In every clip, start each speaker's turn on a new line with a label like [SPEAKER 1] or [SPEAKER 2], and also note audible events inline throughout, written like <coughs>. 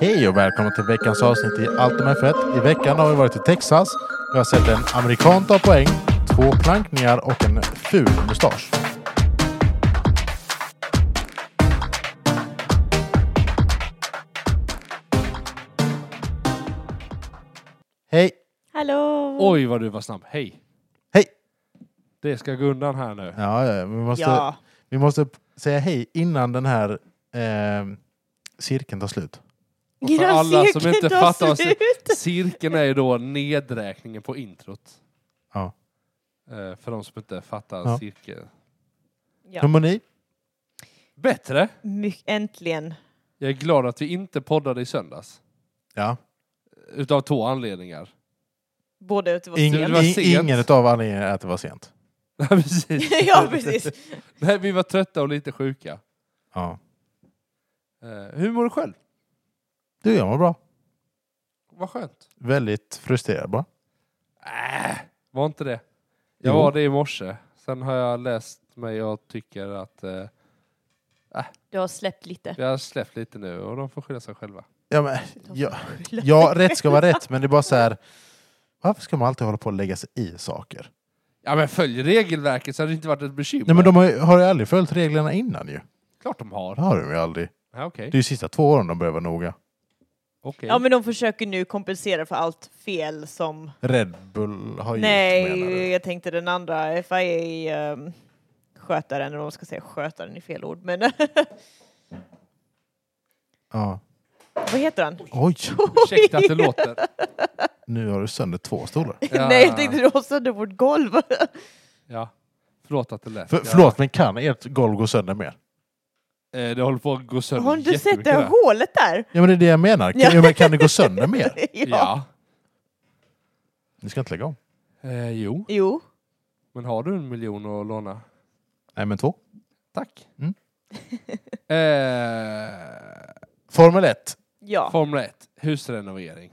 [SPEAKER 1] Hej och välkomna till veckans avsnitt i Allt om F1. I veckan har vi varit i Texas. Vi har sett en amerikan ta poäng, två plankningar och en ful mustasch. Hej!
[SPEAKER 2] Hallå!
[SPEAKER 3] Oj vad du var snabb. Hej!
[SPEAKER 1] Mm. Hej!
[SPEAKER 3] Det ska gå undan här nu.
[SPEAKER 1] Ja, ja, vi måste,
[SPEAKER 2] Ja,
[SPEAKER 1] vi måste säga hej innan den här eh, cirkeln tar slut.
[SPEAKER 3] Och för
[SPEAKER 2] Grön
[SPEAKER 3] alla som
[SPEAKER 2] cirkel
[SPEAKER 3] inte
[SPEAKER 2] tar
[SPEAKER 3] fattar vad cir-
[SPEAKER 2] slut.
[SPEAKER 3] <laughs> Cirkeln är ju då nedräkningen på introt.
[SPEAKER 1] Ja.
[SPEAKER 3] Eh, för de som inte fattar
[SPEAKER 1] Ja.
[SPEAKER 3] cirkeln.
[SPEAKER 1] Hur mår ni?
[SPEAKER 3] Bättre!
[SPEAKER 2] My- äntligen.
[SPEAKER 3] Jag är glad att vi inte poddade i söndags.
[SPEAKER 1] Ja.
[SPEAKER 3] Utav två anledningar. <laughs>
[SPEAKER 2] Både att det var
[SPEAKER 1] Ing,
[SPEAKER 3] Det
[SPEAKER 2] sent.
[SPEAKER 3] var
[SPEAKER 1] ing,
[SPEAKER 3] sent.
[SPEAKER 1] ingen av anledningarna är att det var sent.
[SPEAKER 3] Nej, precis.
[SPEAKER 2] <laughs> ja,
[SPEAKER 3] <laughs>
[SPEAKER 2] precis.
[SPEAKER 3] Nej, vi var trötta och lite sjuka.
[SPEAKER 1] Ja.
[SPEAKER 3] Eh, hur mår du själv?
[SPEAKER 1] Du, jag mår bra.
[SPEAKER 3] Vad skönt.
[SPEAKER 1] Väldigt frustrerad bara.
[SPEAKER 3] Äh, var inte det. Jag
[SPEAKER 1] Jo.
[SPEAKER 3] var det i morse. Sen har jag läst mig och tycker att eh,
[SPEAKER 2] Du har släppt lite.
[SPEAKER 3] jag har släppt lite nu och de får skylla sig själva.
[SPEAKER 1] Ja, men,
[SPEAKER 2] <laughs>
[SPEAKER 1] ja, ja, rätt ska vara rätt, men det är bara så här. Varför ska man alltid hålla på och lägga sig i saker?
[SPEAKER 3] Ja men följ regelverket så hade det inte varit ett bekymmer.
[SPEAKER 1] Nej, men de har ju, har ju aldrig följt reglerna innan ju.
[SPEAKER 3] Klart de har.
[SPEAKER 1] Det har de ju aldrig.
[SPEAKER 3] Ja, Okej.
[SPEAKER 1] Det är ju sista två åren de behöver noga.
[SPEAKER 3] Okej.
[SPEAKER 2] Ja, men de försöker nu kompensera för allt fel som...
[SPEAKER 1] Red Bull har gjort, menar
[SPEAKER 2] Nej,
[SPEAKER 1] du?
[SPEAKER 2] jag tänkte den andra FIA-skötaren, ehm, eller vad man ska säga, skötaren är fel ord, men <laughs>
[SPEAKER 1] Ja.
[SPEAKER 2] vad heter han?
[SPEAKER 1] Oj,
[SPEAKER 3] Ursäkta att det låter.
[SPEAKER 1] nu har du sönder två stolar.
[SPEAKER 2] <laughs>
[SPEAKER 3] Ja.
[SPEAKER 2] Nej, jag tänkte du har sönder vårt golv.
[SPEAKER 3] Ja. Förlåt att det lät.
[SPEAKER 1] För, Förlåt, men kan ert golv gå sönder mer?
[SPEAKER 3] Ja. Eh, det håller på att gå sönder
[SPEAKER 2] Har inte du sett det
[SPEAKER 3] jättemycket
[SPEAKER 2] här
[SPEAKER 3] där.
[SPEAKER 2] hålet där?
[SPEAKER 1] Ja, men det är det jag menar. Kan,
[SPEAKER 2] Ja.
[SPEAKER 1] ja. men kan det gå sönder
[SPEAKER 2] <laughs>
[SPEAKER 1] mer?
[SPEAKER 3] Ja.
[SPEAKER 1] Ni ska inte lägga om.
[SPEAKER 3] Eh, jo.
[SPEAKER 2] Jo.
[SPEAKER 3] Men har du en miljon att låna?
[SPEAKER 1] Nej, men två.
[SPEAKER 3] Tack.
[SPEAKER 1] Mm.
[SPEAKER 3] <laughs> eh,
[SPEAKER 1] Formel 1.
[SPEAKER 2] Ja.
[SPEAKER 3] Formel 1. Husrenovering.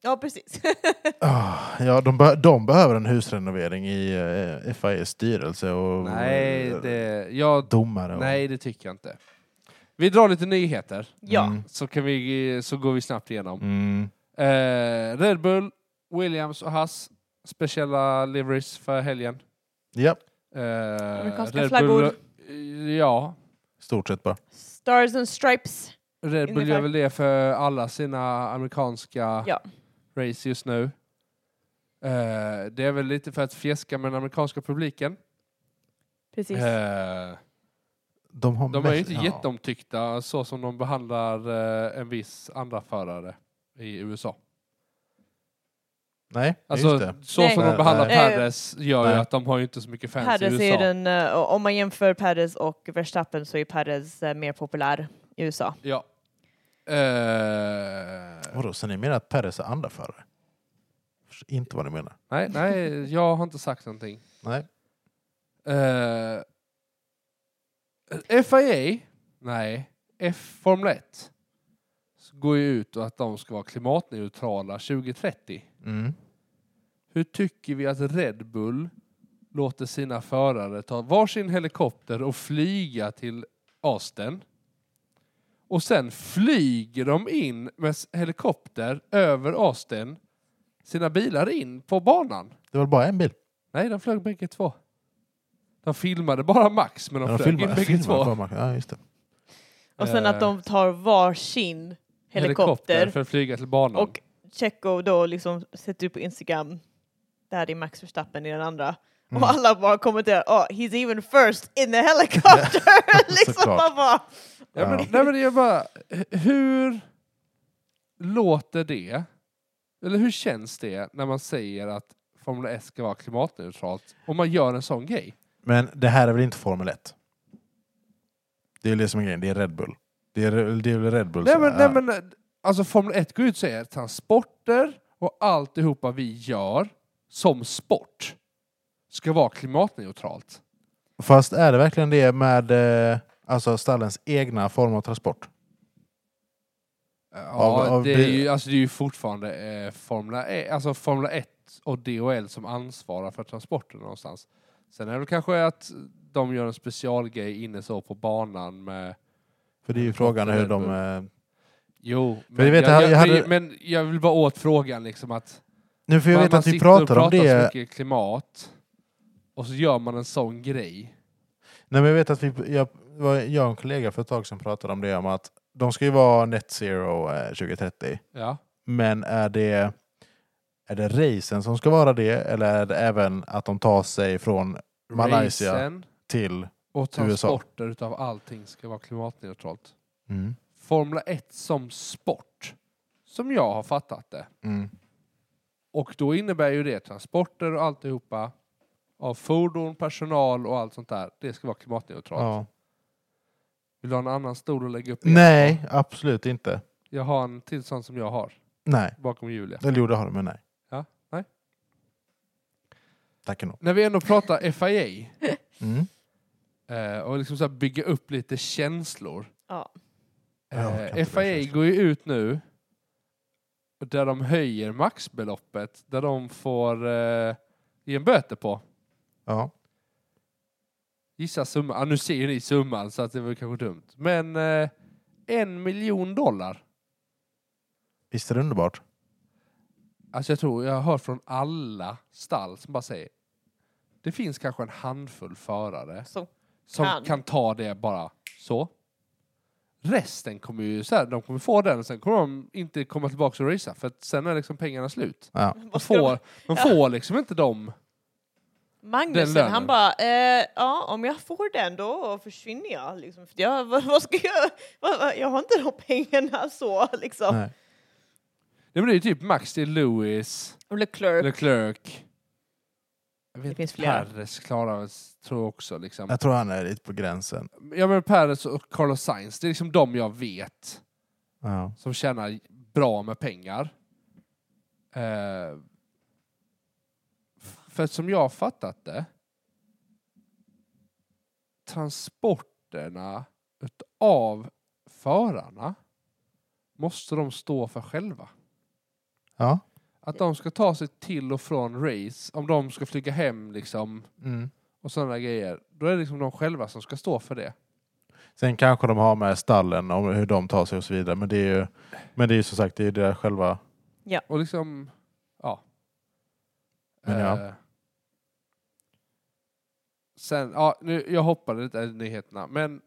[SPEAKER 2] Ja, precis. <laughs>
[SPEAKER 1] Ah, Ja, de, be- de behöver en husrenovering i eh, FIAs styrelse och eh,
[SPEAKER 3] Nej, det... Jag
[SPEAKER 1] domare. Och...
[SPEAKER 3] Nej, det tycker jag inte. Vi drar lite nyheter,
[SPEAKER 2] Ja.
[SPEAKER 1] Mm.
[SPEAKER 3] så, kan vi, så går vi snabbt igenom.
[SPEAKER 1] Mm.
[SPEAKER 3] Eh, Red Bull, Williams och Haas, speciella liveries för helgen.
[SPEAKER 1] Ja,
[SPEAKER 3] Eh,
[SPEAKER 2] Amerikanska
[SPEAKER 3] Red
[SPEAKER 2] flaggor.
[SPEAKER 3] Bull, ja,
[SPEAKER 1] stort sett bara.
[SPEAKER 2] Stars and stripes.
[SPEAKER 3] Red Bull
[SPEAKER 2] Ungefär.
[SPEAKER 3] gör väl det för alla sina amerikanska
[SPEAKER 2] Ja.
[SPEAKER 3] race just nu. Eh, det är väl lite för att fjäska med den amerikanska publiken.
[SPEAKER 2] Precis.
[SPEAKER 3] Eh,
[SPEAKER 1] De, har
[SPEAKER 3] De är
[SPEAKER 1] mest-
[SPEAKER 3] ju inte
[SPEAKER 1] ja.
[SPEAKER 3] jätteomtyckta så som de behandlar eh, en viss andra förare i USA.
[SPEAKER 1] Nej,
[SPEAKER 3] Alltså,
[SPEAKER 1] just det.
[SPEAKER 3] så
[SPEAKER 2] Nej.
[SPEAKER 3] som
[SPEAKER 1] Nej,
[SPEAKER 3] de behandlar
[SPEAKER 2] nej. Nej.
[SPEAKER 3] Perez gör
[SPEAKER 1] Nej.
[SPEAKER 3] ju att de har ju inte så mycket fans i
[SPEAKER 2] Perez
[SPEAKER 3] USA.
[SPEAKER 2] är ju den, eh, och om man jämför Perez och Verstappen så är Perez eh, mer populär i USA.
[SPEAKER 3] Ja. Eh,
[SPEAKER 1] Vadå, så ni menar att Perez är andra förare? Förstår Inte vad ni menar.
[SPEAKER 3] nej, nej, jag har inte sagt någonting.
[SPEAKER 1] Nej.
[SPEAKER 3] Eh, FIA, nej, F Formel 1 så går ju ut och att de ska vara klimatneutrala 2030.
[SPEAKER 1] Mm.
[SPEAKER 3] Hur tycker vi att Red Bull låter sina förare ta varsin helikopter och flyga till Austin? Och sen flyger de in med s- helikopter över Austin, sina bilar in på banan.
[SPEAKER 1] Det var bara en bil.
[SPEAKER 3] Nej, de flög bägge två. De filmade bara Max, men de,
[SPEAKER 1] Ja,
[SPEAKER 3] flög in bägge
[SPEAKER 1] filmar
[SPEAKER 3] två.
[SPEAKER 1] bara Mark- Ja,
[SPEAKER 3] <laughs>
[SPEAKER 1] just det.
[SPEAKER 2] Och sen att de tar varsin helikopter.
[SPEAKER 3] för att flyga till banan.
[SPEAKER 2] Och Checo då liksom sätter upp på Instagram, där är Max Verstappen i den andra.
[SPEAKER 1] Mm.
[SPEAKER 2] Och alla bara kommenterar oh, “He's even first in the helicopter!” <laughs> liksom
[SPEAKER 1] Såklart.
[SPEAKER 2] man bara,
[SPEAKER 3] Ja, men,
[SPEAKER 1] Ja.
[SPEAKER 3] nej, men det är bara, h- hur låter det? Eller hur känns det när man säger att Formel 1 ska vara klimatneutralt om man gör en sån grej?
[SPEAKER 1] Men det här är väl inte Formel 1? Det är det som är grejen. Det är Red Bull. Det är, det är väl Red Bull
[SPEAKER 3] Nej,
[SPEAKER 1] som
[SPEAKER 3] men,
[SPEAKER 1] är...
[SPEAKER 3] nej, men, eh, alltså Formel 1 går ut och säger transporter och alltihopa vi gör som sport ska vara klimatneutralt.
[SPEAKER 1] Fast är det verkligen det med eh, alltså stallens egna form av transport?
[SPEAKER 3] Ja,
[SPEAKER 1] Eh, Av- av
[SPEAKER 3] det, är
[SPEAKER 1] bil-
[SPEAKER 3] ju, alltså, det är ju fortfarande eh, Formula, E- alltså, Formula 1 och DHL som ansvarar för transporten någonstans. Sen är det väl kanske att de gör en specialgrej inne så på banan med
[SPEAKER 1] För För det är ju frågan hur de... eh,
[SPEAKER 3] Jo, men,
[SPEAKER 1] jag vet,
[SPEAKER 3] jag,
[SPEAKER 1] jag
[SPEAKER 3] jag,
[SPEAKER 1] hade-
[SPEAKER 3] men- men jag vill bara åt frågan liksom att...
[SPEAKER 1] Nu för jag
[SPEAKER 3] man,
[SPEAKER 1] vet
[SPEAKER 3] man
[SPEAKER 1] att vi
[SPEAKER 3] sitter och
[SPEAKER 1] pratar om
[SPEAKER 3] så
[SPEAKER 1] det.
[SPEAKER 3] mycket klimat och så gör man en sån grej.
[SPEAKER 1] Nej, men jag vet att vi, jag, det var jag och en kollega för ett tag sedan pratade om det, om att de ska ju vara net zero eh, 2030.
[SPEAKER 3] Ja.
[SPEAKER 1] Men är det, är det racen som ska vara det eller är det även att de tar sig från Malaysia
[SPEAKER 3] Racen
[SPEAKER 1] till...
[SPEAKER 3] och
[SPEAKER 1] till USA.
[SPEAKER 3] transporter utav allting ska vara klimatneutralt.
[SPEAKER 1] Mm.
[SPEAKER 3] Formula 1 som sport, som jag har fattat det.
[SPEAKER 1] Mm.
[SPEAKER 3] Och då innebär ju det transporter och alltihopa av fordon, personal och allt sånt där. Det ska vara klimatneutralt.
[SPEAKER 1] Ja.
[SPEAKER 3] Vill du ha en annan stol att lägga upp i?
[SPEAKER 1] Nej, absolut inte.
[SPEAKER 3] Jag har en till sån som jag har
[SPEAKER 1] Nej.
[SPEAKER 3] bakom Julia.
[SPEAKER 1] Eller jo, det har de, men nej.
[SPEAKER 3] Ja, nej.
[SPEAKER 1] Tack ändå.
[SPEAKER 3] När vi ändå pratar FIA
[SPEAKER 1] Mm.
[SPEAKER 3] eh, och liksom så här bygga upp lite känslor.
[SPEAKER 2] Ja.
[SPEAKER 1] Jag orkar inte
[SPEAKER 3] Eh,
[SPEAKER 1] det
[SPEAKER 3] FIA
[SPEAKER 1] känslan.
[SPEAKER 3] går ju ut nu där de höjer maxbeloppet där de får eh, ge en böter på.
[SPEAKER 1] Ja.
[SPEAKER 3] Gissa summan. Ah, nu ser ju ni summan så att det var kanske dumt. Men eh, en miljon dollar.
[SPEAKER 1] Visst är det underbart?
[SPEAKER 3] Alltså jag tror jag har hört från alla stall som bara säger det finns kanske en handfull förare
[SPEAKER 2] Som
[SPEAKER 3] som
[SPEAKER 2] Kan.
[SPEAKER 3] kan, ta det bara så. Resten kommer ju så här, de kommer få den och sen kommer de inte komma tillbaka och racea för att sen är liksom pengarna slut.
[SPEAKER 1] Ja.
[SPEAKER 3] De
[SPEAKER 2] måste
[SPEAKER 3] får, de får liksom inte dem.
[SPEAKER 2] Magnusen,
[SPEAKER 3] lönen.
[SPEAKER 2] han bara, eh, ja om jag får den då försvinner jag. Liksom, för jag vad, vad ska jag, vad, vad, jag har inte de pengarna så liksom.
[SPEAKER 1] Nej.
[SPEAKER 3] Det blir ju typ Max till Lewis,
[SPEAKER 2] Och LeClerc.
[SPEAKER 3] Leclerc. Jag vet,
[SPEAKER 2] Det finns flera.
[SPEAKER 3] Perres klarar jag tror jag också liksom.
[SPEAKER 1] Jag tror han är lite på gränsen.
[SPEAKER 3] Ja men Perres och Carlos Sainz, det är liksom de jag vet.
[SPEAKER 1] Ja.
[SPEAKER 3] som tjänar bra med pengar. Eh, f- för som jag har fattat det, transporterna av förarna måste de stå för själva.
[SPEAKER 1] ja.
[SPEAKER 3] Att de ska ta sig till och från race, om de ska flyga hem liksom
[SPEAKER 1] Mm.
[SPEAKER 3] och sådana grejer, då är det liksom de själva som ska stå för det.
[SPEAKER 1] Sen kanske de har med stallen om hur de tar sig och så vidare. Men det är ju, men det är ju som sagt det är ju deras själva...
[SPEAKER 3] Och liksom, ja.
[SPEAKER 1] Men ja.
[SPEAKER 3] Eh, Sen, ja, nu, jag hoppade lite i nyheterna, men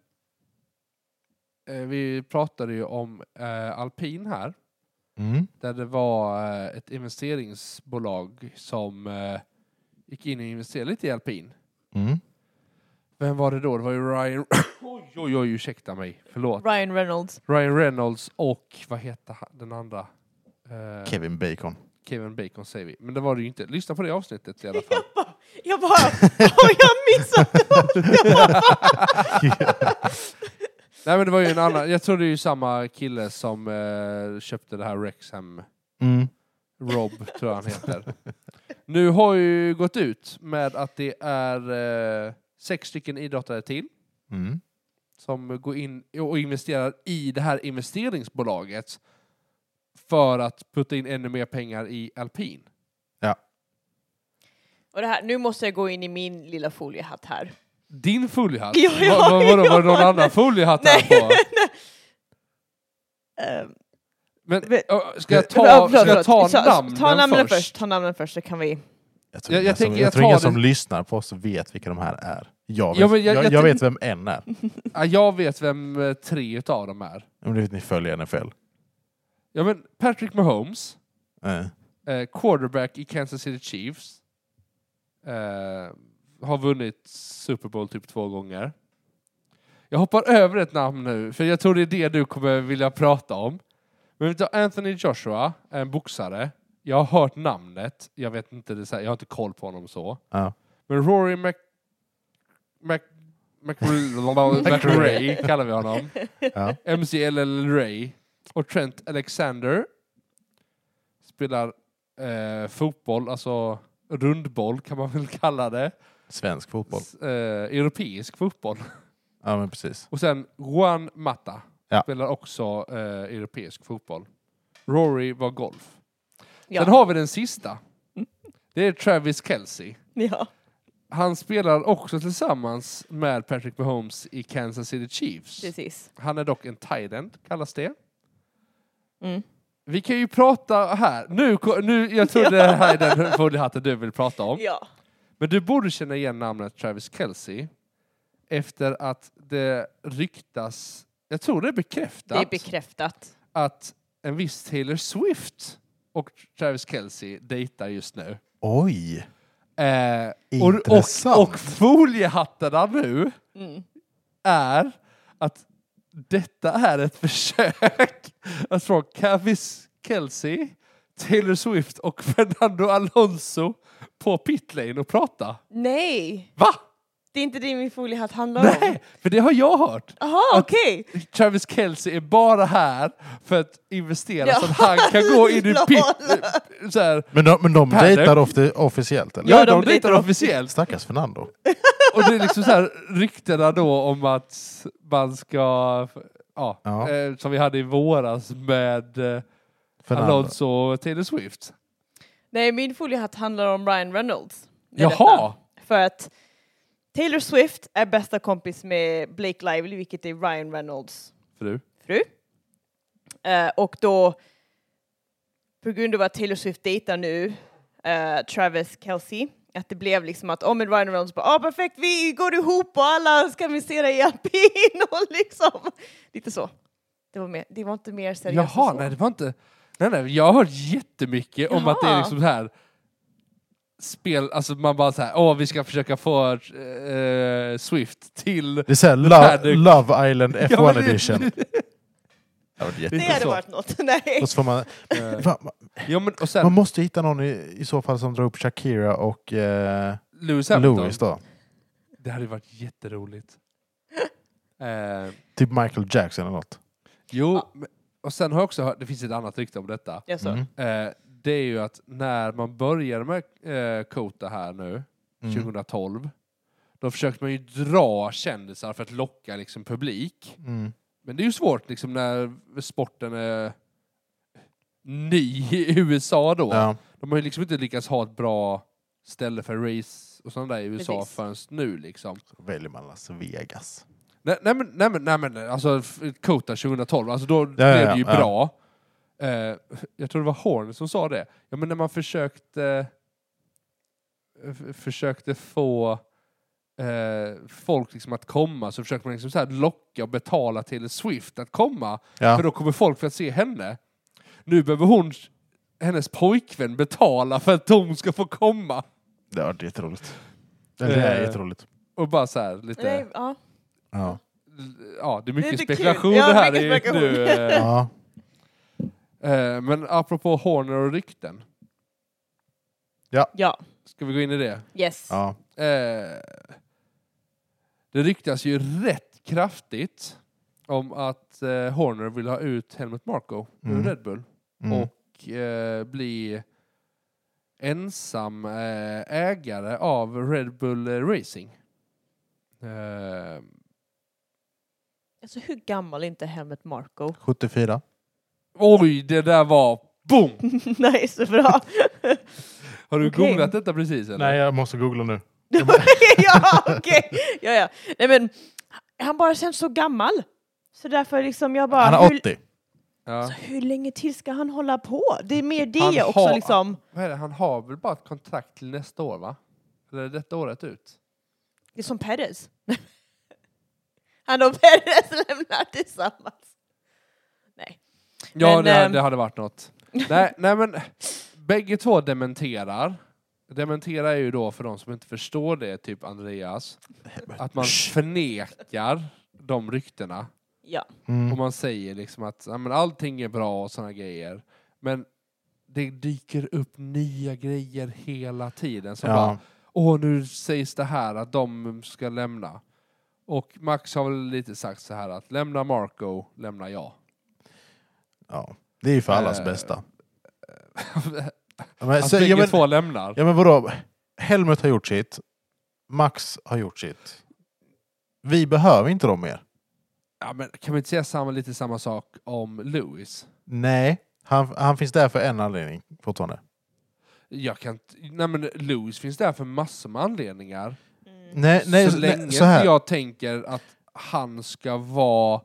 [SPEAKER 3] eh, vi pratade ju om eh, alpin här,
[SPEAKER 1] Mm.
[SPEAKER 3] där det var eh, ett investeringsbolag som eh, gick in och investerade lite i alpin.
[SPEAKER 1] Mm.
[SPEAKER 3] Vem var det då? Det var ju Ryan... <coughs> oj, oj, oj, ursäkta mig. Förlåt.
[SPEAKER 2] Ryan Reynolds.
[SPEAKER 3] Ryan Reynolds och, vad heter han- den andra? Eh,
[SPEAKER 1] Kevin Bacon.
[SPEAKER 3] Kevin Bacon säger vi. Men det var det ju inte. Lyssna på det avsnittet i
[SPEAKER 2] <laughs>
[SPEAKER 3] alla fall.
[SPEAKER 2] Jag bara, <laughs> har jag missat det?
[SPEAKER 3] Nej men det var ju en annan, jag tror det är ju samma kille som eh, köpte det här Rexham,
[SPEAKER 1] Mm.
[SPEAKER 3] Rob tror jag
[SPEAKER 2] <laughs>
[SPEAKER 3] han heter. Nu har ju gått ut med att det är eh, sex stycken idrottare till
[SPEAKER 1] Mm.
[SPEAKER 3] som går in och investerar i det här investeringsbolaget för att putta in ännu mer pengar i alpin.
[SPEAKER 2] Och det här, nu måste jag gå in i min lilla foliehatt här.
[SPEAKER 3] Din foliehatt?
[SPEAKER 2] Ja, ja,
[SPEAKER 3] Vad- vad- vadå,
[SPEAKER 2] ja.
[SPEAKER 3] var det någon annan foliehatt här på?
[SPEAKER 2] Eh,
[SPEAKER 3] Men,
[SPEAKER 2] Men-
[SPEAKER 3] ö, ska
[SPEAKER 2] <laughs>
[SPEAKER 3] jag
[SPEAKER 2] ja,
[SPEAKER 3] ta,
[SPEAKER 2] förlåt,
[SPEAKER 3] ska jag ta
[SPEAKER 2] förlåt. Så-
[SPEAKER 3] namnen,
[SPEAKER 2] ta namnen
[SPEAKER 3] först?
[SPEAKER 2] Ta namnen först så kan vi... <laughs>
[SPEAKER 1] Jag tror
[SPEAKER 3] Jag- jag
[SPEAKER 1] ingen, som,
[SPEAKER 3] tänker
[SPEAKER 1] jag
[SPEAKER 3] jag
[SPEAKER 1] tror ingen
[SPEAKER 3] tar
[SPEAKER 1] som
[SPEAKER 3] det-
[SPEAKER 1] lyssnar på oss vet vilka de här är. Jag vet,
[SPEAKER 3] Ja,
[SPEAKER 1] jag,
[SPEAKER 3] men jag-
[SPEAKER 1] jag,
[SPEAKER 3] jag
[SPEAKER 1] vet vem en är.
[SPEAKER 3] Ja, jag vet vem eh, tre utav dem är.
[SPEAKER 1] Om det är att ni följer NFL.
[SPEAKER 3] Ja, men Patrick Mahomes,
[SPEAKER 1] Eh.
[SPEAKER 3] eh, quarterback i Kansas City Chiefs. Eh, har vunnit Super Bowl typ två gånger. Jag hoppar över ett namn nu, för jag tror det är det du kommer vilja prata om. Men vi tar Anthony Joshua, en boxare. Jag har hört namnet, jag vet inte, det så här, jag har inte koll på honom så.
[SPEAKER 1] Ja.
[SPEAKER 3] Men Rory Mc... Mc... McRae McRae kallar vi honom.
[SPEAKER 1] Ja.
[SPEAKER 3] MCLL Ray och Trent Alexander spelar eh, fotboll, alltså rundboll kan man väl kalla det.
[SPEAKER 1] Svensk fotboll.
[SPEAKER 3] S- eh, europeisk fotboll.
[SPEAKER 1] Ja, men precis.
[SPEAKER 3] Och sen Juan Mata
[SPEAKER 1] Ja.
[SPEAKER 3] spelar också eh, europeisk fotboll. Rory var golf.
[SPEAKER 2] Ja.
[SPEAKER 3] Sen har vi den sista. Det är Travis Kelce.
[SPEAKER 2] <laughs> ja.
[SPEAKER 3] Han spelar också tillsammans med Patrick Mahomes i Kansas City Chiefs.
[SPEAKER 2] Precis.
[SPEAKER 3] Han är dock en tight end, kallas det.
[SPEAKER 2] Mm.
[SPEAKER 3] Vi kan ju prata här. Nu, ko- nu
[SPEAKER 2] <laughs>
[SPEAKER 3] jag trodde det här är den bodyhatten du vill prata om.
[SPEAKER 2] Ja.
[SPEAKER 3] Men du borde känna igen namnet Travis Kelce efter att det ryktas, jag tror det är bekräftat,
[SPEAKER 2] Det är bekräftat.
[SPEAKER 3] att en viss Taylor Swift och Travis Kelce dejtar just nu.
[SPEAKER 1] Oj!
[SPEAKER 3] Eh, och,
[SPEAKER 1] Intressant.
[SPEAKER 3] och, och foliehattarna nu är att detta är ett <laughs> försök att från Travis Kelce, Taylor Swift och Fernando Alonso på pitlane och prata.
[SPEAKER 2] Nej,
[SPEAKER 3] Va?
[SPEAKER 2] det är inte det min foliehatt handlar om.
[SPEAKER 3] Nej, för det har jag hört.
[SPEAKER 2] Jaha,
[SPEAKER 3] Att-
[SPEAKER 2] okej.
[SPEAKER 3] Travis Kelce är bara här för att investera
[SPEAKER 2] Ja.
[SPEAKER 3] så att han kan
[SPEAKER 2] <laughs>
[SPEAKER 3] gå in i pit.
[SPEAKER 2] Lala.
[SPEAKER 3] Så här.
[SPEAKER 1] Men de, men de
[SPEAKER 3] Paddock.
[SPEAKER 1] dejtar ofta officiellt eller?
[SPEAKER 3] Ja,
[SPEAKER 2] Ja, de
[SPEAKER 3] de
[SPEAKER 2] dejtar
[SPEAKER 3] dejtar
[SPEAKER 2] officiellt.
[SPEAKER 3] officiellt.
[SPEAKER 1] Stackars Fernando.
[SPEAKER 3] Och det är liksom så här ryktena då om att man ska, ja,
[SPEAKER 1] Ja.
[SPEAKER 3] Eh, som vi hade i våras med eh,
[SPEAKER 1] Fernando.
[SPEAKER 3] Alonso och Taylor Swift.
[SPEAKER 2] Nej, min foliehatt handlar om Ryan Reynolds. Det är detta.
[SPEAKER 3] Jaha!
[SPEAKER 2] För att Taylor Swift är bästa kompis med Blake Lively, vilket är Ryan Reynolds
[SPEAKER 3] Fru.
[SPEAKER 2] fru. Eh, och då, på grund av att Taylor Swift dejtar nu eh, Travis Kelce, att det blev liksom att om oh, men Ryan Reynolds bara ah, perfekt, vi går ihop och alla ska investera i alpin <laughs> och liksom lite så. Det var, mer, det var inte mer seriöst alltså? än
[SPEAKER 3] Jaha,
[SPEAKER 2] så.
[SPEAKER 3] nej det var inte... Nej, nej, jag har hört jättemycket om att det är
[SPEAKER 2] Jaha.
[SPEAKER 3] liksom så här spel, alltså man bara så här, åh vi ska försöka få eh, Swift till
[SPEAKER 1] Det är såhär
[SPEAKER 3] Paddock.
[SPEAKER 1] Love, Love Island F1
[SPEAKER 3] <laughs> Ja, men det-
[SPEAKER 1] edition. Det hade varit
[SPEAKER 2] Det
[SPEAKER 1] jätte-
[SPEAKER 3] inte
[SPEAKER 2] hade
[SPEAKER 3] så.
[SPEAKER 2] varit något. <laughs> Nej.
[SPEAKER 1] Och så får man, Va- va-
[SPEAKER 3] Ja, men, och
[SPEAKER 1] man
[SPEAKER 3] sen
[SPEAKER 1] måste hitta någon i, i så fall som drar upp Shakira och eh,
[SPEAKER 3] Lewis Hamilton.
[SPEAKER 1] Louis då.
[SPEAKER 3] Det hade ju varit
[SPEAKER 2] <laughs>
[SPEAKER 3] jätteroligt. eh,
[SPEAKER 1] Typ Michael Jackson eller något.
[SPEAKER 3] jo, men- och sen har jag också hört, det finns ett annat rykte om detta.
[SPEAKER 2] Jag sa,
[SPEAKER 1] Mm.
[SPEAKER 3] Eh, det är ju att när man började med eh, Kota här nu,
[SPEAKER 1] Mm.
[SPEAKER 3] 2012, då försökte man ju dra kändisar för att locka liksom, publik.
[SPEAKER 1] Mm.
[SPEAKER 3] Men det är ju svårt liksom, när sporten är ny i USA då.
[SPEAKER 1] Ja.
[SPEAKER 3] De har ju liksom inte lyckats ha ett bra ställe för race och sånt där i USA
[SPEAKER 2] Precis.
[SPEAKER 3] förrän nu. Liksom.
[SPEAKER 1] Så väljer man Las Vegas.
[SPEAKER 3] Nej, nej, men, nej, men, nej, men alltså f- Kota 2012, alltså då blev
[SPEAKER 1] ja,
[SPEAKER 3] det ju
[SPEAKER 1] ja.
[SPEAKER 3] bra. Eh, jag tror det var Horn som sa det. Ja, men när man försökte eh, f- försökte få eh, folk liksom att komma så försökte man liksom så här locka och betala till Swift att komma.
[SPEAKER 1] Ja.
[SPEAKER 3] För då kommer folk för att se henne. Nu behöver hon, hennes pojkvän betala för att hon ska få komma.
[SPEAKER 1] Det har varit jätteroligt. Eller det är
[SPEAKER 3] Eh.
[SPEAKER 1] jätteroligt.
[SPEAKER 3] Och bara så här lite...
[SPEAKER 2] nej, ja.
[SPEAKER 1] Ja.
[SPEAKER 3] Ja, det är mycket
[SPEAKER 2] lite kul.
[SPEAKER 3] spekulation
[SPEAKER 2] Ja,
[SPEAKER 3] det här.
[SPEAKER 2] mycket
[SPEAKER 3] är
[SPEAKER 2] spekulation.
[SPEAKER 3] Nu, eh,
[SPEAKER 1] Ja.
[SPEAKER 3] Eh, men apropå Horner och rykten,
[SPEAKER 2] ja,
[SPEAKER 3] ska vi gå in i det?
[SPEAKER 2] yes.
[SPEAKER 1] Ja.
[SPEAKER 3] Eh, det ryktas ju rätt kraftigt om att eh, Horner vill ha ut Helmut Marko
[SPEAKER 1] Mm.
[SPEAKER 3] ur Red Bull
[SPEAKER 1] Mm.
[SPEAKER 3] och eh, bli ensam eh, ägare av Red Bull eh, Racing. Eh,
[SPEAKER 2] Alltså hur gammal är inte Helmut <laughs> Marko?
[SPEAKER 1] 74.
[SPEAKER 3] oj, det där var boom!
[SPEAKER 2] nej, så
[SPEAKER 3] <laughs>
[SPEAKER 2] bra.
[SPEAKER 3] Har du
[SPEAKER 2] Okej.
[SPEAKER 3] googlat detta precis? Eller?
[SPEAKER 1] Nej, jag måste googla nu.
[SPEAKER 2] <laughs> ja, okej. Ja, ja. Nej, men han bara känns så gammal. Så därför liksom jag bara...
[SPEAKER 1] Han är
[SPEAKER 2] hur,
[SPEAKER 1] 80.
[SPEAKER 3] Ja.
[SPEAKER 2] alltså, hur länge till ska han hålla på? Det är mer det
[SPEAKER 3] Han
[SPEAKER 2] också
[SPEAKER 3] har-
[SPEAKER 2] liksom.
[SPEAKER 3] Vad är det? Han har väl bara ett kontrakt till nästa år, va? Eller detta året ut?
[SPEAKER 2] Det är som Perez. <laughs> han och Perez lämnar tillsammans.
[SPEAKER 3] Ja,
[SPEAKER 2] Men,
[SPEAKER 3] det, ha-
[SPEAKER 2] ehm,
[SPEAKER 3] det hade
[SPEAKER 2] <laughs>
[SPEAKER 3] varit något. nej, nej, men bägge två dementerar. Dementera är ju då, för de som inte förstår det, typ Andreas, att man förnekar de ryktena.
[SPEAKER 2] Ja,
[SPEAKER 1] Mm.
[SPEAKER 3] Och man säger liksom att ja, men allting är bra och sådana grejer. Men det dyker upp nya grejer hela tiden. Som bara,
[SPEAKER 1] Ja.
[SPEAKER 3] Åh, nu sägs det här att de ska lämna. Och Max har väl lite sagt så här att lämna Marco, lämna jag.
[SPEAKER 1] Ja. Det är ju för allas
[SPEAKER 3] Eh, <laughs>
[SPEAKER 1] bästa.
[SPEAKER 3] att
[SPEAKER 1] Ja, men, så,
[SPEAKER 3] bägge
[SPEAKER 1] ja, men,
[SPEAKER 3] två lämnar.
[SPEAKER 1] ja, men vadå? Helmut har gjort sitt. Max har gjort sitt. Vi behöver inte dem mer.
[SPEAKER 3] Ja, men kan vi inte säga samma, lite samma sak om Lewis?
[SPEAKER 1] Nej, han, han finns där för en anledning fortfarande.
[SPEAKER 3] Jag kan inte- Nej men Lewis finns där för massor med anledningar.
[SPEAKER 1] Mm. Nej, nej,
[SPEAKER 3] så
[SPEAKER 1] så,
[SPEAKER 3] länge
[SPEAKER 1] nej, så här.
[SPEAKER 3] inte jag tänker att han ska vara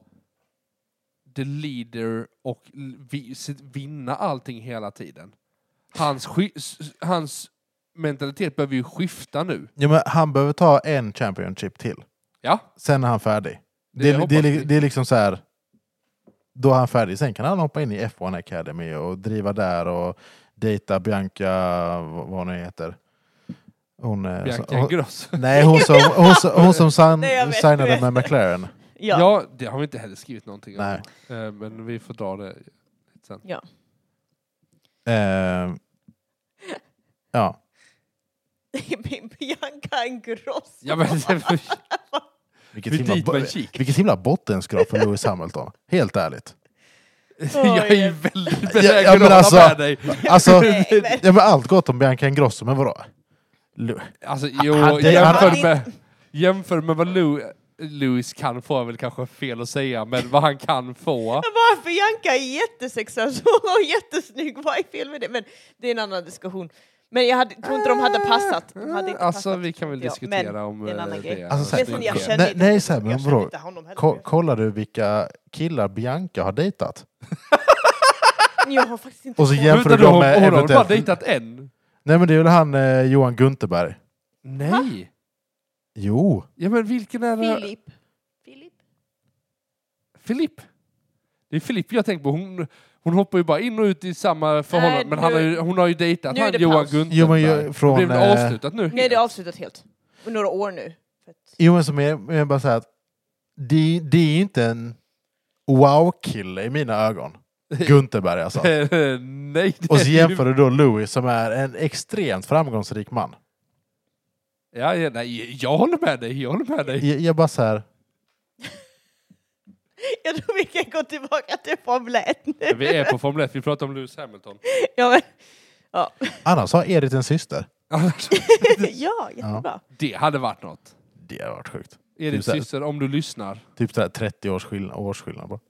[SPEAKER 3] the leader och l- vi- sit- vinna allting hela tiden. Hans, sky- s- s- hans mentalitet behöver ju skifta nu.
[SPEAKER 1] Ja, men han behöver ta en Championship till.
[SPEAKER 3] Ja,
[SPEAKER 1] Sen är han färdig.
[SPEAKER 3] Det
[SPEAKER 1] Det, det,
[SPEAKER 3] hoppas
[SPEAKER 1] det, är
[SPEAKER 3] vi.
[SPEAKER 1] li- det är liksom så här. Då är han färdig. Sen kan han hoppa in i F1 Academy och driva där och dejta Bianca, vad vad hon nu heter. Hon, eh, så-
[SPEAKER 3] Bianca
[SPEAKER 1] hon,
[SPEAKER 3] Ingrosso.
[SPEAKER 1] Nej, hon som, hon som, hon <laughs> som sign,
[SPEAKER 2] Nej, jag vet, jag
[SPEAKER 1] signade
[SPEAKER 2] vet.
[SPEAKER 1] med McLaren.
[SPEAKER 2] Ja.
[SPEAKER 3] Ja.
[SPEAKER 2] <laughs>
[SPEAKER 3] det har vi inte heller skrivit någonting om.
[SPEAKER 1] Nej.
[SPEAKER 3] Eh, Men vi får dra det lite sen.
[SPEAKER 1] Eh, ja.
[SPEAKER 2] Bianca Ingrosso.
[SPEAKER 3] Ja, men, <laughs>
[SPEAKER 1] Vilket
[SPEAKER 3] Vi
[SPEAKER 1] himla,
[SPEAKER 3] dit med en
[SPEAKER 1] bo-
[SPEAKER 3] kik.
[SPEAKER 1] vilket himla bottenskrap för Lewis <laughs> Hamilton. Helt ärligt.
[SPEAKER 3] jag är ju väldigt
[SPEAKER 1] Ja,
[SPEAKER 3] benägen
[SPEAKER 1] ja, men
[SPEAKER 3] att
[SPEAKER 1] alltså-
[SPEAKER 3] hålla med dig.
[SPEAKER 1] Alltså,
[SPEAKER 2] Nej, men-
[SPEAKER 1] ja, men allt gott om Bianca Ingrosso, men vadå? Lu-
[SPEAKER 3] Alltså, jo,
[SPEAKER 1] han- det-
[SPEAKER 3] jämför,
[SPEAKER 2] han-
[SPEAKER 3] med, jämför med vad Lou, Louis kan få är väl kanske fel att säga, men vad han kan få.
[SPEAKER 2] Varför Bianca är jättesexuell och jättesnygg, vad är fel med det? Men det är en annan diskussion. Men jag hade, tror inte de hade passat. De hade inte
[SPEAKER 3] Alltså
[SPEAKER 2] passat.
[SPEAKER 3] vi kan väl
[SPEAKER 2] Ja,
[SPEAKER 3] diskutera
[SPEAKER 2] men
[SPEAKER 3] om
[SPEAKER 2] det är en
[SPEAKER 3] eh,
[SPEAKER 2] annan grej.
[SPEAKER 1] Alltså, så här-
[SPEAKER 2] Men sen, jag
[SPEAKER 1] Nej,
[SPEAKER 2] känner inte-
[SPEAKER 1] nej, så här, men
[SPEAKER 2] jag
[SPEAKER 1] vadå?
[SPEAKER 2] känner inte honom
[SPEAKER 1] Ko-
[SPEAKER 2] heller.
[SPEAKER 1] kollar du vilka killar Bianca har dejtat?
[SPEAKER 2] Jag har faktiskt inte
[SPEAKER 1] Och så
[SPEAKER 2] kollat.
[SPEAKER 1] jäm- jämför du
[SPEAKER 3] Vänta, du
[SPEAKER 1] dem
[SPEAKER 3] har-
[SPEAKER 1] med
[SPEAKER 3] har de bara
[SPEAKER 1] eventuellt-
[SPEAKER 3] dejtat en?
[SPEAKER 1] Nej men det är väl han eh, Johan Gunterberg?
[SPEAKER 3] Nej!
[SPEAKER 1] Jo.
[SPEAKER 3] Ja men vilken är det?
[SPEAKER 2] Filip. Filip?
[SPEAKER 3] Filip! Det är Filip jag tänker på. Hon, hon hoppar ju bara in och ut i samma förhållande, men
[SPEAKER 2] nu-
[SPEAKER 3] han har ju, hon har ju dejtat
[SPEAKER 2] nu är
[SPEAKER 3] han
[SPEAKER 2] det
[SPEAKER 3] Johan
[SPEAKER 2] paus.
[SPEAKER 3] Gunther.
[SPEAKER 1] Jo men ju,
[SPEAKER 3] Det
[SPEAKER 1] från...
[SPEAKER 3] blev
[SPEAKER 1] eh,
[SPEAKER 3] väl avslutat nu?
[SPEAKER 2] Nej, det är avslutat helt. Och några år nu. För att-
[SPEAKER 1] Jo men som är, jag bara säger att det, det är inte en wow-kille i mina ögon. Gunterberg <laughs> alltså.
[SPEAKER 3] <laughs> Nej, det
[SPEAKER 1] Och
[SPEAKER 3] är
[SPEAKER 1] så
[SPEAKER 3] ju-
[SPEAKER 1] jämför du då Louis som är en extremt framgångsrik man.
[SPEAKER 3] Ja, ja, nej, jag håller med dig, jag håller med dig.
[SPEAKER 1] Jag, jag bara så här,
[SPEAKER 2] <laughs> Jag tror vi kan gå tillbaka till Formel 1 nu.
[SPEAKER 3] Vi är på Formel 1, vi pratar om Lewis Hamilton.
[SPEAKER 2] Ja, men, ja.
[SPEAKER 1] annars har Edith en syster.
[SPEAKER 3] Annars-
[SPEAKER 2] <laughs> ja jättebra.
[SPEAKER 3] det hade varit något.
[SPEAKER 1] Det har varit sjukt.
[SPEAKER 3] Edith
[SPEAKER 1] så här-
[SPEAKER 3] syster, om du lyssnar.
[SPEAKER 1] Typ sådär 30 års skillnad. Års skillnad bara.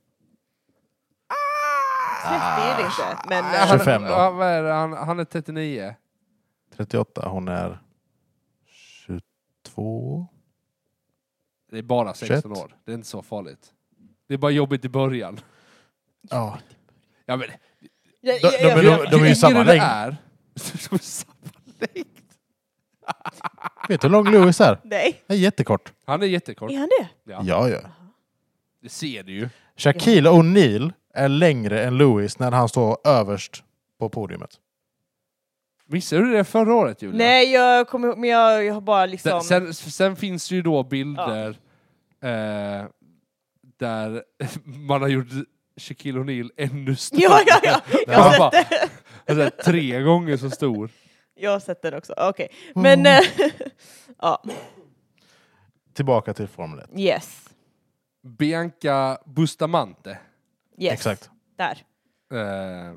[SPEAKER 2] 30 är det inte, men...
[SPEAKER 1] Ah,
[SPEAKER 2] eh,
[SPEAKER 1] 25 då.
[SPEAKER 3] Han, vad är det? han, han är 39.
[SPEAKER 1] 38, hon är 22.
[SPEAKER 3] Det är bara 16
[SPEAKER 1] 21.
[SPEAKER 3] år. Det är inte så farligt. Det är bara jobbigt i början.
[SPEAKER 1] Ja.
[SPEAKER 3] Ja, men,
[SPEAKER 2] jag-
[SPEAKER 1] de-
[SPEAKER 2] jag-
[SPEAKER 1] de-
[SPEAKER 2] jag-
[SPEAKER 1] de- är ju
[SPEAKER 3] yngre
[SPEAKER 1] samma
[SPEAKER 3] du
[SPEAKER 1] längd.
[SPEAKER 3] <laughs> är- De är samma längd.
[SPEAKER 1] Vet du hur lång Louis är?
[SPEAKER 2] Nej.
[SPEAKER 1] Den är jättekort.
[SPEAKER 3] Han är jättekort.
[SPEAKER 2] Är han det?
[SPEAKER 3] Ja.
[SPEAKER 1] Ja, ja.
[SPEAKER 3] Det ser du ju.
[SPEAKER 1] Shaquille O'Neal är längre än Lewis när han står överst på podiumet.
[SPEAKER 3] Missade du det förra året Julia?
[SPEAKER 2] Nej, jag kommer ihåg, men jag, jag har bara liksom...
[SPEAKER 3] Sen, sen, sen finns det ju då bilder eh, där <laughs> man har gjort Shaquille O'Neal ännu
[SPEAKER 2] <laughs>
[SPEAKER 3] större.
[SPEAKER 2] ja, ja,
[SPEAKER 3] <laughs>
[SPEAKER 2] ja! Jag
[SPEAKER 3] Han
[SPEAKER 2] har
[SPEAKER 3] bara-
[SPEAKER 2] sett det.
[SPEAKER 3] Alltså, tre gånger så stor.
[SPEAKER 2] <laughs> Jag har sett den också, okej.
[SPEAKER 1] Mm.
[SPEAKER 3] Mm.
[SPEAKER 2] Men... eh, <laughs> ja,
[SPEAKER 1] Tillbaka till Formel 1.
[SPEAKER 2] yes.
[SPEAKER 3] Bianca Bustamante.
[SPEAKER 2] Yes.
[SPEAKER 1] Exakt.
[SPEAKER 2] Där.
[SPEAKER 3] Eh,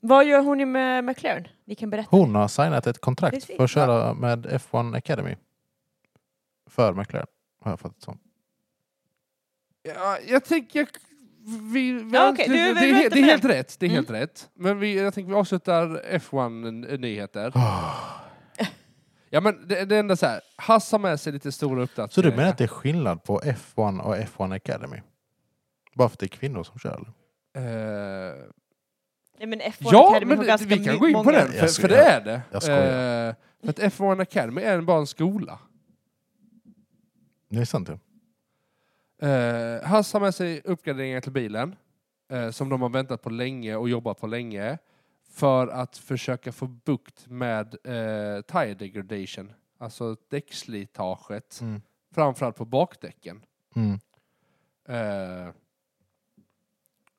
[SPEAKER 2] Vad gör hon ju med McLaren? Ni kan berätta.
[SPEAKER 1] Hon har signat ett kontrakt
[SPEAKER 2] Precis.
[SPEAKER 1] för att köra med F1 Academy. För McLaren, har jag fattat som.
[SPEAKER 3] ja, jag tänker... Jag, vi, vi,
[SPEAKER 2] Ja, okej, du-
[SPEAKER 3] det,
[SPEAKER 2] vi
[SPEAKER 3] det,
[SPEAKER 2] väntar
[SPEAKER 3] är he- det är
[SPEAKER 2] med
[SPEAKER 3] helt
[SPEAKER 2] den.
[SPEAKER 3] rätt. Det är
[SPEAKER 2] Mm.
[SPEAKER 3] helt rätt. Men vi, jag tänker vi avslutar F1-nyheter. Ah. Ja, men det, det enda så här. Hass har med sig lite stora uppdateringar.
[SPEAKER 1] Så du menar att det är skillnad på F1 och F1 Academy? Bara för att det är kvinnor som kör? eller?
[SPEAKER 3] Eh,
[SPEAKER 2] Nej, men F1
[SPEAKER 3] Ja,
[SPEAKER 2] Academy
[SPEAKER 3] men
[SPEAKER 2] har
[SPEAKER 3] det,
[SPEAKER 2] ganska
[SPEAKER 3] vi kan
[SPEAKER 2] my-
[SPEAKER 3] gå in på
[SPEAKER 2] många-
[SPEAKER 3] den, för,
[SPEAKER 1] Jag
[SPEAKER 3] för
[SPEAKER 1] skojar.
[SPEAKER 3] det är det.
[SPEAKER 1] Jag skojar.
[SPEAKER 3] Eh, för att F1 Academy är bara en skola.
[SPEAKER 1] Det är sant ju.
[SPEAKER 3] Uh, Hass har med sig uppgraderingar till bilen, eh, som de har väntat på länge och jobbat på länge, för att försöka få bukt med eh, tire degradation, alltså däckslitaget,
[SPEAKER 1] Mm.
[SPEAKER 3] framförallt på bakdäcken.
[SPEAKER 1] Mm.
[SPEAKER 3] Eh,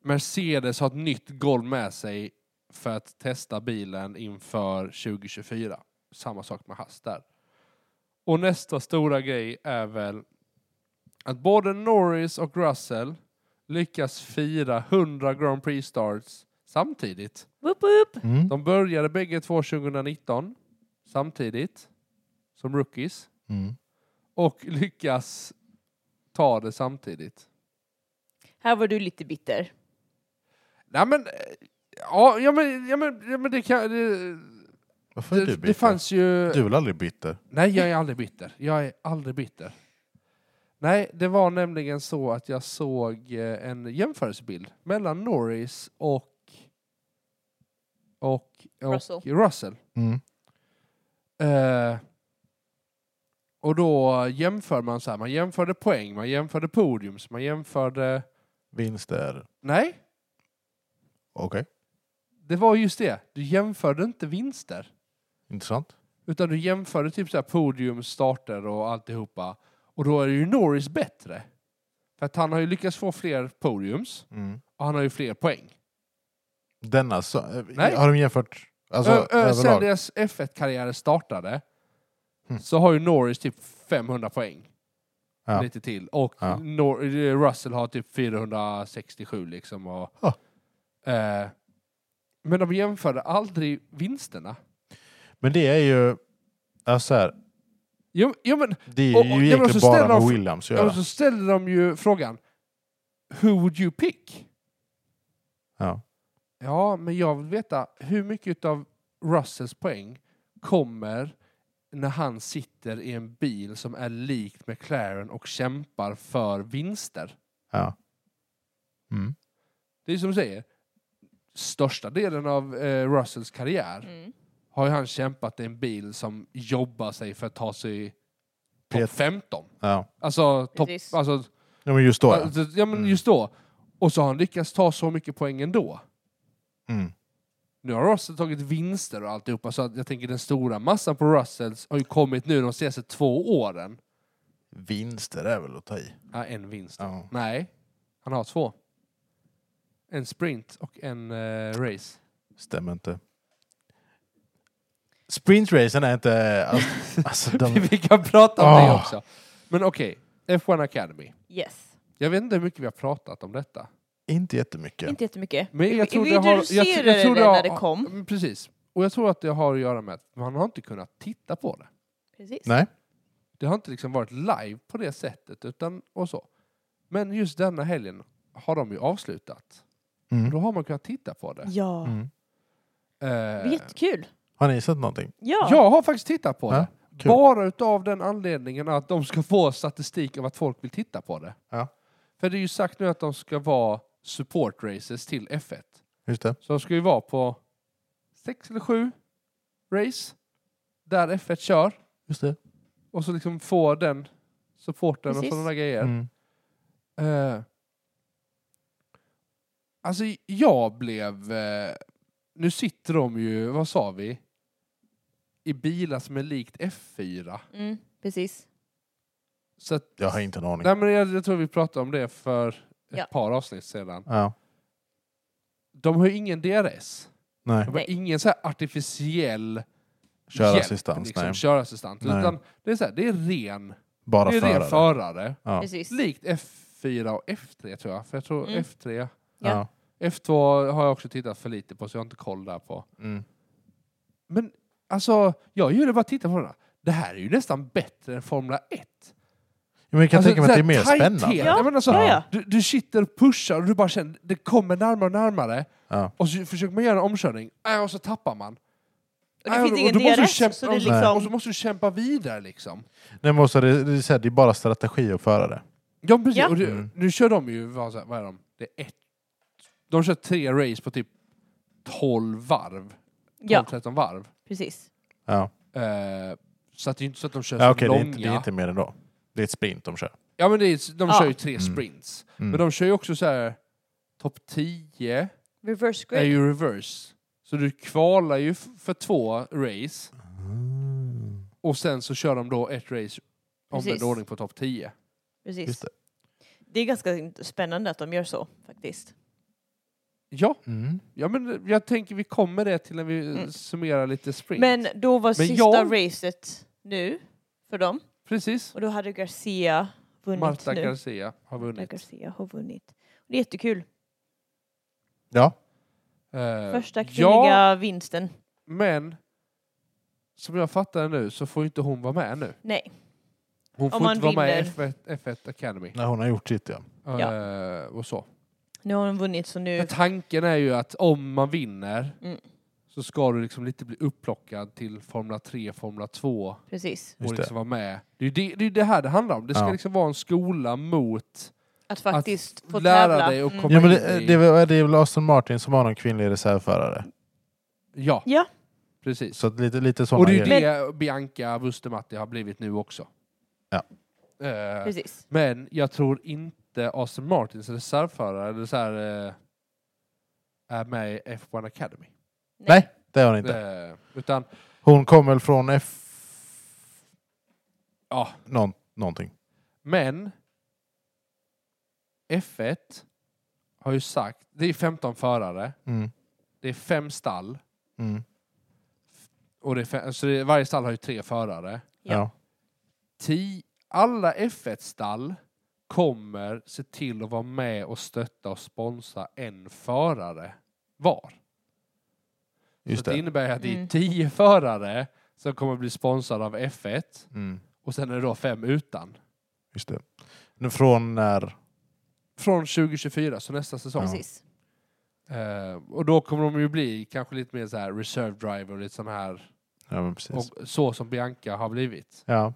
[SPEAKER 3] Mercedes har ett nytt golv med sig för att testa bilen inför 2024. Samma sak med Haas där. Och nästa stora grej är väl att både Norris och Russell lyckas fira 100 Grand Prix starts samtidigt.
[SPEAKER 2] Woop, woop.
[SPEAKER 1] Mm.
[SPEAKER 3] De började bägge två 2019 samtidigt som rookies
[SPEAKER 1] Mm.
[SPEAKER 3] och lyckas ta det samtidigt.
[SPEAKER 2] Här var du lite bitter.
[SPEAKER 3] Nej men, eh, ja, ja, men, ja, men, ja, men det kan... Det,
[SPEAKER 1] Varför är
[SPEAKER 3] Det,
[SPEAKER 1] du bitter?
[SPEAKER 3] det fanns ju...
[SPEAKER 1] Du är väl aldrig bitter?
[SPEAKER 3] Nej, jag är aldrig bitter. Jag är aldrig bitter. Nej, det var nämligen så att jag såg eh, en jämförelsebild mellan Norris och... Och... och
[SPEAKER 2] Russell.
[SPEAKER 3] Russell.
[SPEAKER 1] Mm.
[SPEAKER 3] Eh, och då jämför man så här, man jämförde poäng, man jämförde podiums, man jämförde...
[SPEAKER 1] Vinster?
[SPEAKER 3] Nej,
[SPEAKER 1] Okej.
[SPEAKER 3] det var just det. Du jämförde inte vinster.
[SPEAKER 1] Intressant.
[SPEAKER 3] Utan du jämförde typ så här podium, starter och alltihopa. Och då är ju Norris bättre. För att han har ju lyckats få fler podiums
[SPEAKER 1] Mm.
[SPEAKER 3] och han har ju fler poäng.
[SPEAKER 1] Denna så,
[SPEAKER 3] Nej.
[SPEAKER 1] Har de jämfört alltså,
[SPEAKER 3] Ö- ö- sen
[SPEAKER 1] överlag?
[SPEAKER 3] deras F1-karriärer startade
[SPEAKER 1] Mm.
[SPEAKER 3] så har ju Norris typ 500 poäng.
[SPEAKER 1] Ja.
[SPEAKER 3] Lite till. Och
[SPEAKER 1] Ja.
[SPEAKER 3] Nor- Russell har typ 467 liksom. Och, eh, men de jämförde aldrig vinsterna.
[SPEAKER 1] Men det är ju... Alltså, så här,
[SPEAKER 3] Jo, jo men
[SPEAKER 1] det är ju
[SPEAKER 3] Och- och- ja, men
[SPEAKER 1] egentligen
[SPEAKER 3] så
[SPEAKER 1] bara
[SPEAKER 3] ställer de-
[SPEAKER 1] med Williams att
[SPEAKER 3] Ja,
[SPEAKER 1] göra.
[SPEAKER 3] och så ställer de ju frågan Who would you pick?
[SPEAKER 1] Ja.
[SPEAKER 3] Ja, men jag vill veta hur mycket av Russells poäng kommer när han sitter i en bil som är likt McLaren och kämpar för vinster.
[SPEAKER 1] Ja. Mm.
[SPEAKER 3] Det är som du säger, största delen av eh, Russells karriär
[SPEAKER 2] Mm.
[SPEAKER 3] har ju han kämpat i en bil som jobbar sig för att ta sig
[SPEAKER 1] Pet-
[SPEAKER 3] topp 15.
[SPEAKER 1] Ja.
[SPEAKER 3] Alltså, topp,
[SPEAKER 2] Precis.
[SPEAKER 3] alltså
[SPEAKER 1] ja, men just då ja.
[SPEAKER 3] Alltså, ja, men
[SPEAKER 1] Mm.
[SPEAKER 3] just då. Och så har han lyckats ta så mycket poäng ändå.
[SPEAKER 1] Mm.
[SPEAKER 3] Nu har Russell tagit vinster och alltihopa, så att jag tänker den stora massan på Russells har ju kommit nu de senaste två åren.
[SPEAKER 1] Vinster är väl att ta i.
[SPEAKER 3] Ja, en vinst.
[SPEAKER 1] Ja.
[SPEAKER 3] Nej, han har två. En sprint och en eh, race.
[SPEAKER 1] Stämmer inte. Sprintracen är inte...
[SPEAKER 3] <laughs>
[SPEAKER 1] Alltså, alltså, de,
[SPEAKER 3] vi kan prata om det
[SPEAKER 1] Ah.
[SPEAKER 3] också. Men okej, F1 Academy.
[SPEAKER 2] Yes.
[SPEAKER 3] Jag vet inte hur mycket vi har pratat om detta.
[SPEAKER 1] inte jättemycket.
[SPEAKER 2] Inte jättemycket.
[SPEAKER 3] Men jag
[SPEAKER 2] Vi-
[SPEAKER 3] tror
[SPEAKER 2] vi
[SPEAKER 3] det har... jag- jag
[SPEAKER 2] introducerade
[SPEAKER 3] tror
[SPEAKER 2] det
[SPEAKER 3] har-
[SPEAKER 2] när det kom.
[SPEAKER 3] Mm, Precis. Och jag tror att det har att göra med att man har inte kunnat titta på det.
[SPEAKER 2] Precis.
[SPEAKER 1] Nej.
[SPEAKER 3] Det har inte liksom varit live på det sättet utan och så. Men just denna helgen har de ju avslutat. Och
[SPEAKER 1] Mm.
[SPEAKER 3] då har man kunnat titta på det.
[SPEAKER 2] Ja,
[SPEAKER 1] Mm.
[SPEAKER 2] det
[SPEAKER 3] Eh,
[SPEAKER 2] var jättekul.
[SPEAKER 1] Har ni sett någonting?
[SPEAKER 2] Ja.
[SPEAKER 3] jag har faktiskt tittat på
[SPEAKER 1] Ja,
[SPEAKER 3] det.
[SPEAKER 1] kul.
[SPEAKER 3] Bara utav den anledningen att de ska få statistik av att folk vill titta på det.
[SPEAKER 1] Ja.
[SPEAKER 3] För det är ju sagt nu att de ska vara support races till F1.
[SPEAKER 1] Just det.
[SPEAKER 3] Så de ska ju vara på sex eller sju race där F1 kör.
[SPEAKER 1] Just det.
[SPEAKER 3] Och så liksom få den supporten
[SPEAKER 2] Precis.
[SPEAKER 3] och sådana där grejer.
[SPEAKER 1] Mm.
[SPEAKER 3] Eh, alltså jag blev... Eh, nu sitter de ju, vad sa vi? I bilar som är likt F4.
[SPEAKER 2] Mm, precis.
[SPEAKER 3] Så att,
[SPEAKER 1] Jag har inte en aning.
[SPEAKER 3] nej, men jag, jag tror vi pratade om det för ett
[SPEAKER 2] Ja.
[SPEAKER 3] par avsnitt sedan.
[SPEAKER 1] Ja.
[SPEAKER 3] De har ju ingen DRS.
[SPEAKER 1] Nej.
[SPEAKER 3] De har
[SPEAKER 2] Nej.
[SPEAKER 3] ingen så här artificiell
[SPEAKER 1] Körassistans,
[SPEAKER 3] liksom,
[SPEAKER 1] nej.
[SPEAKER 3] körassistans.
[SPEAKER 1] Nej.
[SPEAKER 3] Utan det är, så här, det är ren,
[SPEAKER 1] Bara
[SPEAKER 3] det är ren
[SPEAKER 1] förare.
[SPEAKER 3] förare.
[SPEAKER 1] Ja.
[SPEAKER 2] precis.
[SPEAKER 3] Likt F4 och F3 tror jag. För jag tror
[SPEAKER 2] Mm.
[SPEAKER 3] F3
[SPEAKER 2] Ja.
[SPEAKER 1] Ja.
[SPEAKER 3] F2 har jag också tittat för lite på, så jag har inte koll där på.
[SPEAKER 1] Mm.
[SPEAKER 3] Men alltså, jag gillar bara att titta på den här. Det här är ju nästan bättre än Formula 1.
[SPEAKER 1] Men jag kan
[SPEAKER 3] alltså,
[SPEAKER 1] tänka mig att det är mer
[SPEAKER 3] så här
[SPEAKER 1] spännande.
[SPEAKER 3] tajthet.
[SPEAKER 2] Ja,
[SPEAKER 3] Nej, men alltså,
[SPEAKER 2] ja, ja.
[SPEAKER 3] Du, du sitter och pushar och du bara känner det kommer närmare och närmare.
[SPEAKER 1] Ja.
[SPEAKER 3] Och så försöker man göra en omkörning, äh, och så tappar man.
[SPEAKER 2] Och det
[SPEAKER 3] Äh,
[SPEAKER 2] finns ingen
[SPEAKER 3] du måste
[SPEAKER 2] DRS,
[SPEAKER 3] kämpa-
[SPEAKER 2] så det är
[SPEAKER 3] och
[SPEAKER 2] liksom-
[SPEAKER 3] Och så måste du kämpa vidare liksom.
[SPEAKER 1] Nej, men också, det, det, är så här, det är bara strategi och förare.
[SPEAKER 3] Ja, precis.
[SPEAKER 2] Ja.
[SPEAKER 3] Och det,
[SPEAKER 1] Mm.
[SPEAKER 3] Nu kör de ju, vad, så här, vad är de? Det är ett, de kör tre race på typ 12 varv. 12-13
[SPEAKER 2] Ja,
[SPEAKER 3] varv.
[SPEAKER 2] precis.
[SPEAKER 1] Ja.
[SPEAKER 3] Eh, så att det är inte så att de kör
[SPEAKER 1] Ja,
[SPEAKER 3] så
[SPEAKER 1] okej, det, är
[SPEAKER 3] långa.
[SPEAKER 1] inte, det är inte mer än då. Det är ett sprint de kör.
[SPEAKER 3] Ja, men det är, de
[SPEAKER 2] Ja.
[SPEAKER 3] kör ju tre
[SPEAKER 1] Mm.
[SPEAKER 3] sprints.
[SPEAKER 1] Mm.
[SPEAKER 3] Men de kör ju också så här topp 10
[SPEAKER 2] Reverse
[SPEAKER 3] är
[SPEAKER 2] grid.
[SPEAKER 3] ju reverse. Så du kvalar ju f- för två race
[SPEAKER 1] Mm.
[SPEAKER 3] och sen så kör de då ett race omvänd
[SPEAKER 2] Precis.
[SPEAKER 3] ordning på topp 10.
[SPEAKER 2] Precis.
[SPEAKER 1] Just
[SPEAKER 2] Det.
[SPEAKER 1] det.
[SPEAKER 2] är ganska spännande att de gör så faktiskt.
[SPEAKER 3] Ja,
[SPEAKER 1] Mm.
[SPEAKER 3] ja men jag tänker vi kommer det till när vi
[SPEAKER 2] Mm.
[SPEAKER 3] summerar lite sprint.
[SPEAKER 2] Men då var
[SPEAKER 3] Men
[SPEAKER 2] sista
[SPEAKER 3] jag-
[SPEAKER 2] racet nu för dem
[SPEAKER 3] Precis.
[SPEAKER 2] och då hade Garcia vunnit
[SPEAKER 3] Marta
[SPEAKER 2] nu.
[SPEAKER 3] Garcia har
[SPEAKER 2] Marta
[SPEAKER 3] vunnit.
[SPEAKER 2] Garcia har vunnit. Det är jättekul.
[SPEAKER 1] Ja.
[SPEAKER 3] Eh,
[SPEAKER 2] Första kvinnliga
[SPEAKER 3] ja,
[SPEAKER 2] vinsten.
[SPEAKER 3] men som jag fattar det nu så får ju inte hon vara med nu.
[SPEAKER 2] Nej,
[SPEAKER 3] Hon
[SPEAKER 2] Om
[SPEAKER 3] får
[SPEAKER 2] man
[SPEAKER 3] inte vara med i
[SPEAKER 2] vinner.
[SPEAKER 3] F1, F1 Academy.
[SPEAKER 1] Nej, hon har gjort sitt ja.
[SPEAKER 2] Ja.
[SPEAKER 3] Eh, och så.
[SPEAKER 2] nu har hon vunnit så nu...
[SPEAKER 3] Men tanken är ju att om man vinner
[SPEAKER 2] Mm.
[SPEAKER 3] så ska du liksom lite bli upplockad till Formula 3, Formula 2
[SPEAKER 2] Precis.
[SPEAKER 1] Just
[SPEAKER 3] och
[SPEAKER 1] det.
[SPEAKER 3] liksom vara med. Det är ju det, det, är det här det handlar om. Det ska
[SPEAKER 1] Ja.
[SPEAKER 3] liksom vara en skola mot
[SPEAKER 2] Att faktiskt få
[SPEAKER 3] att lära
[SPEAKER 2] tävla.
[SPEAKER 3] dig och
[SPEAKER 2] Mm.
[SPEAKER 3] komma
[SPEAKER 1] Ja, men
[SPEAKER 3] in
[SPEAKER 1] det,
[SPEAKER 3] i...
[SPEAKER 1] det, är väl- det är väl Aston Martin som har någon kvinnlig reservförare.
[SPEAKER 3] Ja,
[SPEAKER 2] Ja,
[SPEAKER 3] precis.
[SPEAKER 1] Så att lite, lite sådana
[SPEAKER 3] Och det är ju
[SPEAKER 1] grejer.
[SPEAKER 3] det Bianca Wustermatti har blivit nu också.
[SPEAKER 1] Ja.
[SPEAKER 3] Eh,
[SPEAKER 2] precis.
[SPEAKER 3] men jag tror inte Aston Martins reservförare eller så här, eh, är med i F1 Academy.
[SPEAKER 1] Nej, det har hon inte.
[SPEAKER 3] Eh, utan,
[SPEAKER 1] Hon kommer väl från F...
[SPEAKER 3] ja,
[SPEAKER 1] Någon, någonting.
[SPEAKER 3] men F1 har ju sagt, det är 15 förare,
[SPEAKER 1] Mm.
[SPEAKER 3] det är fem stall
[SPEAKER 1] Mm.
[SPEAKER 3] och det är fem, så det, varje stall har ju tre förare.
[SPEAKER 2] Ja.
[SPEAKER 1] Ja.
[SPEAKER 3] Ti, alla F1-stall kommer se till att vara med och stötta och sponsra en förare var.
[SPEAKER 1] Just
[SPEAKER 3] så det.
[SPEAKER 1] det.
[SPEAKER 3] innebär att det är
[SPEAKER 2] Mm.
[SPEAKER 3] tio förare som kommer bli sponsrade av F1
[SPEAKER 1] Mm.
[SPEAKER 3] och sen är det då fem utan.
[SPEAKER 1] Just det. Nu Från när...
[SPEAKER 3] Från 2024, så nästa säsong.
[SPEAKER 2] Precis.
[SPEAKER 3] Eh, och då kommer de ju bli kanske lite mer så här reserve driver och lite sån här,
[SPEAKER 1] Ja, men precis.
[SPEAKER 3] och så som Bianca har blivit.
[SPEAKER 1] Ja.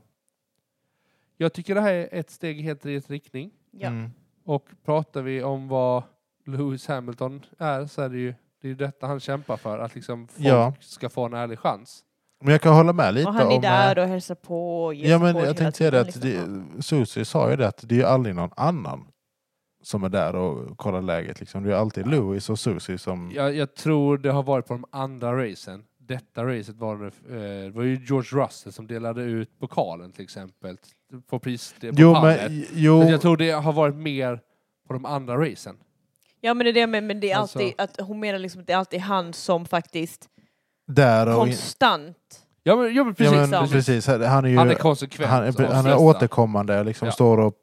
[SPEAKER 3] Jag tycker det här är ett steg helt i rätt riktning.
[SPEAKER 2] Ja.
[SPEAKER 1] Mm.
[SPEAKER 3] Och pratar vi om vad Lewis Hamilton är så är det ju det är ju detta han kämpar för, att liksom folk
[SPEAKER 1] Ja.
[SPEAKER 3] ska få en ärlig chans.
[SPEAKER 1] Men jag kan hålla med lite
[SPEAKER 2] Och han är
[SPEAKER 1] om...
[SPEAKER 2] där
[SPEAKER 1] eh,
[SPEAKER 2] och hälsar på och ger
[SPEAKER 1] ja, men
[SPEAKER 2] support hela
[SPEAKER 1] jag tänkte säga det
[SPEAKER 2] tiden,
[SPEAKER 1] att
[SPEAKER 2] liksom.
[SPEAKER 1] det, Susie sa ju det att det är ju aldrig någon annan som är där och kollar läget. Liksom. Det är ju alltid Louis och Susie som...
[SPEAKER 3] Jag, jag tror det har varit på de andra racen. Detta racet var det, eh, det var ju George Russell som delade ut pokalen till exempel på pris på
[SPEAKER 1] Jo,
[SPEAKER 3] pallen.
[SPEAKER 1] men... Jo,
[SPEAKER 3] Så Jag tror det har varit mer på de andra racen.
[SPEAKER 2] Ja men det är det med, men det är
[SPEAKER 3] Alltså-
[SPEAKER 2] alltid, att hon menar liksom att det är alltid han som faktiskt
[SPEAKER 1] där och...
[SPEAKER 2] konstant.
[SPEAKER 3] Ja men, ja, men
[SPEAKER 1] Ja,
[SPEAKER 3] precis.
[SPEAKER 1] men,
[SPEAKER 2] samma.
[SPEAKER 1] precis. Han är ju...
[SPEAKER 3] Han är konsekvent.
[SPEAKER 1] Han, är-
[SPEAKER 3] och
[SPEAKER 1] han är
[SPEAKER 3] stressad.
[SPEAKER 1] återkommande och liksom
[SPEAKER 3] Ja.
[SPEAKER 1] står och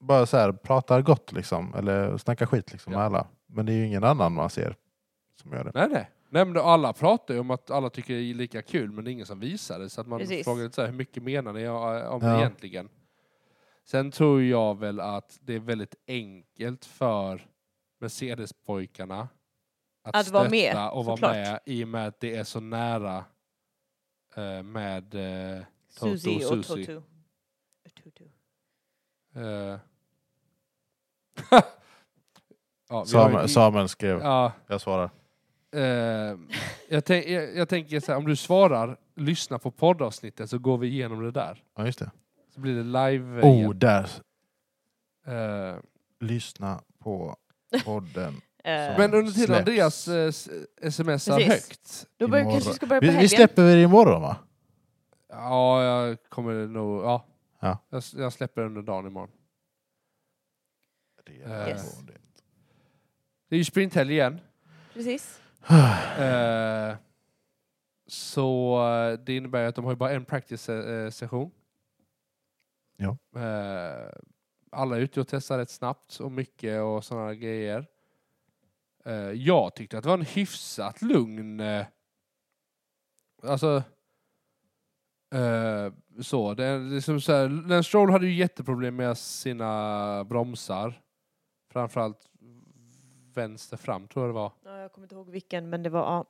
[SPEAKER 1] bara så här, pratar gott liksom, eller snackar skit liksom,
[SPEAKER 3] Ja.
[SPEAKER 1] med alla. Men det är ju ingen annan man ser som gör det.
[SPEAKER 3] Nej, nej. nej men alla pratar ju om att alla tycker det är lika kul, men det är ingen som visar det. Så att man
[SPEAKER 2] Precis.
[SPEAKER 3] frågar lite så här, hur mycket menar ni eh, om
[SPEAKER 1] Ja.
[SPEAKER 3] det egentligen? Sen tror jag väl att det är väldigt enkelt för Mercedes-pojkarna att,
[SPEAKER 2] Att vara med,
[SPEAKER 3] stötta och vara
[SPEAKER 2] såklart.
[SPEAKER 3] med i och med att det är så nära eh, med... eh, Toto och
[SPEAKER 2] Susie och
[SPEAKER 3] Susie.
[SPEAKER 2] Toto. Toto.
[SPEAKER 3] eh, <laughs> ja, vi har ju-
[SPEAKER 1] Samuel, Samuel skrev,
[SPEAKER 3] Ja,
[SPEAKER 1] jag svarar.
[SPEAKER 3] Eh, jag, tänk, jag, jag tänker så här, om du svarar, lyssna på poddavsnittet så går vi igenom det där.
[SPEAKER 1] Ja, just det.
[SPEAKER 3] Så blir det live eh,
[SPEAKER 1] Oh,
[SPEAKER 3] igen.
[SPEAKER 1] där.
[SPEAKER 3] Eh,
[SPEAKER 1] Lyssna på
[SPEAKER 2] <laughs>
[SPEAKER 1] podden.
[SPEAKER 2] Eh,
[SPEAKER 1] Så.
[SPEAKER 3] men under tiden
[SPEAKER 1] Släpps.
[SPEAKER 3] Andreas eh, s- smsar
[SPEAKER 2] Precis.
[SPEAKER 3] högt.
[SPEAKER 2] då bör, kanske vi ska börja
[SPEAKER 1] Vi,
[SPEAKER 2] på helgen.
[SPEAKER 1] vi släpper det imorgon va?
[SPEAKER 3] Ja, jag kommer nog... Ja.
[SPEAKER 1] Ja.
[SPEAKER 3] Jag, s- jag släpper under dagen imorgon. Eh.
[SPEAKER 2] Yes.
[SPEAKER 3] Det är ju sprinthelg igen.
[SPEAKER 2] Precis.
[SPEAKER 3] Eh, så eh, det innebär ju att de har ju bara en practice eh, session.
[SPEAKER 1] Ja.
[SPEAKER 3] Eh, alla är ute och testar rätt snabbt och mycket och sådana grejer. Eh, jag tyckte att det var en hyfsat lugn... Eh, alltså... Eh, så, det är liksom så här, Lance Stroll hade ju jätteproblem med sina bromsar. Framförallt vänster fram tror jag det var.
[SPEAKER 2] Ja, jag kommer inte ihåg vilken, men det var...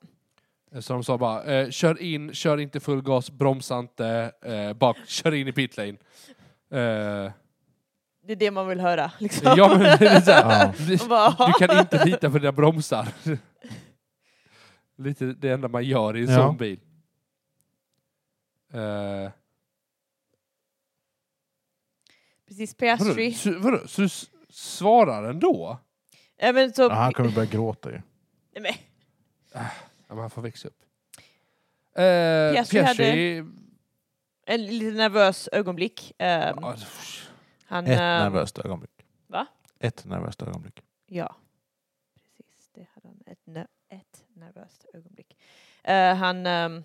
[SPEAKER 2] Ja.
[SPEAKER 3] Så de sa bara, eh, kör in, kör inte full gas, bromsa inte, eh, bara kör in i pitlane. Eh,
[SPEAKER 2] Det är det man vill höra. <laughs> Liksom.
[SPEAKER 3] ja men det är så
[SPEAKER 2] <laughs>
[SPEAKER 3] här,
[SPEAKER 1] Ja.
[SPEAKER 3] du,
[SPEAKER 2] Bara,
[SPEAKER 3] du kan inte lita på dina bromsar. <laughs> Lite det enda man gör i en
[SPEAKER 1] Ja.
[SPEAKER 3] sån bil. Eh,
[SPEAKER 2] precis,
[SPEAKER 3] vadå,
[SPEAKER 2] Piastri.
[SPEAKER 3] så, vadå, så du s- svarar ändå?
[SPEAKER 2] Ja, men så,
[SPEAKER 1] Ja, han kommer börja gråta ju.
[SPEAKER 2] Nej, men,
[SPEAKER 3] Ja, men han får växa upp. Eh,
[SPEAKER 2] Piastri hade-
[SPEAKER 3] Piastri-
[SPEAKER 2] en lite nervös ögonblick. Ehm,
[SPEAKER 3] ja,
[SPEAKER 2] han,
[SPEAKER 1] Ett
[SPEAKER 2] ehm,
[SPEAKER 1] nervöst ögonblick.
[SPEAKER 2] va?
[SPEAKER 1] Ett nervöst ögonblick.
[SPEAKER 2] Ja, precis. Det hade han. Ett, nö- ett nervöst ögonblick. Eh, han ehm,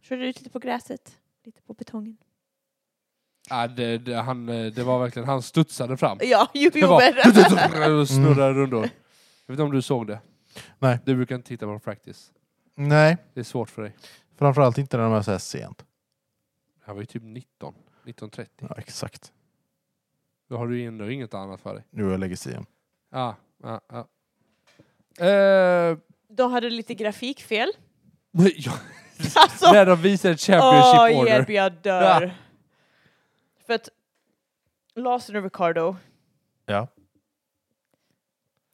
[SPEAKER 2] körde ut lite på gräset, lite på betongen.
[SPEAKER 3] ja, det, det, han, eh, det var verkligen, han studsade fram.
[SPEAKER 2] Ja, <laughs> ju
[SPEAKER 3] <laughs> Det var-
[SPEAKER 2] men- <laughs>
[SPEAKER 3] och snurrar rundor. Jag vet inte om du såg det?
[SPEAKER 1] Mm. Nej.
[SPEAKER 3] Du brukar inte titta på practice.
[SPEAKER 1] Nej,
[SPEAKER 3] Det är svårt för dig.
[SPEAKER 1] framförallt inte när de är så här sent.
[SPEAKER 3] Han var ju typ 19, 1930.
[SPEAKER 1] Ja, exakt.
[SPEAKER 3] Då har du ju ändå inget annat för dig. Ah,
[SPEAKER 1] Nu är jag legacy.
[SPEAKER 3] Ja, ja, ja. Eh, <laughs>
[SPEAKER 2] De hade lite grafikfel.
[SPEAKER 3] Men jag,
[SPEAKER 2] Alltså,
[SPEAKER 3] när de visar championship
[SPEAKER 2] åh
[SPEAKER 3] order.
[SPEAKER 2] hjälp, jag dör. För att Lawson och Ricardo,
[SPEAKER 1] Ja,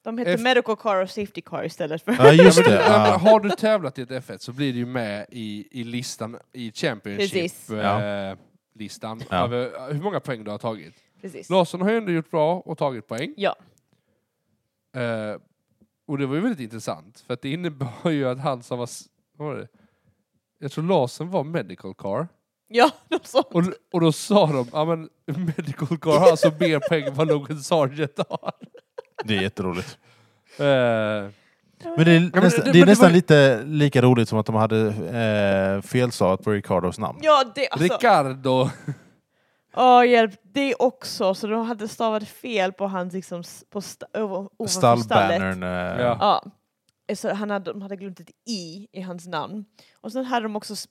[SPEAKER 2] de heter
[SPEAKER 3] Efter-
[SPEAKER 2] Medical Car och Safety Car istället för...
[SPEAKER 1] ja
[SPEAKER 3] <laughs>
[SPEAKER 1] just det.
[SPEAKER 3] Nej, men
[SPEAKER 1] Ja.
[SPEAKER 3] har du tävlat i ett F1 så blir du ju med i, i listan i eh,
[SPEAKER 2] Precis.
[SPEAKER 3] Championship-listan.
[SPEAKER 1] Ja.
[SPEAKER 3] eh, Hur många poäng du har tagit.
[SPEAKER 2] <laughs> Precis.
[SPEAKER 3] Larsson har ju ändå gjort bra och tagit poäng.
[SPEAKER 2] Ja.
[SPEAKER 3] Eh, och det var ju väldigt intressant, för att det innebar ju att han som var... s- Vad var det? Jag tror Larsson var medical car.
[SPEAKER 2] Ja, de sa...
[SPEAKER 3] Och, och då sa de, ja men medical car har alltså mer
[SPEAKER 2] <laughs>
[SPEAKER 3] poäng än vad Logan Sargent har.
[SPEAKER 1] Det är jätteroligt.
[SPEAKER 3] Eh,
[SPEAKER 1] Men det är,
[SPEAKER 3] men
[SPEAKER 1] nästan, det
[SPEAKER 3] det-
[SPEAKER 1] är
[SPEAKER 3] men det
[SPEAKER 1] nästan
[SPEAKER 3] var-
[SPEAKER 1] lite lika roligt som att de hade eh, felstavat på Ricardos namn.
[SPEAKER 2] Ja, det alltså...
[SPEAKER 3] Ricardo.
[SPEAKER 2] Åh hjälp, det också. Så de hade stavat fel på hans liksom... s- På sta- över- ovanför stallet.
[SPEAKER 1] Stallbannern. eh,
[SPEAKER 3] Ja.
[SPEAKER 2] Ja. Eh, Så han hade, de hade glömt ett i i hans namn. Och sen hade de också s-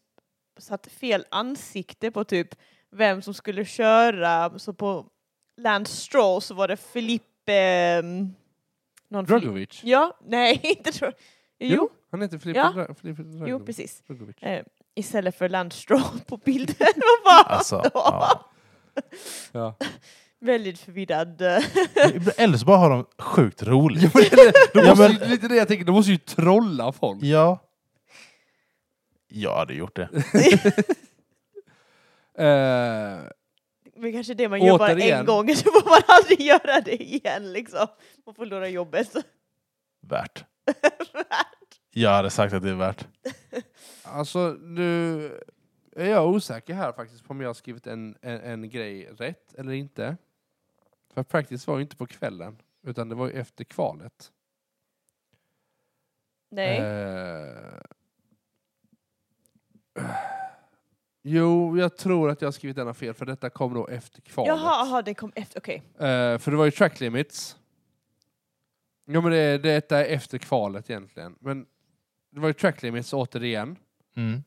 [SPEAKER 2] satt fel ansikte på typ vem som skulle köra. Så på Lance Stroll så var det Filippe... ehm, Någon Fili-
[SPEAKER 3] Drogovic.
[SPEAKER 2] Ja, nej, <laughs> inte Dro- Jo,
[SPEAKER 3] Han heter Filipe
[SPEAKER 2] Ja.
[SPEAKER 3] Dra- Filipe
[SPEAKER 2] jo,
[SPEAKER 3] Dragovic.
[SPEAKER 2] precis.
[SPEAKER 3] Drogovic.
[SPEAKER 2] Eh, istället för Lance Stroll på bilden. <laughs> Vad var
[SPEAKER 1] Alltså,
[SPEAKER 2] det var.
[SPEAKER 1] ja.
[SPEAKER 3] Ja.
[SPEAKER 2] Väldigt förvirrad. <laughs> eh,
[SPEAKER 1] Eller så bara har de sjukt roligt.
[SPEAKER 3] De
[SPEAKER 1] Ja,
[SPEAKER 3] måste,
[SPEAKER 1] men-
[SPEAKER 3] ju- lite det jag tänker, de måste ju trolla folk.
[SPEAKER 1] Ja. Jag hade gjort det.
[SPEAKER 3] Eh,
[SPEAKER 2] Men kanske det man
[SPEAKER 3] Återigen.
[SPEAKER 2] jobbar en gång <laughs> så får man aldrig göra det igen liksom. Man förlorar jobbet. <laughs>
[SPEAKER 1] Värt. Jag hade sagt att det är värt.
[SPEAKER 3] alltså, nu är jag osäker här faktiskt på om jag har skrivit en, en, en grej rätt eller inte. För practice var ju inte på kvällen, utan det var ju efter kvalet.
[SPEAKER 2] Nej.
[SPEAKER 3] Eh, Jo, jag tror att jag har skrivit denna fel, för detta kom då efter kvalet.
[SPEAKER 2] Jaha, aha, den kom efter. Okej.
[SPEAKER 3] Eh, för det var ju track limits. Jo men det, detta är efter kvalet egentligen. Men det var ju track limits återigen.
[SPEAKER 1] Mm.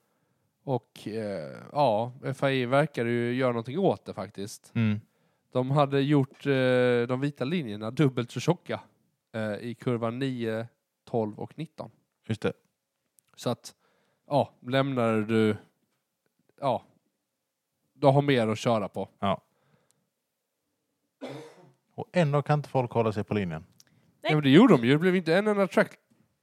[SPEAKER 3] Och eh, ja, FAI verkar ju göra någonting åt det faktiskt.
[SPEAKER 1] Mm.
[SPEAKER 3] De hade gjort eh, de vita linjerna dubbelt så tjocka eh, i kurvan 9, 12 och 19.
[SPEAKER 1] Just det.
[SPEAKER 3] Så att, ja, lämnar du, ja, du har mer att köra på.
[SPEAKER 1] Och ändå kan inte folk hålla sig på linjen.
[SPEAKER 2] Nej.
[SPEAKER 3] Ja, men det gjorde de ju, det blev inte en enda track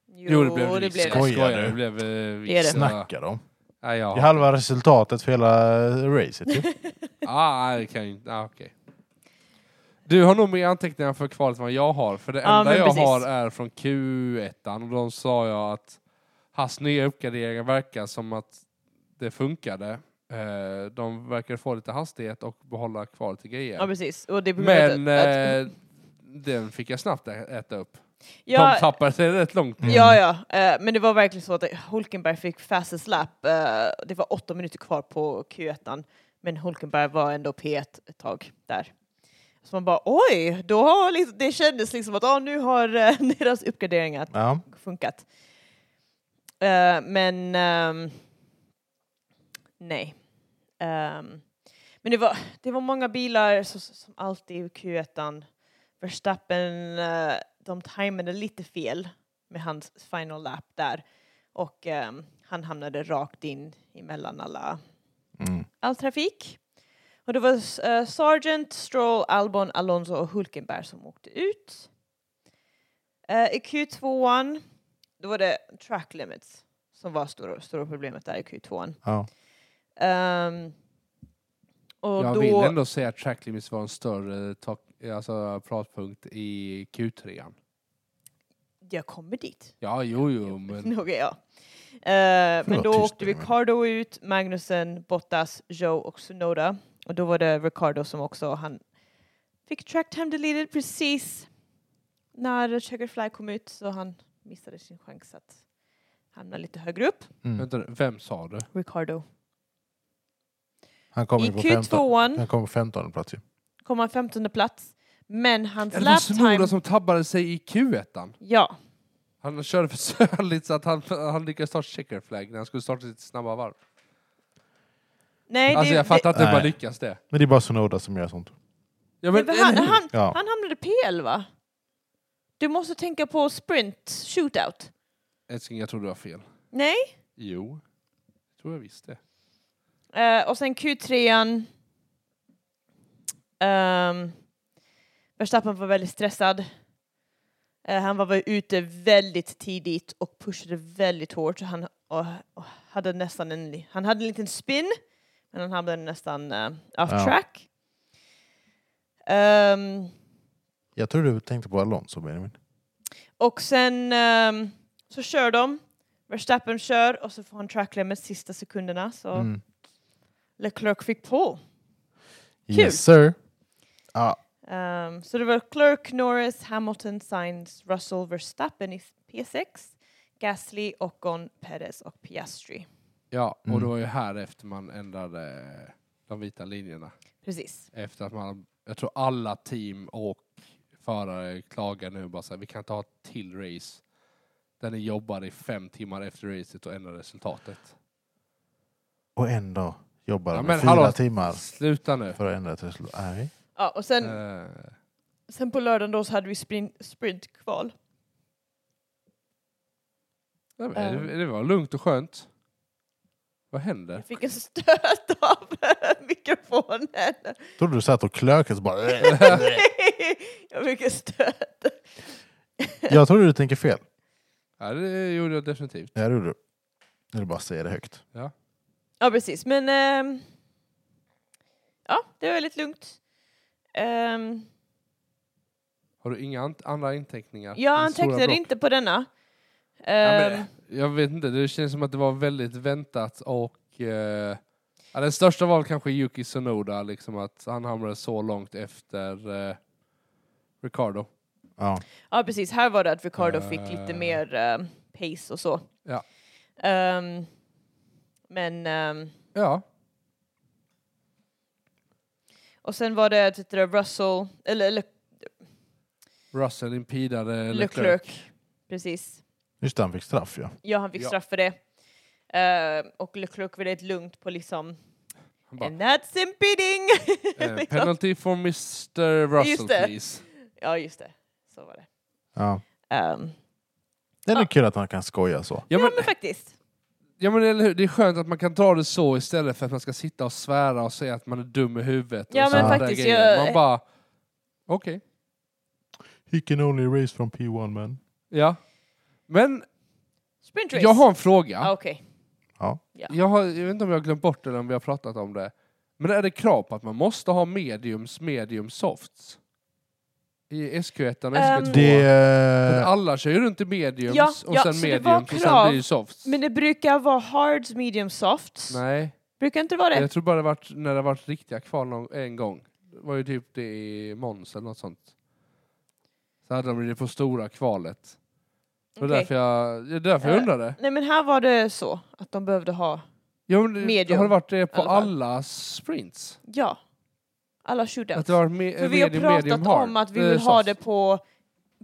[SPEAKER 3] Jo, det blev det.
[SPEAKER 1] det. Skojar
[SPEAKER 3] Skojar,
[SPEAKER 1] du?
[SPEAKER 3] det blev eh,
[SPEAKER 2] Det är det.
[SPEAKER 3] vissa-
[SPEAKER 1] Snackar de?
[SPEAKER 3] Nej,
[SPEAKER 1] Det är
[SPEAKER 3] ja.
[SPEAKER 1] halva resultatet för hela eh, racet ju.
[SPEAKER 3] Ah, nej, det kan ju inte. Ah, okej. Du har nog mer anteckningar för kvalet än vad jag har. För det
[SPEAKER 2] Ja,
[SPEAKER 3] enda
[SPEAKER 2] men
[SPEAKER 3] jag
[SPEAKER 2] precis.
[SPEAKER 3] har är från Q1 och då sa jag att hans nya uppgraderingar verkar som att det funkade. Eh, de verkar få lite hastighet och behålla kvalet i grejer.
[SPEAKER 2] Ja, precis. Och det är på grund av
[SPEAKER 3] Men
[SPEAKER 2] att, att,
[SPEAKER 3] eh, den fick jag snabbt ä- äta upp.
[SPEAKER 2] ja,
[SPEAKER 3] De tappade sig rätt långt.
[SPEAKER 1] Mm.
[SPEAKER 2] ja, ja. Eh, men det var verkligen så att Hulkenberg fick fastest lap. eh, det var åtta minuter kvar på Q1. Men Hulkenberg var ändå P1 ett tag där. Så man bara oj, då har liksom, det kändes liksom att ah, nu har eh, <laughs> deras uppgraderingar
[SPEAKER 1] Mm. Ja.
[SPEAKER 2] funkat. Eh, men ehm, nej. Ehm, men det var, det var många bilar som, som alltid i Q1. Verstappen, eh, de tajmade lite fel med hans final lap där. Och ehm, han hamnade rakt in emellan alla,
[SPEAKER 1] Mm.
[SPEAKER 2] all trafik. Och det var eh, Sargent, Stroll, Albon, Alonso och Hulkenberg som åkte ut. Eh, I Q2 då var det track limits som var stora, stora problemet där i Q2.
[SPEAKER 1] Ja.
[SPEAKER 2] Ehm, och
[SPEAKER 3] Jag
[SPEAKER 2] då,
[SPEAKER 3] vill ändå säga att track limits var en större tak- alltså, pratpunkt i Q3.
[SPEAKER 2] Jag kommer dit.
[SPEAKER 3] Ja, jo,
[SPEAKER 2] <laughs>
[SPEAKER 3] jo, men
[SPEAKER 2] Okej, ja. Eh, men
[SPEAKER 1] Förlåt,
[SPEAKER 2] då
[SPEAKER 1] tyst
[SPEAKER 2] åkte
[SPEAKER 1] där, men-
[SPEAKER 2] Ricardo ut, Magnussen, Bottas, Joe och Sunoda. Och då var det Ricardo som också han fick track time deleted precis när Checkered Fly kom ut så han missade sin chans att hamna lite högre upp.
[SPEAKER 1] Mm.
[SPEAKER 3] Vänta, vem sa det?
[SPEAKER 2] Ricardo.
[SPEAKER 1] Han kommer
[SPEAKER 2] I
[SPEAKER 1] ju på 15.
[SPEAKER 2] Q2
[SPEAKER 1] Han kommer på 15 plats ju.
[SPEAKER 2] kom han 15 plats, men hans
[SPEAKER 3] Det var
[SPEAKER 2] lap time...
[SPEAKER 3] Sunoda som tabbade sig i Q1.
[SPEAKER 2] Ja,
[SPEAKER 3] Han körde för <laughs> söligt så att han, han lyckades ta checker flag när han skulle starta sitt snabba varv.
[SPEAKER 2] nej,
[SPEAKER 3] alltså
[SPEAKER 2] det,
[SPEAKER 3] jag fattar
[SPEAKER 2] det,
[SPEAKER 3] att det
[SPEAKER 1] Nej.
[SPEAKER 3] bara lyckas det.
[SPEAKER 1] Men det är bara Sonoda som gör sånt.
[SPEAKER 3] Ja,
[SPEAKER 2] men, han,
[SPEAKER 3] eller hur?
[SPEAKER 2] han,
[SPEAKER 1] Ja.
[SPEAKER 2] han hamnade P11. Du måste tänka på sprint shootout.
[SPEAKER 3] Älskling, jag tror du har fel.
[SPEAKER 2] Nej,
[SPEAKER 3] Jo, det tror jag visst det.
[SPEAKER 2] Eh, och sen Q3an. Um, Verstappen var väldigt stressad. Eh, han var väl ute väldigt tidigt och pushade väldigt hårt. Han och, och hade nästan en, han hade en liten spin, men han hamnade nästan eh, off
[SPEAKER 1] Ja.
[SPEAKER 2] track. Ehm,
[SPEAKER 1] Jag tror du tänkte på Alonso, Benjamin.
[SPEAKER 2] och sen ehm, så kör de. Verstappen kör och så får han track limit sista sekunderna. Så
[SPEAKER 1] Mm.
[SPEAKER 2] Leclerc fick på. Kul.
[SPEAKER 1] Yes, sir. Ja,
[SPEAKER 2] Ehm, så det var Clerk, Norris, Hamilton, Sainz, Russell, Verstappen i P6, Gasly, Ocon, Perez och Piastri.
[SPEAKER 3] Ja, och
[SPEAKER 1] Mm.
[SPEAKER 3] det var ju här efter man ändrade de vita linjerna.
[SPEAKER 2] Precis.
[SPEAKER 3] Efter att man, jag tror alla team och förare klagar nu bara så här, vi kan ta ett till race där ni jobbar i fem timmar efter racet och ändrar resultatet.
[SPEAKER 1] och en dag jobbar
[SPEAKER 3] Ja,
[SPEAKER 1] de i
[SPEAKER 3] men
[SPEAKER 1] fyra
[SPEAKER 3] hallå.
[SPEAKER 1] timmar
[SPEAKER 3] Sluta nu.
[SPEAKER 1] för att ändra ett resultat. Nej.
[SPEAKER 2] Ja, och sen,
[SPEAKER 3] Eh,
[SPEAKER 2] sen på lördagen då så hade vi sprint, sprintkval.
[SPEAKER 3] nej, men
[SPEAKER 2] eh.
[SPEAKER 3] det, det var lugnt och skönt. Vad händer?
[SPEAKER 2] Jag fick en stöt <laughs> av
[SPEAKER 3] <laughs>
[SPEAKER 2] mikrofonen.
[SPEAKER 1] Trodde du satt och klökade så bara... "Äh."
[SPEAKER 2] Jag fick en stöt.
[SPEAKER 1] jag trodde du tänker fel.
[SPEAKER 3] Ja, det gjorde jag definitivt.
[SPEAKER 1] Ja, det gjorde du. Jag vill bara säga det högt.
[SPEAKER 2] Ja, precis. Men ehm, ja, det var väldigt lugnt. Ehm,
[SPEAKER 3] Har du inga an- andra inteckningar?
[SPEAKER 2] jag
[SPEAKER 3] Din stora
[SPEAKER 2] antecknade
[SPEAKER 3] block.
[SPEAKER 2] inte på denna.
[SPEAKER 3] Ja,
[SPEAKER 2] Ehm,
[SPEAKER 3] men, jag vet inte, det känns som att det var väldigt väntat och eh, ja, den största var väl kanske Yuki Sonoda, liksom att han hamnade så långt efter eh, Ricardo.
[SPEAKER 1] Ja.
[SPEAKER 2] Ja, precis. Här var det att Ricardo fick
[SPEAKER 3] Eh.
[SPEAKER 2] lite mer eh, pace och så.
[SPEAKER 3] Ja.
[SPEAKER 2] Ehm, men, ehm,
[SPEAKER 3] Ja,
[SPEAKER 2] och sen var det att det Russell, eller Le-
[SPEAKER 3] Russell impedade
[SPEAKER 2] Leclerc.
[SPEAKER 3] Leclerc.
[SPEAKER 2] Precis.
[SPEAKER 1] Just det, han fick straff ja.
[SPEAKER 2] Ja, han fick
[SPEAKER 3] Ja.
[SPEAKER 2] straff för det. Ehm, och Leclerc var rätt lugnt på liksom,
[SPEAKER 3] Han bara,
[SPEAKER 2] and that's impeding!
[SPEAKER 3] <laughs>
[SPEAKER 2] <laughs> Liksom.
[SPEAKER 3] eh, penalty for Mr Russell
[SPEAKER 2] Just det.
[SPEAKER 3] please.
[SPEAKER 2] ja, just det. Så var det.
[SPEAKER 1] ja.
[SPEAKER 2] Ehm,
[SPEAKER 1] Det är
[SPEAKER 2] Ja.
[SPEAKER 1] nog kul att han kan skoja så.
[SPEAKER 3] Ja
[SPEAKER 2] ja,
[SPEAKER 3] men,
[SPEAKER 2] men faktiskt.
[SPEAKER 3] ja men eller hur, det är skönt att man kan ta det så istället för att man ska sitta och svära och säga att man är dum i huvudet.
[SPEAKER 2] Ja,
[SPEAKER 3] och såna
[SPEAKER 1] men
[SPEAKER 3] där
[SPEAKER 2] faktiskt,
[SPEAKER 3] grejer.
[SPEAKER 2] jag-
[SPEAKER 3] Man bara, okej.
[SPEAKER 1] He can only race from P1 man.
[SPEAKER 3] Ja. Men
[SPEAKER 2] Sprintrace.
[SPEAKER 3] jag har en fråga.
[SPEAKER 2] Ah, Okej.
[SPEAKER 1] Ja.
[SPEAKER 3] Jag, har, jag vet inte om jag har glömt bort det eller om vi har pratat om det. Men är det krav på att man måste ha mediums, medium softs? I SQ1 och
[SPEAKER 2] Ehm,
[SPEAKER 3] SQ2?
[SPEAKER 1] Det...
[SPEAKER 3] Men alla kör ju runt i mediums
[SPEAKER 2] Ja,
[SPEAKER 3] och
[SPEAKER 2] ja,
[SPEAKER 3] sen
[SPEAKER 2] så det var
[SPEAKER 3] mediums och sen
[SPEAKER 2] krav.
[SPEAKER 3] blir det softs.
[SPEAKER 2] Men det brukar vara hards, medium, softs.
[SPEAKER 3] Nej,
[SPEAKER 2] Brukar inte det vara det?
[SPEAKER 3] jag tror bara det varit när det har varit riktiga kval någon, en gång. Det var ju typ det i Måns eller något sånt. Så hade de det på stora kvalet. Det var
[SPEAKER 2] Okej.
[SPEAKER 3] därför jag, det är därför jag
[SPEAKER 2] Eh,
[SPEAKER 3] undrade.
[SPEAKER 2] Nej men här var det så att de behövde ha,
[SPEAKER 3] Jo, men det-
[SPEAKER 2] medium,
[SPEAKER 3] har det varit det på
[SPEAKER 2] i alla fall.
[SPEAKER 3] alla sprints?
[SPEAKER 2] ja, alla
[SPEAKER 3] Att
[SPEAKER 2] shootouts.
[SPEAKER 3] det har varit me-
[SPEAKER 2] För vi har
[SPEAKER 3] medium,
[SPEAKER 2] pratat
[SPEAKER 3] medium hard,
[SPEAKER 2] om att vi
[SPEAKER 3] eh,
[SPEAKER 2] vill ha
[SPEAKER 3] soft.
[SPEAKER 2] det på,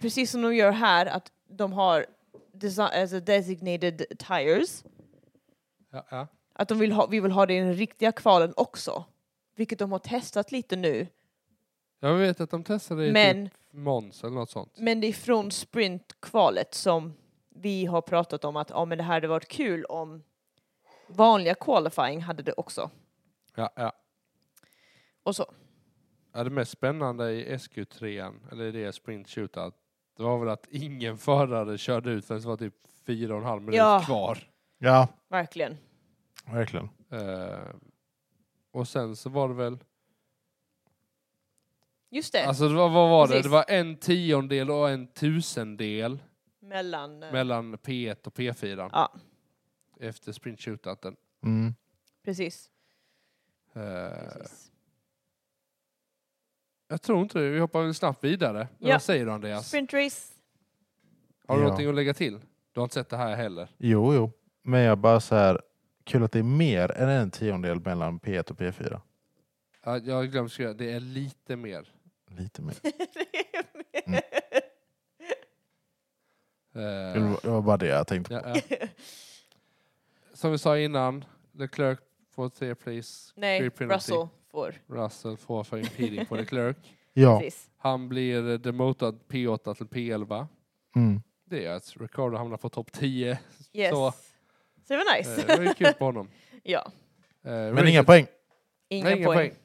[SPEAKER 2] precis som de gör här, att de har desi- alltså designated tires.
[SPEAKER 3] Ja, ja.
[SPEAKER 2] Att de vill ha, vi vill ha det i den riktiga kvalen också. Vilket de har testat lite nu.
[SPEAKER 3] Jag vet att de testade i typ
[SPEAKER 2] Men,
[SPEAKER 3] Måns eller något sånt.
[SPEAKER 2] men det är från sprintkvalet som vi har pratat om att ja, men det här hade varit kul om vanliga qualifying hade det också.
[SPEAKER 3] Ja, ja.
[SPEAKER 2] Och så.
[SPEAKER 3] ja det mest spännande i SQ3, eller i det sprint shootout, det var väl att ingen förare körde ut förrän det var typ fyra och en halv minut
[SPEAKER 2] Ja.
[SPEAKER 3] kvar.
[SPEAKER 1] Ja,
[SPEAKER 2] Verkligen.
[SPEAKER 1] verkligen.
[SPEAKER 3] Eh, och sen så var det väl,
[SPEAKER 2] Just det.
[SPEAKER 3] alltså det var, vad var det? Det
[SPEAKER 2] Eh. Precis.
[SPEAKER 3] var en tiondel och en tusendel
[SPEAKER 2] mellan... eh,
[SPEAKER 3] mellan P1 och P4
[SPEAKER 2] Ja,
[SPEAKER 3] efter sprint shootouten.
[SPEAKER 1] Mm.
[SPEAKER 2] precis.
[SPEAKER 3] Eh,
[SPEAKER 2] precis.
[SPEAKER 3] jag tror inte det, vi hoppar väl snabbt vidare.
[SPEAKER 2] Ja.
[SPEAKER 3] Vad säger du Andreas?
[SPEAKER 2] Sprintrace.
[SPEAKER 3] Har du
[SPEAKER 1] Ja.
[SPEAKER 3] någonting att lägga till? Du har inte sett det här heller?
[SPEAKER 1] Jo, jo. Men jag bara så här. Kul att det är mer än en tiondel mellan P1 och P4.
[SPEAKER 3] Ja, jag har glömt skriva, det är lite mer.
[SPEAKER 1] Lite
[SPEAKER 3] <laughs>
[SPEAKER 1] mer. Mm.
[SPEAKER 2] mm.
[SPEAKER 3] Eh,
[SPEAKER 1] Det var- Det var bara det jag tänkte.
[SPEAKER 3] ja, ja.
[SPEAKER 2] <laughs>
[SPEAKER 3] Som vi sa innan, Leclerc får tre please.
[SPEAKER 2] Nej,
[SPEAKER 3] Free penalty.
[SPEAKER 2] Russell får.
[SPEAKER 3] Russell får för impeding på Leclerc.
[SPEAKER 1] Ja.
[SPEAKER 2] Precis.
[SPEAKER 3] Han blir eh, demotad P8 till P11.
[SPEAKER 1] Mm.
[SPEAKER 3] Det är att Ricardo hamnar på topp 10.
[SPEAKER 2] Yes.
[SPEAKER 3] Så.
[SPEAKER 2] Så. Så det var
[SPEAKER 3] Eh,
[SPEAKER 2] nice.
[SPEAKER 3] Det var ju kul på honom.
[SPEAKER 2] <laughs> ja,
[SPEAKER 3] Eh,
[SPEAKER 1] Men
[SPEAKER 3] Richard-
[SPEAKER 1] inga poäng.
[SPEAKER 2] inga,
[SPEAKER 3] Nej, inga
[SPEAKER 2] poäng.
[SPEAKER 3] poäng.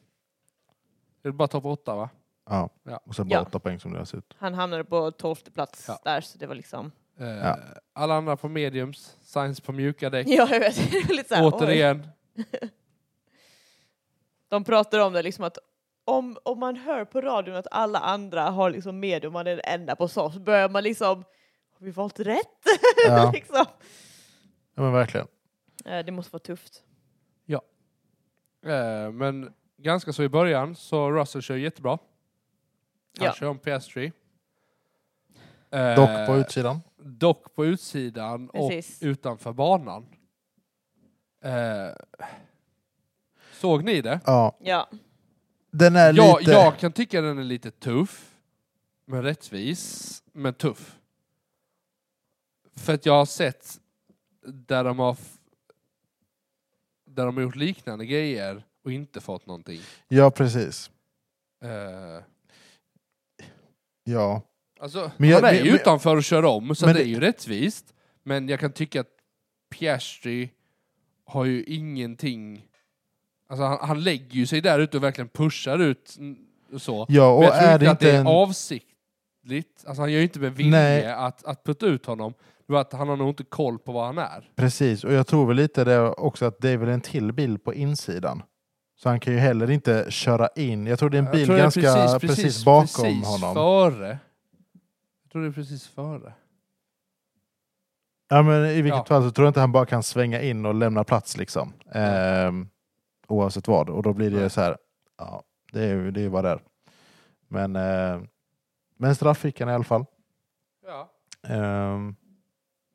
[SPEAKER 3] Det är bara topp åtta va?
[SPEAKER 1] Ja.
[SPEAKER 3] Ja.
[SPEAKER 1] Och sen bara
[SPEAKER 2] Ja.
[SPEAKER 1] åtta poäng som delas ut.
[SPEAKER 2] Han hamnade på tolfte plats
[SPEAKER 3] Ja.
[SPEAKER 2] där, så det var liksom...
[SPEAKER 3] Eh,
[SPEAKER 1] Ja.
[SPEAKER 3] Alla andra på mediums, Science på mjuka däck.
[SPEAKER 2] Ja, jag vet. <laughs> Det var lite så här, oj.
[SPEAKER 3] Återigen,
[SPEAKER 2] De pratar om det liksom att om, om man hör på radion att alla andra har liksom med och man är den enda på SAS, så börjar man liksom... Har vi valt rätt? <laughs>
[SPEAKER 1] Ja.
[SPEAKER 2] liksom.
[SPEAKER 1] Ja men verkligen.
[SPEAKER 2] Eh, Det måste vara tufft.
[SPEAKER 3] Eh, men ganska så i början så Russell kör jättebra. Han
[SPEAKER 2] Ja.
[SPEAKER 3] kör om PS3. Eh,
[SPEAKER 1] Dock på utsidan.
[SPEAKER 3] dock på utsidan
[SPEAKER 2] Precis.
[SPEAKER 3] och utanför banan. Eh, såg ni det?
[SPEAKER 1] Ja.
[SPEAKER 2] Ja,
[SPEAKER 1] Den är
[SPEAKER 3] Ja,
[SPEAKER 1] lite...
[SPEAKER 3] jag kan tycka den är lite tuff. Men rättvis. Men tuff. För att jag har sett där de har f- där de har gjort liknande grejer och inte fått någonting.
[SPEAKER 1] Ja, precis.
[SPEAKER 3] Eh,
[SPEAKER 1] Ja.
[SPEAKER 3] alltså,
[SPEAKER 1] Men jag-
[SPEAKER 3] han är
[SPEAKER 1] men-
[SPEAKER 3] ju
[SPEAKER 1] men-
[SPEAKER 3] utanför och kör om, så
[SPEAKER 1] Men
[SPEAKER 3] det är
[SPEAKER 1] det-
[SPEAKER 3] ju rättvist. Men jag kan tycka att Piastri har ju ingenting... Alltså han, han lägger ju sig där ute och verkligen pushar ut mm, så.
[SPEAKER 1] Ja, och
[SPEAKER 3] Men jag tror
[SPEAKER 1] är
[SPEAKER 3] inte
[SPEAKER 1] det
[SPEAKER 3] att det
[SPEAKER 1] inte
[SPEAKER 3] är
[SPEAKER 1] en...
[SPEAKER 3] avsiktligt. Alltså han gör ju inte med vilje
[SPEAKER 1] Nej.
[SPEAKER 3] att, att putta ut honom. Det var att han har nog inte koll på vad han är.
[SPEAKER 1] Precis, och jag tror väl lite det också att det är väl en till bil på insidan. Så han kan ju heller inte köra in. Jag tror det är en
[SPEAKER 3] Jag
[SPEAKER 1] bil
[SPEAKER 3] tror det är
[SPEAKER 1] ganska precis, bakom
[SPEAKER 3] precis
[SPEAKER 1] honom.
[SPEAKER 3] Före. Jag tror det är precis före.
[SPEAKER 1] Ja, men I vilket
[SPEAKER 3] Ja.
[SPEAKER 1] fall så tror jag inte han bara kan svänga in och lämna plats liksom. Ehm, oavsett vad. Och då blir det
[SPEAKER 3] Nej.
[SPEAKER 1] ju så här, ja, det är ju det är ju vad det är. Men, eh, men straff fick han i alla fall.
[SPEAKER 3] Ja.
[SPEAKER 1] Ehm,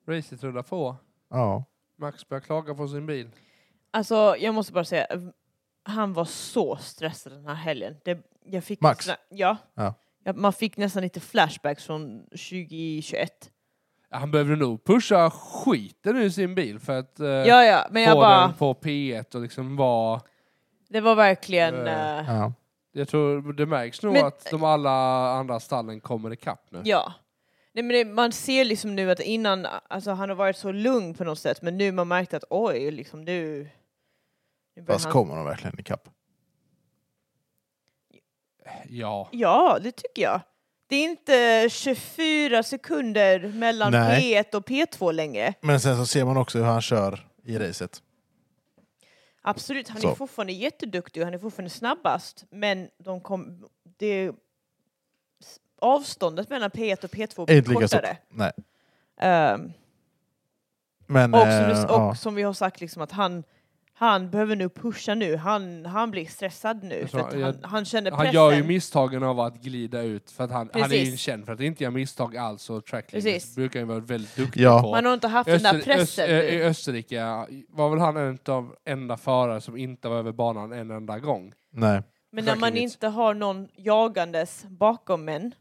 [SPEAKER 3] Racet rullar på.
[SPEAKER 1] ja.
[SPEAKER 3] Max börjar klaga på sin bil.
[SPEAKER 2] alltså jag måste bara säga, han var så stressad den här helgen. Det, jag fick
[SPEAKER 1] Max?
[SPEAKER 2] såna- ja.
[SPEAKER 1] Ja.
[SPEAKER 2] Ja, Man fick nästan lite flashbacks från 2021.
[SPEAKER 3] Han behövde nog pusha skiten ur sin bil för att eh,
[SPEAKER 2] Ja, ja, men jag
[SPEAKER 3] få
[SPEAKER 2] bara,
[SPEAKER 3] den på P1 och liksom vara...
[SPEAKER 2] det var verkligen...
[SPEAKER 3] Eh,
[SPEAKER 2] eh,
[SPEAKER 1] ja.
[SPEAKER 3] Jag tror det märks nog
[SPEAKER 2] Men-
[SPEAKER 3] att de alla andra stallen kommer ikapp nu.
[SPEAKER 2] Ja. Nej, men det, man ser liksom nu att innan, alltså han har varit så lugn på något sätt, men nu man märkt att oj, liksom nu... nu börjar
[SPEAKER 1] Fast kommer de verkligen ikapp?
[SPEAKER 3] Ja.
[SPEAKER 2] Ja, det tycker jag. Det är inte 24 sekunder mellan
[SPEAKER 1] Nej.
[SPEAKER 2] P1 och P2 längre.
[SPEAKER 1] Men sen så ser man också hur han kör i racet.
[SPEAKER 2] Absolut, han är
[SPEAKER 1] Så.
[SPEAKER 2] fortfarande jätteduktig och han är fortfarande snabbast, men de kom, det, avståndet mellan P1 och P2
[SPEAKER 1] Är
[SPEAKER 2] blir
[SPEAKER 1] inte lika stort.
[SPEAKER 2] kortare.
[SPEAKER 1] Nej.
[SPEAKER 2] Ehm,
[SPEAKER 1] Men,
[SPEAKER 2] Och, som,
[SPEAKER 1] eh,
[SPEAKER 2] du, och
[SPEAKER 1] ja.
[SPEAKER 2] som vi har sagt, liksom att han, han behöver nu pusha nu. Han, han blir stressad nu.
[SPEAKER 3] Jag
[SPEAKER 2] För
[SPEAKER 3] tror
[SPEAKER 2] att
[SPEAKER 3] jag-
[SPEAKER 2] han, han känner pressen.
[SPEAKER 3] Han gör ju misstagen av att glida ut för att han, han är ju
[SPEAKER 2] Precis.
[SPEAKER 3] känd för att inte göra misstag alls och tracklimits
[SPEAKER 2] Precis.
[SPEAKER 3] brukar han vara väldigt duktig
[SPEAKER 1] Ja.
[SPEAKER 3] på.
[SPEAKER 2] Man har inte haft den där
[SPEAKER 3] Öster- Öst-
[SPEAKER 2] pressen.
[SPEAKER 3] eh, I
[SPEAKER 2] nu.
[SPEAKER 3] Österrike var väl han en av enda förare som inte var över banan en enda gång.
[SPEAKER 1] Nej.
[SPEAKER 2] Men när man
[SPEAKER 3] verkligen.
[SPEAKER 2] inte har någon jagandes bakom en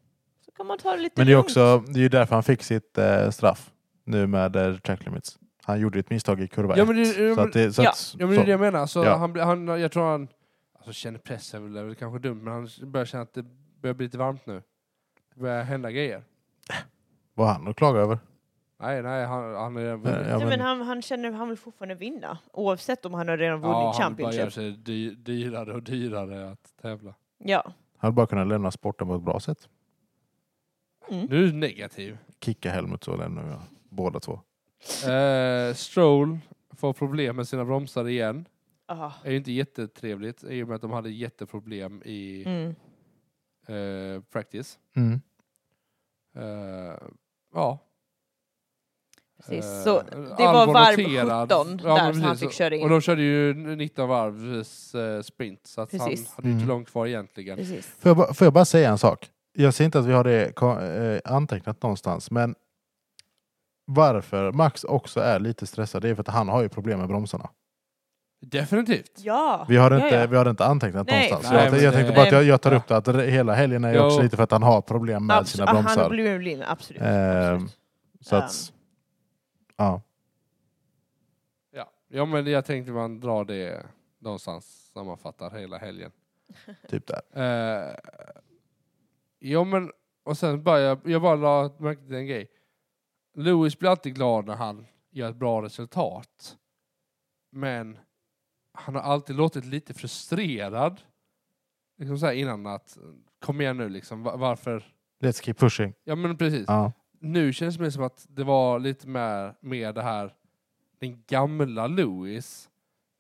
[SPEAKER 2] så kan man ta det lite
[SPEAKER 1] Men det är
[SPEAKER 2] lugnt.
[SPEAKER 1] också det är ju därför han fick sitt eh, straff nu med eh, track limits. Han gjorde ett misstag i kurva
[SPEAKER 3] Ja,
[SPEAKER 1] ett,
[SPEAKER 3] men det- ja,
[SPEAKER 1] så
[SPEAKER 3] men-
[SPEAKER 1] att det, så
[SPEAKER 2] ja.
[SPEAKER 1] att,
[SPEAKER 3] Ja men det
[SPEAKER 1] så.
[SPEAKER 3] är det jag menar, så
[SPEAKER 1] Ja.
[SPEAKER 3] han, blir- han, jag tror han alltså, känner press är väl, är väl kanske dumt men han börjar känna att det börjar bli lite varmt nu. Det börjar hända grejer.
[SPEAKER 1] Vad han att klaga över.
[SPEAKER 3] Nej, nej, han, han är
[SPEAKER 1] Eh,
[SPEAKER 3] redan vunnit.
[SPEAKER 1] Ja,
[SPEAKER 2] Nej, men
[SPEAKER 1] men,
[SPEAKER 2] han, han känner han vill fortfarande vinna. Oavsett om han har redan vunnit
[SPEAKER 3] Ja, han bara gör
[SPEAKER 2] Championship.
[SPEAKER 3] sig dy, dyrare och dyrare att tävla.
[SPEAKER 2] Ja.
[SPEAKER 1] han bara kunnat lämna sporten på ett bra sätt.
[SPEAKER 2] Mm.
[SPEAKER 3] Nu är du negativ. <laughs>
[SPEAKER 1] Kicka Helmut så lämnar vi båda två.
[SPEAKER 3] Eh, Stroll får problem med sina bromsar igen.
[SPEAKER 2] Aha.
[SPEAKER 3] är ju inte jättetrevligt i och med att de hade jätteproblem i
[SPEAKER 2] Mm.
[SPEAKER 3] eh, practice.
[SPEAKER 1] Mm.
[SPEAKER 3] Eh, ja.
[SPEAKER 2] Precis.
[SPEAKER 3] Eh,
[SPEAKER 2] Så det var
[SPEAKER 3] Albon
[SPEAKER 2] varv
[SPEAKER 3] noterad.
[SPEAKER 2] 17
[SPEAKER 3] Ja,
[SPEAKER 2] där
[SPEAKER 3] men
[SPEAKER 2] som han
[SPEAKER 3] precis.
[SPEAKER 2] fick köra in.
[SPEAKER 3] Och de körde ju 19 varvs eh, sprint så att han
[SPEAKER 2] Precis.
[SPEAKER 3] hade ju inte
[SPEAKER 1] Mm.
[SPEAKER 3] långt kvar egentligen.
[SPEAKER 2] Precis.
[SPEAKER 1] Får, jag bara, får jag bara säga en sak? Jag ser inte att vi har det ko- eh, antecknat någonstans, men varför Max också är lite stressad det är för att han har ju problem med bromsarna.
[SPEAKER 3] Definitivt.
[SPEAKER 2] Ja.
[SPEAKER 1] Vi har
[SPEAKER 2] ja,
[SPEAKER 1] inte,
[SPEAKER 2] ja.
[SPEAKER 1] Vi har inte antecknat
[SPEAKER 2] Nej.
[SPEAKER 1] någonstans.
[SPEAKER 3] Nej,
[SPEAKER 1] jag,
[SPEAKER 3] men
[SPEAKER 1] jag
[SPEAKER 3] det-
[SPEAKER 1] tänkte bara att jag, jag tar
[SPEAKER 2] Nej.
[SPEAKER 1] upp det att re- hela helgen är ju
[SPEAKER 3] Jo.
[SPEAKER 1] också lite för att han har problem med
[SPEAKER 2] Abs-
[SPEAKER 1] sina
[SPEAKER 2] ah,
[SPEAKER 1] bromsar.
[SPEAKER 2] Han har blivit absolut.
[SPEAKER 1] Ehm,
[SPEAKER 2] absolut.
[SPEAKER 1] Så att, ja.
[SPEAKER 3] Ja. ja, men jag tänkte man drar det någonstans sammanfattar hela helgen.
[SPEAKER 1] Typ där.
[SPEAKER 3] Eh, jo men, och sen bara, jag, jag bara la märke till en grej. Lewis blir alltid glad när han gör ett bra resultat. Men han har alltid låtit lite frustrerad. Liksom så här innan att, kom igen nu liksom, va- varför?
[SPEAKER 1] Let's keep pushing.
[SPEAKER 3] Ja men precis.
[SPEAKER 1] Ja.
[SPEAKER 3] Nu känns det mer som att det var lite mer, mer det här, den gamla Lewis,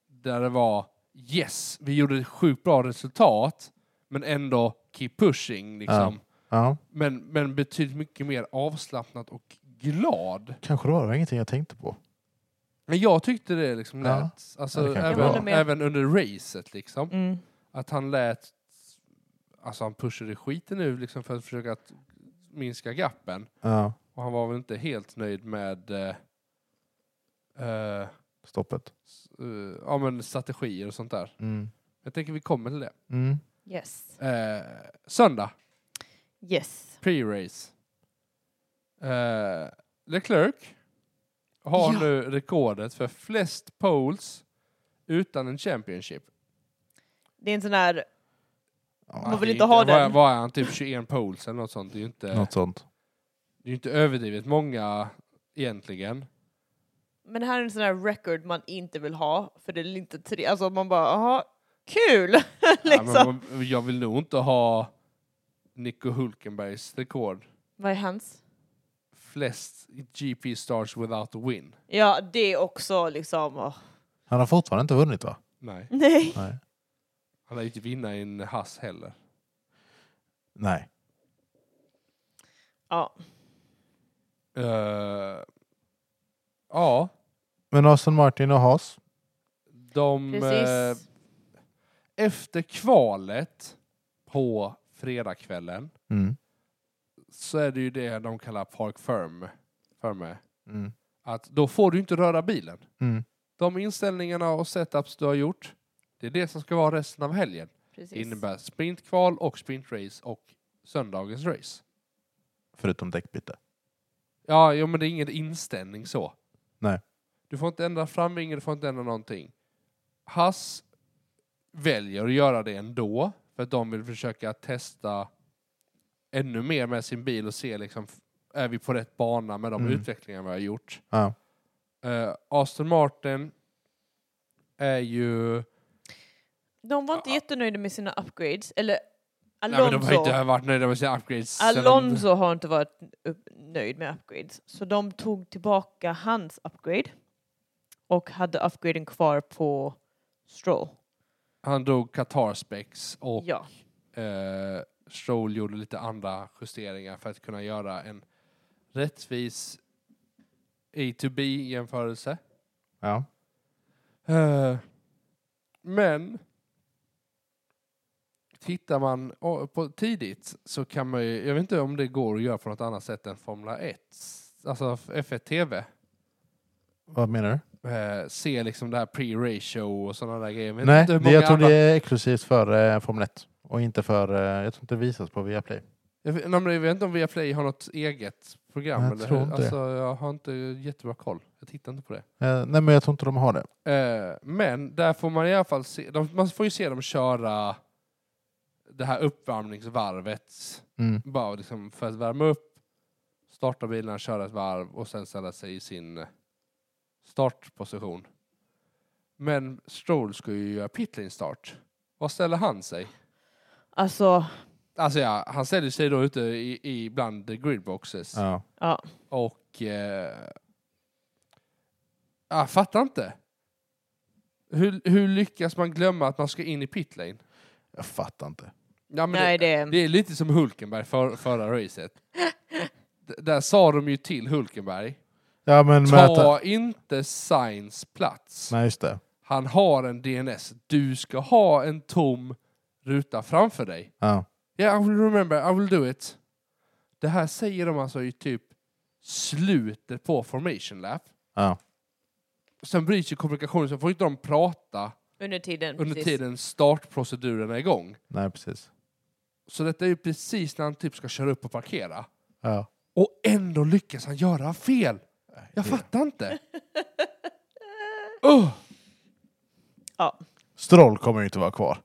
[SPEAKER 3] där det var yes, vi gjorde ett sjukt bra resultat, men ändå keep pushing liksom.
[SPEAKER 1] Ja.
[SPEAKER 3] Men, men betydligt mycket mer avslappnat och glad.
[SPEAKER 1] Kanske det var det var ingenting jag tänkte på.
[SPEAKER 3] Men jag tyckte det liksom
[SPEAKER 1] Ja.
[SPEAKER 3] lät,
[SPEAKER 1] Ja,
[SPEAKER 3] alltså,
[SPEAKER 1] det kanske
[SPEAKER 2] det
[SPEAKER 3] även,
[SPEAKER 2] var.
[SPEAKER 3] även under racet liksom,
[SPEAKER 2] Mm.
[SPEAKER 3] att han lät, alltså han pushade skiten nu liksom för att försöka att minska gappen.
[SPEAKER 1] Ja.
[SPEAKER 3] Och han var väl inte helt nöjd med eh, eh,
[SPEAKER 1] Stoppet.
[SPEAKER 3] s- eh, ja, men strategier och sånt där.
[SPEAKER 1] Mm.
[SPEAKER 3] Jag tänker vi kommer till det.
[SPEAKER 1] Mm.
[SPEAKER 2] Yes.
[SPEAKER 3] Eh, söndag,
[SPEAKER 2] Yes.
[SPEAKER 3] pre-race. Eh, Leclerc har
[SPEAKER 2] Ja.
[SPEAKER 3] nu rekordet för flest poles utan en championship.
[SPEAKER 2] Det är en sån här,
[SPEAKER 1] Ja,
[SPEAKER 2] Man vill
[SPEAKER 3] Det är
[SPEAKER 2] inte ha
[SPEAKER 3] vad-
[SPEAKER 2] den.
[SPEAKER 3] Alltså, Vad är han? Typ 21 poles eller något sånt. Det är ju inte,
[SPEAKER 1] Något sånt.
[SPEAKER 3] det är ju inte överdrivet många
[SPEAKER 2] <laughs>
[SPEAKER 3] egentligen.
[SPEAKER 2] men det här är en sån här record man inte vill ha, för det är inte tre, alltså man bara, jaha, kul! <laughs>
[SPEAKER 3] Ja,
[SPEAKER 2] liksom.
[SPEAKER 3] men man- jag vill nog inte ha Nico Hulkenbergs rekord.
[SPEAKER 2] Vad är hans?
[SPEAKER 3] Flest GP starts without a win.
[SPEAKER 2] Ja, det är också liksom, åh.
[SPEAKER 1] Han har fortfarande inte vunnit va?
[SPEAKER 3] Nej.
[SPEAKER 2] nej.
[SPEAKER 1] Nej.
[SPEAKER 3] Han är ju inte vinna i en hass heller.
[SPEAKER 1] Nej.
[SPEAKER 2] Ja.
[SPEAKER 3] Eh, ja,
[SPEAKER 1] Men Aston Martin och Haas.
[SPEAKER 3] de... eh,
[SPEAKER 2] Precis.
[SPEAKER 3] efter kvalet på fredagskvällen
[SPEAKER 1] Mm.
[SPEAKER 3] så är det ju det de kallar Park Firm. Firme.
[SPEAKER 1] Mm.
[SPEAKER 3] Att då får du inte röra bilen.
[SPEAKER 1] Mm.
[SPEAKER 3] De inställningarna och setups du har gjort, det är det som ska vara resten av helgen. Det
[SPEAKER 2] Precis.
[SPEAKER 3] innebär sprintkval och sprintrace och söndagens race.
[SPEAKER 1] Förutom däckbyte.
[SPEAKER 3] Ja, jo, men det är ingen inställning så.
[SPEAKER 1] Nej.
[SPEAKER 3] Du får inte ändra framvingen, du får inte ändra någonting. Hass väljer att göra det ändå, för att de vill försöka testa ännu mer med sin bil och se liksom, f- är vi på rätt bana med de
[SPEAKER 1] Mm.
[SPEAKER 3] utvecklingar vi har gjort.
[SPEAKER 1] Ja.
[SPEAKER 3] Eh, Aston Martin är ju...
[SPEAKER 2] De var inte jättenöjda med sina upgrades, eller
[SPEAKER 3] Nej, men de har
[SPEAKER 2] Alonso.
[SPEAKER 3] inte varit nöjda med sina upgrades. sedan de-
[SPEAKER 2] Alonso har inte varit upp, nöjd med upgrades, så de tog tillbaka hans upgrade och hade upgraden kvar på Stroll.
[SPEAKER 3] Han drog Qatar-specs och
[SPEAKER 2] Ja,
[SPEAKER 3] eh, Stroll gjorde lite andra justeringar för att kunna göra en rättvis A to B-jämförelse.
[SPEAKER 1] Ja.
[SPEAKER 3] Eh, men tittar man o- på tidigt så kan man ju, jag vet inte om det går att göra på något annat sätt än Formula 1, alltså F1 TV.
[SPEAKER 1] Vad menar du?
[SPEAKER 3] Eh, se liksom det här pre-ratio och sådana där grejer. Men
[SPEAKER 1] Nej,
[SPEAKER 3] inte hur
[SPEAKER 1] det, jag
[SPEAKER 3] många
[SPEAKER 1] tror
[SPEAKER 3] andra-
[SPEAKER 1] det är exklusivt för eh, Formel 1. Och inte för... Eh, jag tror inte det visas på Viaplay.
[SPEAKER 3] Jag vet, nej, men jag vet inte om Viaplay har något eget program.
[SPEAKER 1] Jag
[SPEAKER 3] eller
[SPEAKER 1] tror
[SPEAKER 3] hur?
[SPEAKER 1] inte det.
[SPEAKER 3] alltså, jag har inte jättebra koll. Jag tittar inte på det.
[SPEAKER 1] Eh, nej, men jag tror inte de har det.
[SPEAKER 3] Eh, men där får man i alla fall se, de, man får ju se dem köra det här uppvärmningsvarvet.
[SPEAKER 1] Mm.
[SPEAKER 3] Bara liksom för att värma upp, starta bilen, köra ett varv och sen ställa sig i sin startposition. Men Stroll ska ju göra pitlane start. Var ställer han sig?
[SPEAKER 2] alltså,
[SPEAKER 3] Alltså ja, han ställer sig då ute i, i bland the gridboxes.
[SPEAKER 1] Ja.
[SPEAKER 2] ja.
[SPEAKER 3] Och... Eh, jag fattar inte. Hur, hur lyckas man glömma att man ska in i pitlane?
[SPEAKER 1] Jag fattar inte.
[SPEAKER 3] Ja, men
[SPEAKER 2] Nej,
[SPEAKER 3] det,
[SPEAKER 2] det,
[SPEAKER 3] det är lite som Hulkenberg för, förra racet. D- där sa de ju till Hulkenberg,
[SPEAKER 1] Ja, men... Möta...
[SPEAKER 3] ta inte Sainz plats.
[SPEAKER 1] Nej, just det.
[SPEAKER 3] Han har en DNS. Du ska ha en tom ruta framför dig.
[SPEAKER 1] Ja.
[SPEAKER 3] Yeah, I will remember, I will do it. Det här säger de alltså i typ slutet på formation lap.
[SPEAKER 1] Ja.
[SPEAKER 3] Sen bryts ju kommunikationen, så får inte de prata
[SPEAKER 2] under tiden.
[SPEAKER 3] under
[SPEAKER 2] precis.
[SPEAKER 3] tiden startproceduren är igång.
[SPEAKER 1] Nej, precis.
[SPEAKER 3] Så detta är ju precis när han typ ska köra upp och parkera.
[SPEAKER 1] Ja.
[SPEAKER 3] Och ändå lyckas han göra fel! Jag
[SPEAKER 2] <laughs>
[SPEAKER 3] fattar inte. Ugh.
[SPEAKER 2] Ja.
[SPEAKER 1] Stroll kommer ju inte vara kvar.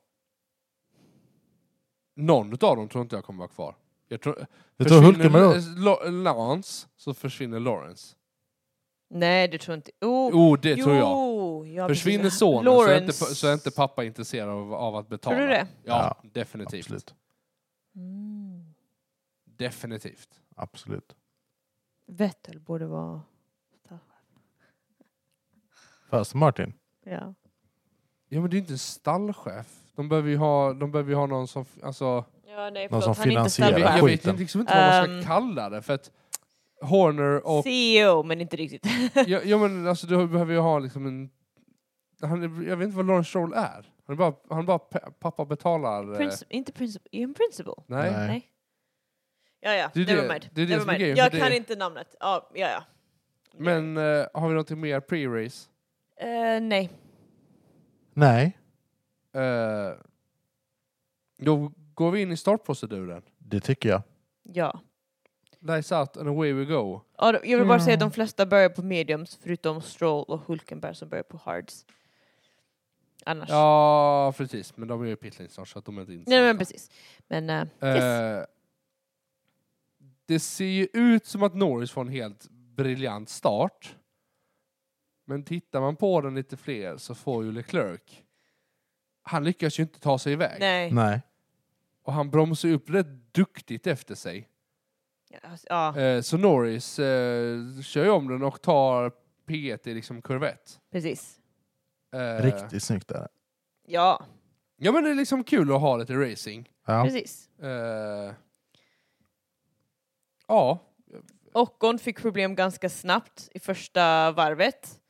[SPEAKER 3] Någon av dem tror inte jag kommer vara kvar. Jag tror,
[SPEAKER 1] Du tror Hulkenberg då?
[SPEAKER 3] Lo- Lance, så försvinner Lawrence.
[SPEAKER 2] Nej, det tror jag inte. Oh,
[SPEAKER 3] Oh, det tror jag.
[SPEAKER 2] Jo, ja,
[SPEAKER 3] Försvinner
[SPEAKER 2] precis.
[SPEAKER 3] sonen så är, inte,
[SPEAKER 2] Lawrence.
[SPEAKER 3] så är inte pappa intresserad av, av att betala.
[SPEAKER 2] Tror du det?
[SPEAKER 3] Ja,
[SPEAKER 1] Ja,
[SPEAKER 3] definitivt.
[SPEAKER 1] Absolut.
[SPEAKER 2] Mm.
[SPEAKER 3] Definitivt.
[SPEAKER 1] Absolut.
[SPEAKER 2] Vettel borde vara...
[SPEAKER 1] Först Martin.
[SPEAKER 2] Ja.
[SPEAKER 3] Ja, men det är ju inte en stallchef. De behöver ju ha, de behöver ju ha någon som... Alltså,
[SPEAKER 2] ja, nej
[SPEAKER 1] Någon som
[SPEAKER 2] förlåt. Han är inte
[SPEAKER 1] finansierar.
[SPEAKER 2] stallchef.
[SPEAKER 3] jag, vet- jag vet
[SPEAKER 1] Skiten.
[SPEAKER 3] liksom inte vad man
[SPEAKER 2] Ehm.
[SPEAKER 3] ska kalla det. För att Horner och...
[SPEAKER 2] CEO, E men inte riktigt.
[SPEAKER 3] Ja, ja men alltså du behöver ju ha liksom en... Han, är- jag vet inte vad Lawrence Stroll är. Han är bara, han är bara pe- pappa betalar... eh,
[SPEAKER 2] <laughs> Princi- inte principal. Är han principal?
[SPEAKER 3] nej.
[SPEAKER 1] Nej.
[SPEAKER 2] Nej. Ja, ja.
[SPEAKER 3] Det är det-
[SPEAKER 2] Nevermind.
[SPEAKER 3] det är det som är
[SPEAKER 2] Nevermind.
[SPEAKER 3] grejen,
[SPEAKER 2] Jag
[SPEAKER 3] för
[SPEAKER 2] kan
[SPEAKER 3] det-
[SPEAKER 2] inte namnet. Ja, ja, ja.
[SPEAKER 3] Men eh, har vi någonting mer pre-race?
[SPEAKER 2] Eh, nej.
[SPEAKER 1] Nej,
[SPEAKER 3] Eh, då går vi in i startproceduren.
[SPEAKER 1] det tycker jag.
[SPEAKER 2] Ja.
[SPEAKER 3] Lights out and away we go.
[SPEAKER 2] Ja, då- Jag vill bara säga att
[SPEAKER 1] Ja.
[SPEAKER 2] de flesta börjar på mediums förutom Stroll och Hulkenberg som börjar på hards. Annars.
[SPEAKER 3] Ja, precis. Men de är ju i pitlane snart så att de är inte
[SPEAKER 2] Nej men
[SPEAKER 3] intressanta.
[SPEAKER 2] precis. Men eh, yes.
[SPEAKER 3] Eh, Det ser ju ut som att Norris får en helt briljant start. Men tittar man på den lite fler så får ju Leclerc. Han lyckas ju inte ta sig iväg.
[SPEAKER 2] nej.
[SPEAKER 1] Nej.
[SPEAKER 3] Och han bromsar ju upp rätt duktigt efter sig.
[SPEAKER 2] Alltså, Ja,
[SPEAKER 3] Eh, så Norris eh, kör ju om den och tar P1 i liksom kurvett.
[SPEAKER 2] precis.
[SPEAKER 3] Eh,
[SPEAKER 1] Riktigt snyggt är det.
[SPEAKER 2] Ja,
[SPEAKER 3] Ja men det är liksom kul att ha lite racing.
[SPEAKER 1] Ja.
[SPEAKER 2] precis.
[SPEAKER 3] Eh, ja,
[SPEAKER 2] Ocon fick problem ganska snabbt i första varvet.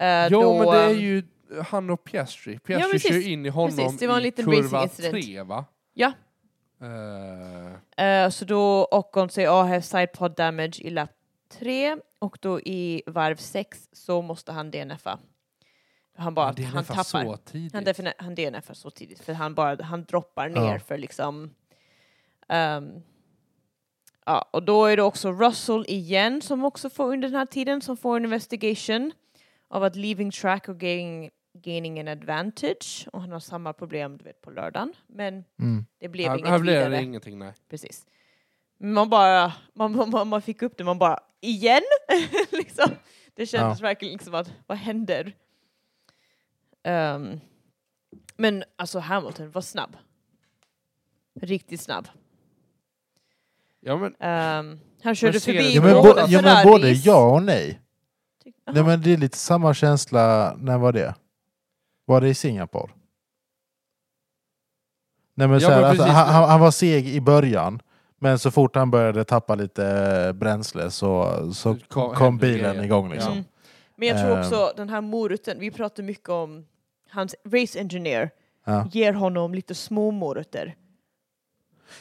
[SPEAKER 2] Eh,
[SPEAKER 3] Jo,
[SPEAKER 2] då,
[SPEAKER 3] men det är
[SPEAKER 2] ehm,
[SPEAKER 3] ju han och Piastri. Piastri
[SPEAKER 2] precis.
[SPEAKER 3] kör ju in i honom
[SPEAKER 2] Precis, det var en
[SPEAKER 3] i
[SPEAKER 2] liten
[SPEAKER 3] kurva
[SPEAKER 2] racing incident.
[SPEAKER 3] 3, va?
[SPEAKER 2] Ja.
[SPEAKER 3] Eh,
[SPEAKER 2] Eh, så då Ocon säger oh, I have side pod damage i lap 3 och då i varv 6 så måste han DNFa. Han bara,
[SPEAKER 3] men det är
[SPEAKER 2] han
[SPEAKER 3] nästan
[SPEAKER 2] tappar.
[SPEAKER 3] så tidigt.
[SPEAKER 2] Han, defini- han DNFar så tidigt för han bara han droppar ner
[SPEAKER 1] Ja.
[SPEAKER 2] för liksom... ehm, ja, och då är det också Russell igen som också får under den här tiden som får en investigation av att leaving track och gaining, gaining an advantage och han har samma problem du vet på lördagen men
[SPEAKER 1] Mm.
[SPEAKER 2] det blev
[SPEAKER 3] här,
[SPEAKER 2] inget
[SPEAKER 3] här blev
[SPEAKER 2] vidare.
[SPEAKER 3] det ingenting, nej.
[SPEAKER 2] Precis. Man bara, man, man- man, man fick upp det, man bara igen? <laughs> liksom. Det kändes verkligen liksom att, vad händer? Ehm, men alltså Hamilton var snabb. Riktigt snabb.
[SPEAKER 3] Ja, men,
[SPEAKER 2] Ehm, han körde
[SPEAKER 3] ser
[SPEAKER 2] förbi
[SPEAKER 3] du-
[SPEAKER 1] Ja, men,
[SPEAKER 3] båda
[SPEAKER 1] bo-
[SPEAKER 2] båda
[SPEAKER 1] ja, men både
[SPEAKER 2] Ferraris.
[SPEAKER 1] ja och nej.
[SPEAKER 2] Ty-
[SPEAKER 1] nej men det är lite samma känsla. När var det? Var det i Singapore? Nej, men
[SPEAKER 3] Ja,
[SPEAKER 1] så här,
[SPEAKER 3] men
[SPEAKER 1] alltså,
[SPEAKER 3] precis.
[SPEAKER 1] han, han- han var seg i början. Men så fort han började tappa lite eh, bränsle så, så
[SPEAKER 3] Det kom-
[SPEAKER 1] kom
[SPEAKER 3] hände
[SPEAKER 1] bilen
[SPEAKER 3] grejer.
[SPEAKER 1] igång. Liksom.
[SPEAKER 2] Mm. Men jag tror
[SPEAKER 1] Ehm.
[SPEAKER 2] också den här moroten, vi pratar mycket om hans race engineer
[SPEAKER 1] Ja.
[SPEAKER 2] ger honom lite små morötter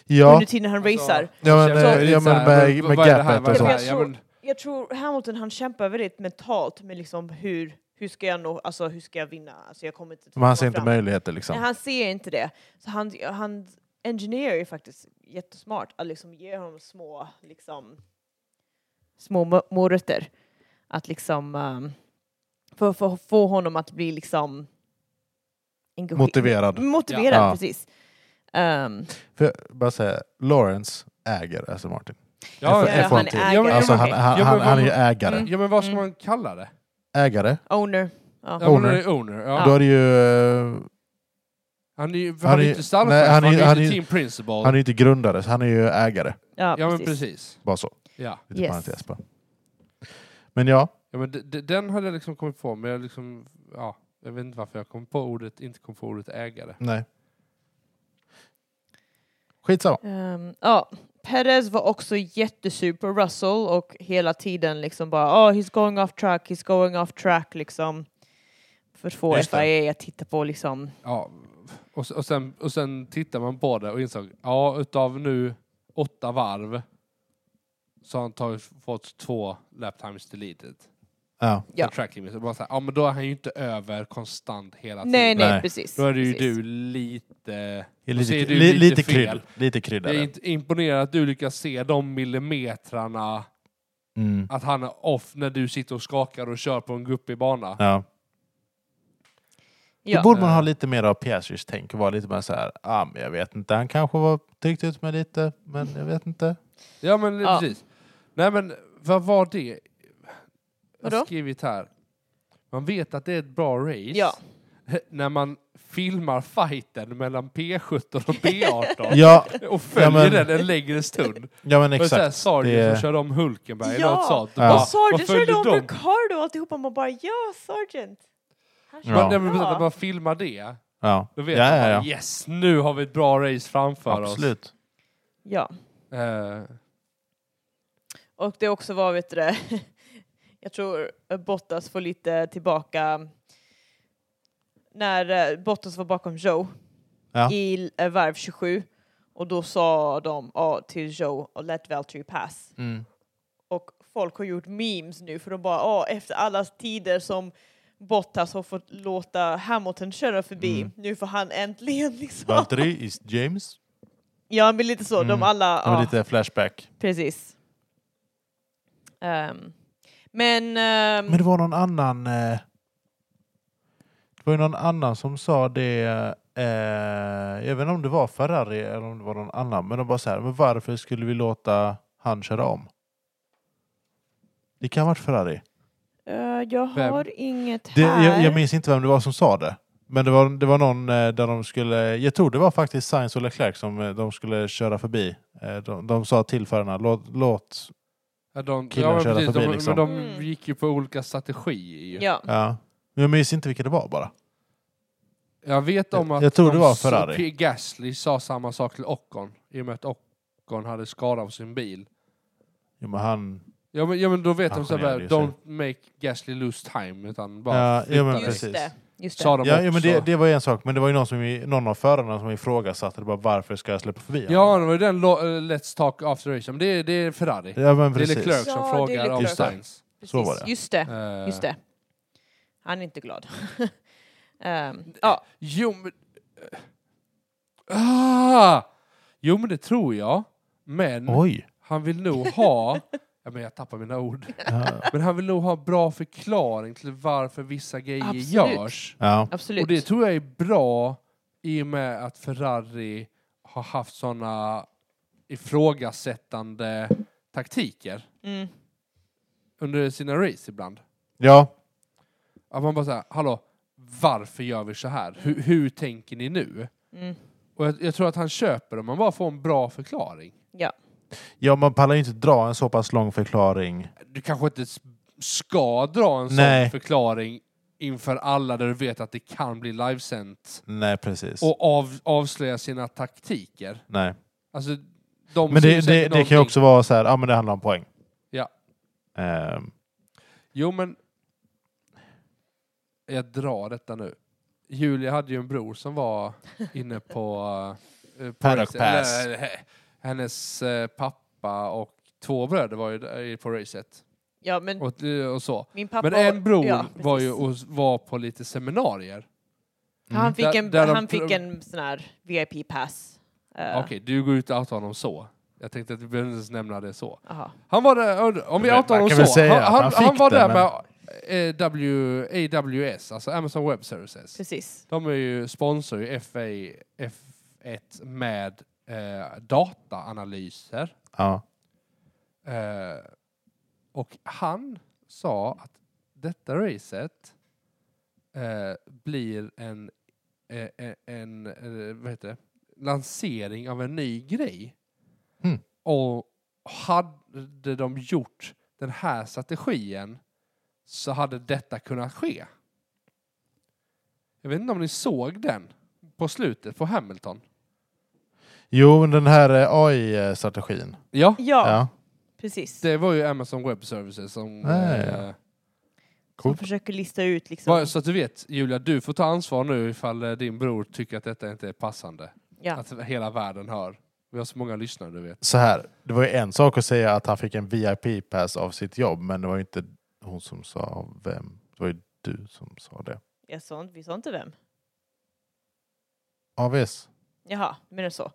[SPEAKER 1] Ja,
[SPEAKER 2] under tiden han
[SPEAKER 3] alltså,
[SPEAKER 2] racear.
[SPEAKER 1] ja, men,
[SPEAKER 3] det känns
[SPEAKER 1] eh,
[SPEAKER 3] lite
[SPEAKER 1] ja,
[SPEAKER 3] så här,
[SPEAKER 1] men med,
[SPEAKER 3] vad-
[SPEAKER 1] med
[SPEAKER 3] vad är det här?
[SPEAKER 1] gapet alltså.
[SPEAKER 3] Vad
[SPEAKER 1] och
[SPEAKER 3] är det
[SPEAKER 1] så.
[SPEAKER 2] Jag
[SPEAKER 3] här? Ja,
[SPEAKER 2] tror-
[SPEAKER 3] men-
[SPEAKER 2] Jag tror Hamilton han kämpar väldigt mentalt med liksom hur, hur ska jag nå, alltså hur ska jag vinna? Alltså jag kommer inte
[SPEAKER 1] Men han ser inte
[SPEAKER 2] fram.
[SPEAKER 1] möjligheter liksom.
[SPEAKER 2] Nej, han ser inte det. Så han, han engineer är faktiskt jättesmart att liksom ge honom små, liksom, små mo- morötter. Att liksom, um, för, för att få honom att bli liksom engage-
[SPEAKER 1] Motiverad.
[SPEAKER 2] Motiverad,
[SPEAKER 1] Ja. Ja.
[SPEAKER 2] precis. Ehm,
[SPEAKER 1] För, jag bara säga, Lawrence äger alltså Martin.
[SPEAKER 2] Ja,
[SPEAKER 3] ja,
[SPEAKER 1] F1
[SPEAKER 2] han
[SPEAKER 1] team.
[SPEAKER 2] äger.
[SPEAKER 3] Ja, men-
[SPEAKER 1] Alltså han,
[SPEAKER 2] Ja,
[SPEAKER 1] han,
[SPEAKER 3] men
[SPEAKER 1] han,
[SPEAKER 3] vad-
[SPEAKER 1] han är ju ägare.
[SPEAKER 2] Mm.
[SPEAKER 3] ja, men vad ska
[SPEAKER 2] Mm.
[SPEAKER 3] man kalla det?
[SPEAKER 1] Ägare.
[SPEAKER 2] owner.
[SPEAKER 3] Ja, men
[SPEAKER 1] Owner.
[SPEAKER 3] det är owner. Ja.
[SPEAKER 1] Då är det ju... eh,
[SPEAKER 3] Han är ju för
[SPEAKER 1] Han
[SPEAKER 3] han är
[SPEAKER 1] är-
[SPEAKER 3] ju inte stallchef,
[SPEAKER 1] nej,
[SPEAKER 3] han,
[SPEAKER 1] han är-
[SPEAKER 3] är
[SPEAKER 1] han
[SPEAKER 3] ju
[SPEAKER 1] är-
[SPEAKER 3] inte team principal.
[SPEAKER 1] Han är ju inte grundare, så han är ju ägare.
[SPEAKER 2] Ja,
[SPEAKER 3] ja, men
[SPEAKER 2] precis.
[SPEAKER 3] precis.
[SPEAKER 1] Bara så.
[SPEAKER 3] Ja.
[SPEAKER 1] Lite
[SPEAKER 2] Yes.
[SPEAKER 1] parentes bara. Men ja,
[SPEAKER 3] Ja, men d- d- den hade jag liksom kommit på, men jag liksom... Ja, jag vet inte varför jag kom på ordet, inte kom på ordet ägare.
[SPEAKER 1] nej. Skitsamma.
[SPEAKER 2] Ehm, ja, Perez var också jättesur på Russell och hela tiden liksom bara oh, he's going off track, he's going off track liksom. För att få
[SPEAKER 1] Just det.
[SPEAKER 2] FIA att titta E, på liksom.
[SPEAKER 3] Ja, och, s- och, sen, och sen tittar man på det och insåg, ja utav nu åtta varv så har han tagit, fått två laptimes deleted.
[SPEAKER 1] Ja.
[SPEAKER 2] Ja.
[SPEAKER 3] Ja. Track limit. Och bara så här, ja men då är han ju inte över konstant hela
[SPEAKER 1] typ.
[SPEAKER 3] tiden.
[SPEAKER 2] Nej, nej,
[SPEAKER 1] Nej.
[SPEAKER 2] precis.
[SPEAKER 3] Då är det ju
[SPEAKER 2] precis.
[SPEAKER 3] du lite...
[SPEAKER 1] Lite,
[SPEAKER 3] Då ser
[SPEAKER 1] lite,
[SPEAKER 3] du
[SPEAKER 1] li,
[SPEAKER 3] lite
[SPEAKER 1] lite,
[SPEAKER 3] fel.
[SPEAKER 1] krydd, lite krydda.
[SPEAKER 3] Jag är inte imponerad att du lyckas se de millimetrarna
[SPEAKER 1] Mm.
[SPEAKER 3] att han är off när du sitter och skakar och kör på en guppig bana.
[SPEAKER 1] Ja. Då
[SPEAKER 2] Ja.
[SPEAKER 1] borde man ha lite mer av Piastris tänk och vara lite mer så här, ah, men jag vet inte, han kanske var tryckt ut med lite,
[SPEAKER 3] <laughs>
[SPEAKER 1] men jag vet inte.
[SPEAKER 3] Ja men
[SPEAKER 2] Ja.
[SPEAKER 3] precis. Nej men vad var det? har
[SPEAKER 2] Vadå?
[SPEAKER 3] skrivit här. Man vet att det är ett bra race
[SPEAKER 2] Ja.
[SPEAKER 3] <laughs> när man filmar fighten mellan P17
[SPEAKER 2] <laughs>
[SPEAKER 3] och P18
[SPEAKER 1] Ja,
[SPEAKER 3] och följer
[SPEAKER 1] Ja, men-
[SPEAKER 3] den en längre stund.
[SPEAKER 1] ja men
[SPEAKER 3] Exakt.
[SPEAKER 1] <laughs> exakt.
[SPEAKER 3] Och Sarge
[SPEAKER 1] Det-
[SPEAKER 3] som körde om Hulkenberg eller
[SPEAKER 2] Ja.
[SPEAKER 3] något sånt.
[SPEAKER 1] Ja.
[SPEAKER 2] Och Sargent
[SPEAKER 3] vad följde
[SPEAKER 2] körde om
[SPEAKER 3] de?
[SPEAKER 2] Ricardo och alltihopa. Man bara ja, Sargent. Han
[SPEAKER 1] Ja.
[SPEAKER 2] körde
[SPEAKER 3] Man, när man,
[SPEAKER 2] bra.
[SPEAKER 3] när man filmar det,
[SPEAKER 1] Ja,
[SPEAKER 3] då vet
[SPEAKER 1] ja,
[SPEAKER 3] man
[SPEAKER 1] ja,
[SPEAKER 3] bara,
[SPEAKER 1] ja.
[SPEAKER 3] yes, nu har vi ett bra race framför oss.
[SPEAKER 1] Absolut.
[SPEAKER 2] Ja,
[SPEAKER 3] Eh,
[SPEAKER 2] och det har också varit det. <laughs> Jag tror eh, Bottas får lite tillbaka när eh, Bottas var bakom Joe
[SPEAKER 1] Ja.
[SPEAKER 2] i eh, varv 27 och då sa de ja, till Joe och let Valtteri pass.
[SPEAKER 1] Mm.
[SPEAKER 2] Och folk har gjort memes nu för de bara, ja, efter alla tider som Bottas har fått låta Hamilton köra förbi,
[SPEAKER 1] Mm.
[SPEAKER 2] nu får han äntligen <laughs> liksom.
[SPEAKER 1] Valtteri is James.
[SPEAKER 2] Ja, men lite så,
[SPEAKER 1] Mm.
[SPEAKER 2] de alla,
[SPEAKER 1] Det var
[SPEAKER 2] ja,
[SPEAKER 1] lite flashback.
[SPEAKER 2] precis. Ehm, men, ehm,
[SPEAKER 1] Men det var någon annan... Eh, det var ju någon annan som sa det... Eh, jag vet inte om det var Ferrari eller om det var någon annan. Men de bara så här, men varför skulle vi låta han köra om? Det kan ha varit Ferrari.
[SPEAKER 2] eh, jag
[SPEAKER 3] Vem?
[SPEAKER 2] har inget
[SPEAKER 1] Det,
[SPEAKER 2] här.
[SPEAKER 1] jag, jag minns inte vem det var som sa det. Men det var, det var någon eh, där de skulle... Jag tror det var faktiskt Sainz och Leclerc som eh, de skulle köra förbi. Eh, de, de sa till förarna, låt... låt
[SPEAKER 3] ja, de,
[SPEAKER 1] Killen
[SPEAKER 3] ja, men
[SPEAKER 1] körde
[SPEAKER 3] precis,
[SPEAKER 1] förbi,
[SPEAKER 3] de,
[SPEAKER 1] liksom.
[SPEAKER 3] men de
[SPEAKER 2] Mm.
[SPEAKER 3] gick ju på olika strategier. Ju.
[SPEAKER 2] ja.
[SPEAKER 1] ja. Men Jag minns inte vilka det var bara.
[SPEAKER 3] Jag vet om att
[SPEAKER 1] Jag tror det
[SPEAKER 3] de
[SPEAKER 1] var
[SPEAKER 3] sa-
[SPEAKER 1] Ferrari.
[SPEAKER 3] P- Gasly sa samma sak till Ockon i och med att Ockon hade skada på sin bil.
[SPEAKER 1] Jo, men han...
[SPEAKER 3] Ja men, ja, men då vet
[SPEAKER 1] Han
[SPEAKER 3] de så här, bara,
[SPEAKER 1] generade ju sig.
[SPEAKER 3] don't make Gasly lose time utan bara
[SPEAKER 1] Ja,
[SPEAKER 3] flytta
[SPEAKER 1] ja, men
[SPEAKER 3] dig.
[SPEAKER 2] just
[SPEAKER 1] precis.
[SPEAKER 2] det. Just det.
[SPEAKER 3] Sa de
[SPEAKER 1] Ja,
[SPEAKER 3] också.
[SPEAKER 1] ja men det, det var ju en sak, men det var ju någon, som, i- någon av förarna som ifrågasatte det bara, varför ska jag släppa förbi honom?
[SPEAKER 3] Ja, det var ju den lo- eh, Let's Talk After Race, men det, är- det är Ferrari.
[SPEAKER 1] Ja, men
[SPEAKER 3] det är
[SPEAKER 1] precis.
[SPEAKER 3] Leclerc som
[SPEAKER 2] Ja, det är
[SPEAKER 3] frågar om
[SPEAKER 2] Leclerc.
[SPEAKER 3] Sainz.
[SPEAKER 1] så var
[SPEAKER 2] Precis.
[SPEAKER 1] det.
[SPEAKER 2] Just det,
[SPEAKER 3] Eh,
[SPEAKER 2] just det. Han är inte glad. <laughs> Ehm, ja,
[SPEAKER 3] Jo men... Ah! Jo men det tror jag, men
[SPEAKER 1] Oj!
[SPEAKER 3] han vill nog ha... <laughs> ja, men jag tappar mina ord.
[SPEAKER 1] Ja.
[SPEAKER 3] Men han vill nog ha bra förklaring till varför vissa grejer
[SPEAKER 2] Absolut.
[SPEAKER 3] görs.
[SPEAKER 1] Ja.
[SPEAKER 2] absolut.
[SPEAKER 3] Och det tror jag är bra i och med att Ferrari har haft sådana ifrågasättande taktiker
[SPEAKER 2] Mm.
[SPEAKER 3] under sina race ibland.
[SPEAKER 1] ja.
[SPEAKER 3] Att man bara säger, hallå, varför gör vi så här? Hur, hur tänker ni nu?
[SPEAKER 2] Mm.
[SPEAKER 3] Och jag, jag tror att han köper det, man bara får en bra förklaring.
[SPEAKER 2] Ja.
[SPEAKER 1] Ja, man pallar ju inte dra en så pass lång förklaring.
[SPEAKER 3] Du kanske inte s- ska dra en
[SPEAKER 1] Nej.
[SPEAKER 3] sån förklaring inför alla där du vet att det kan bli livesänt
[SPEAKER 1] Nej, precis.
[SPEAKER 3] och av, avslöja sina taktiker.
[SPEAKER 1] Nej.
[SPEAKER 3] Alltså, de
[SPEAKER 1] Men
[SPEAKER 3] ser
[SPEAKER 1] det, det,
[SPEAKER 3] säkert
[SPEAKER 1] det kan ju
[SPEAKER 3] någonting.
[SPEAKER 1] också vara så här, ja men det handlar om poäng.
[SPEAKER 3] Ja.
[SPEAKER 1] Ehm,
[SPEAKER 3] Jo, men... Jag drar detta nu. Julia hade ju en bror som var inne på... Uh,
[SPEAKER 1] Paddock pass.
[SPEAKER 3] hennes eh, pappa och två bröder var ju där i- på racet.
[SPEAKER 2] ja, men
[SPEAKER 3] Och, eh, och så.
[SPEAKER 2] min pappa...
[SPEAKER 3] Men en bror
[SPEAKER 2] ja,
[SPEAKER 3] var ju
[SPEAKER 2] precis.
[SPEAKER 3] och s- var på lite seminarier.
[SPEAKER 1] mm,
[SPEAKER 2] Han fick,
[SPEAKER 3] Där-
[SPEAKER 2] en,
[SPEAKER 3] där de
[SPEAKER 2] han
[SPEAKER 3] prov-
[SPEAKER 2] fick en sån här VIP-pass. Eh,
[SPEAKER 3] Okej, du går ut och outar honom så. Jag tänkte att vi behöver inte ens nämna det så.
[SPEAKER 2] aha.
[SPEAKER 3] Han var där, om vi
[SPEAKER 1] Men
[SPEAKER 3] outar
[SPEAKER 1] man
[SPEAKER 3] honom
[SPEAKER 1] kan väl
[SPEAKER 3] så,
[SPEAKER 1] säga
[SPEAKER 3] han,
[SPEAKER 1] att
[SPEAKER 3] han,
[SPEAKER 1] han fick
[SPEAKER 3] han var
[SPEAKER 1] det,
[SPEAKER 3] där
[SPEAKER 1] men-
[SPEAKER 3] med eh, w, AWS, alltså Amazon Web Services.
[SPEAKER 2] Precis.
[SPEAKER 3] De är ju sponsor i FA, F1 med eh, dataanalyser.
[SPEAKER 1] ja.
[SPEAKER 3] Eh, och han sa att detta racet eh, blir en, eh, eh, en eh, vad heter det? lansering av en ny grej.
[SPEAKER 1] Mm.
[SPEAKER 3] Och hade de gjort den här strategien så hade detta kunnat ske. Jag vet inte om ni såg den på slutet på Hamilton.
[SPEAKER 1] Jo, men den här eh, AI-strategin.
[SPEAKER 3] Ja,
[SPEAKER 2] Ja,
[SPEAKER 1] Ja.
[SPEAKER 2] precis.
[SPEAKER 3] det var ju Amazon Web Services som...
[SPEAKER 1] Ah, Ja, ja, ja.
[SPEAKER 3] eh,
[SPEAKER 2] Som
[SPEAKER 1] Coolt.
[SPEAKER 2] försöker lista ut liksom...
[SPEAKER 3] Bara så att du vet, Julia, du får ta ansvar nu ifall eh, din bror tycker att detta inte är passande.
[SPEAKER 2] ja.
[SPEAKER 3] Att hela världen hör. Vi har så många lyssnare, du vet.
[SPEAKER 1] Så här, det var ju en sak att säga att han fick en VIP-pass av sitt jobb, men det var ju inte hon som sa vem. Det var ju du som sa det.
[SPEAKER 2] Jag sa, inte- vi sa inte vem.
[SPEAKER 1] Ja, visst.
[SPEAKER 2] Jaha, men det så.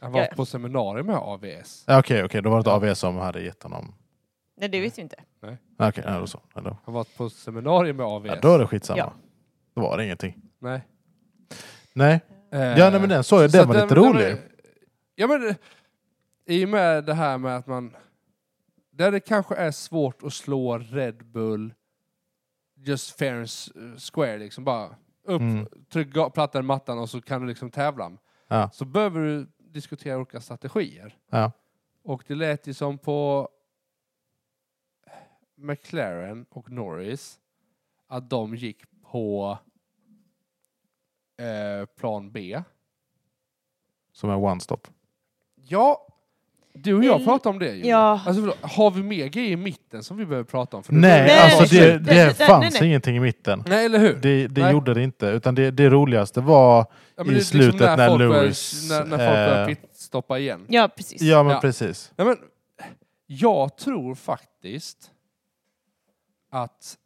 [SPEAKER 3] Han var
[SPEAKER 2] Ja.
[SPEAKER 3] på seminarium med AVS.
[SPEAKER 1] Ja, Okej, okej, då var det inte AV som hade gett honom...
[SPEAKER 2] Nej,
[SPEAKER 3] Mm.
[SPEAKER 2] det vet vi inte.
[SPEAKER 1] Nej, Okej, nej, då så. Nej, då.
[SPEAKER 3] Han var på seminarium med AVS.
[SPEAKER 1] Ja, då är det skitsamma.
[SPEAKER 2] Ja.
[SPEAKER 1] Då var det ingenting.
[SPEAKER 3] Nej.
[SPEAKER 1] Nej,
[SPEAKER 3] Eh,
[SPEAKER 1] ja, nej men den såg jag.
[SPEAKER 3] så
[SPEAKER 1] Den
[SPEAKER 3] att
[SPEAKER 1] var lite
[SPEAKER 3] den-
[SPEAKER 1] rolig.
[SPEAKER 3] Ja, men eh, i och med det här med att man... Där det kanske är svårt att slå Red Bull just fair and s- square liksom. Bara upp,
[SPEAKER 1] Mm.
[SPEAKER 3] tryck ga- plattan i mattan och så kan du liksom tävla.
[SPEAKER 1] Ja.
[SPEAKER 3] Så behöver du diskutera olika strategier.
[SPEAKER 1] Ja.
[SPEAKER 3] Och det lät ju som på McLaren och Norris att de gick på eh, plan B.
[SPEAKER 1] Som är one-stop.
[SPEAKER 3] Ja, du och jag
[SPEAKER 2] Det-
[SPEAKER 3] pratade om det ju.
[SPEAKER 2] ja.
[SPEAKER 3] Alltså, förlåt, har vi mer grejer i mitten som vi behöver prata om? För nu
[SPEAKER 1] Nej,
[SPEAKER 3] börjar vi-
[SPEAKER 2] Nej,
[SPEAKER 1] alltså
[SPEAKER 2] nej,
[SPEAKER 1] det,
[SPEAKER 2] nej, nej,
[SPEAKER 1] det
[SPEAKER 2] nej,
[SPEAKER 1] fanns
[SPEAKER 2] nej, nej.
[SPEAKER 1] ingenting i mitten.
[SPEAKER 3] Nej, eller hur?
[SPEAKER 1] Det, det
[SPEAKER 3] Nej.
[SPEAKER 1] gjorde det inte. Utan det, det roligaste var...
[SPEAKER 3] Ja,
[SPEAKER 1] i
[SPEAKER 3] det är liksom
[SPEAKER 1] slutet när
[SPEAKER 3] folk börjar-
[SPEAKER 1] Lewis,
[SPEAKER 3] när, när folk börjar
[SPEAKER 1] eh,
[SPEAKER 3] pitstoppa igen.
[SPEAKER 2] Ja, precis.
[SPEAKER 1] Ja, men
[SPEAKER 3] Ja.
[SPEAKER 1] precis.
[SPEAKER 3] Nej, men, jag tror faktiskt att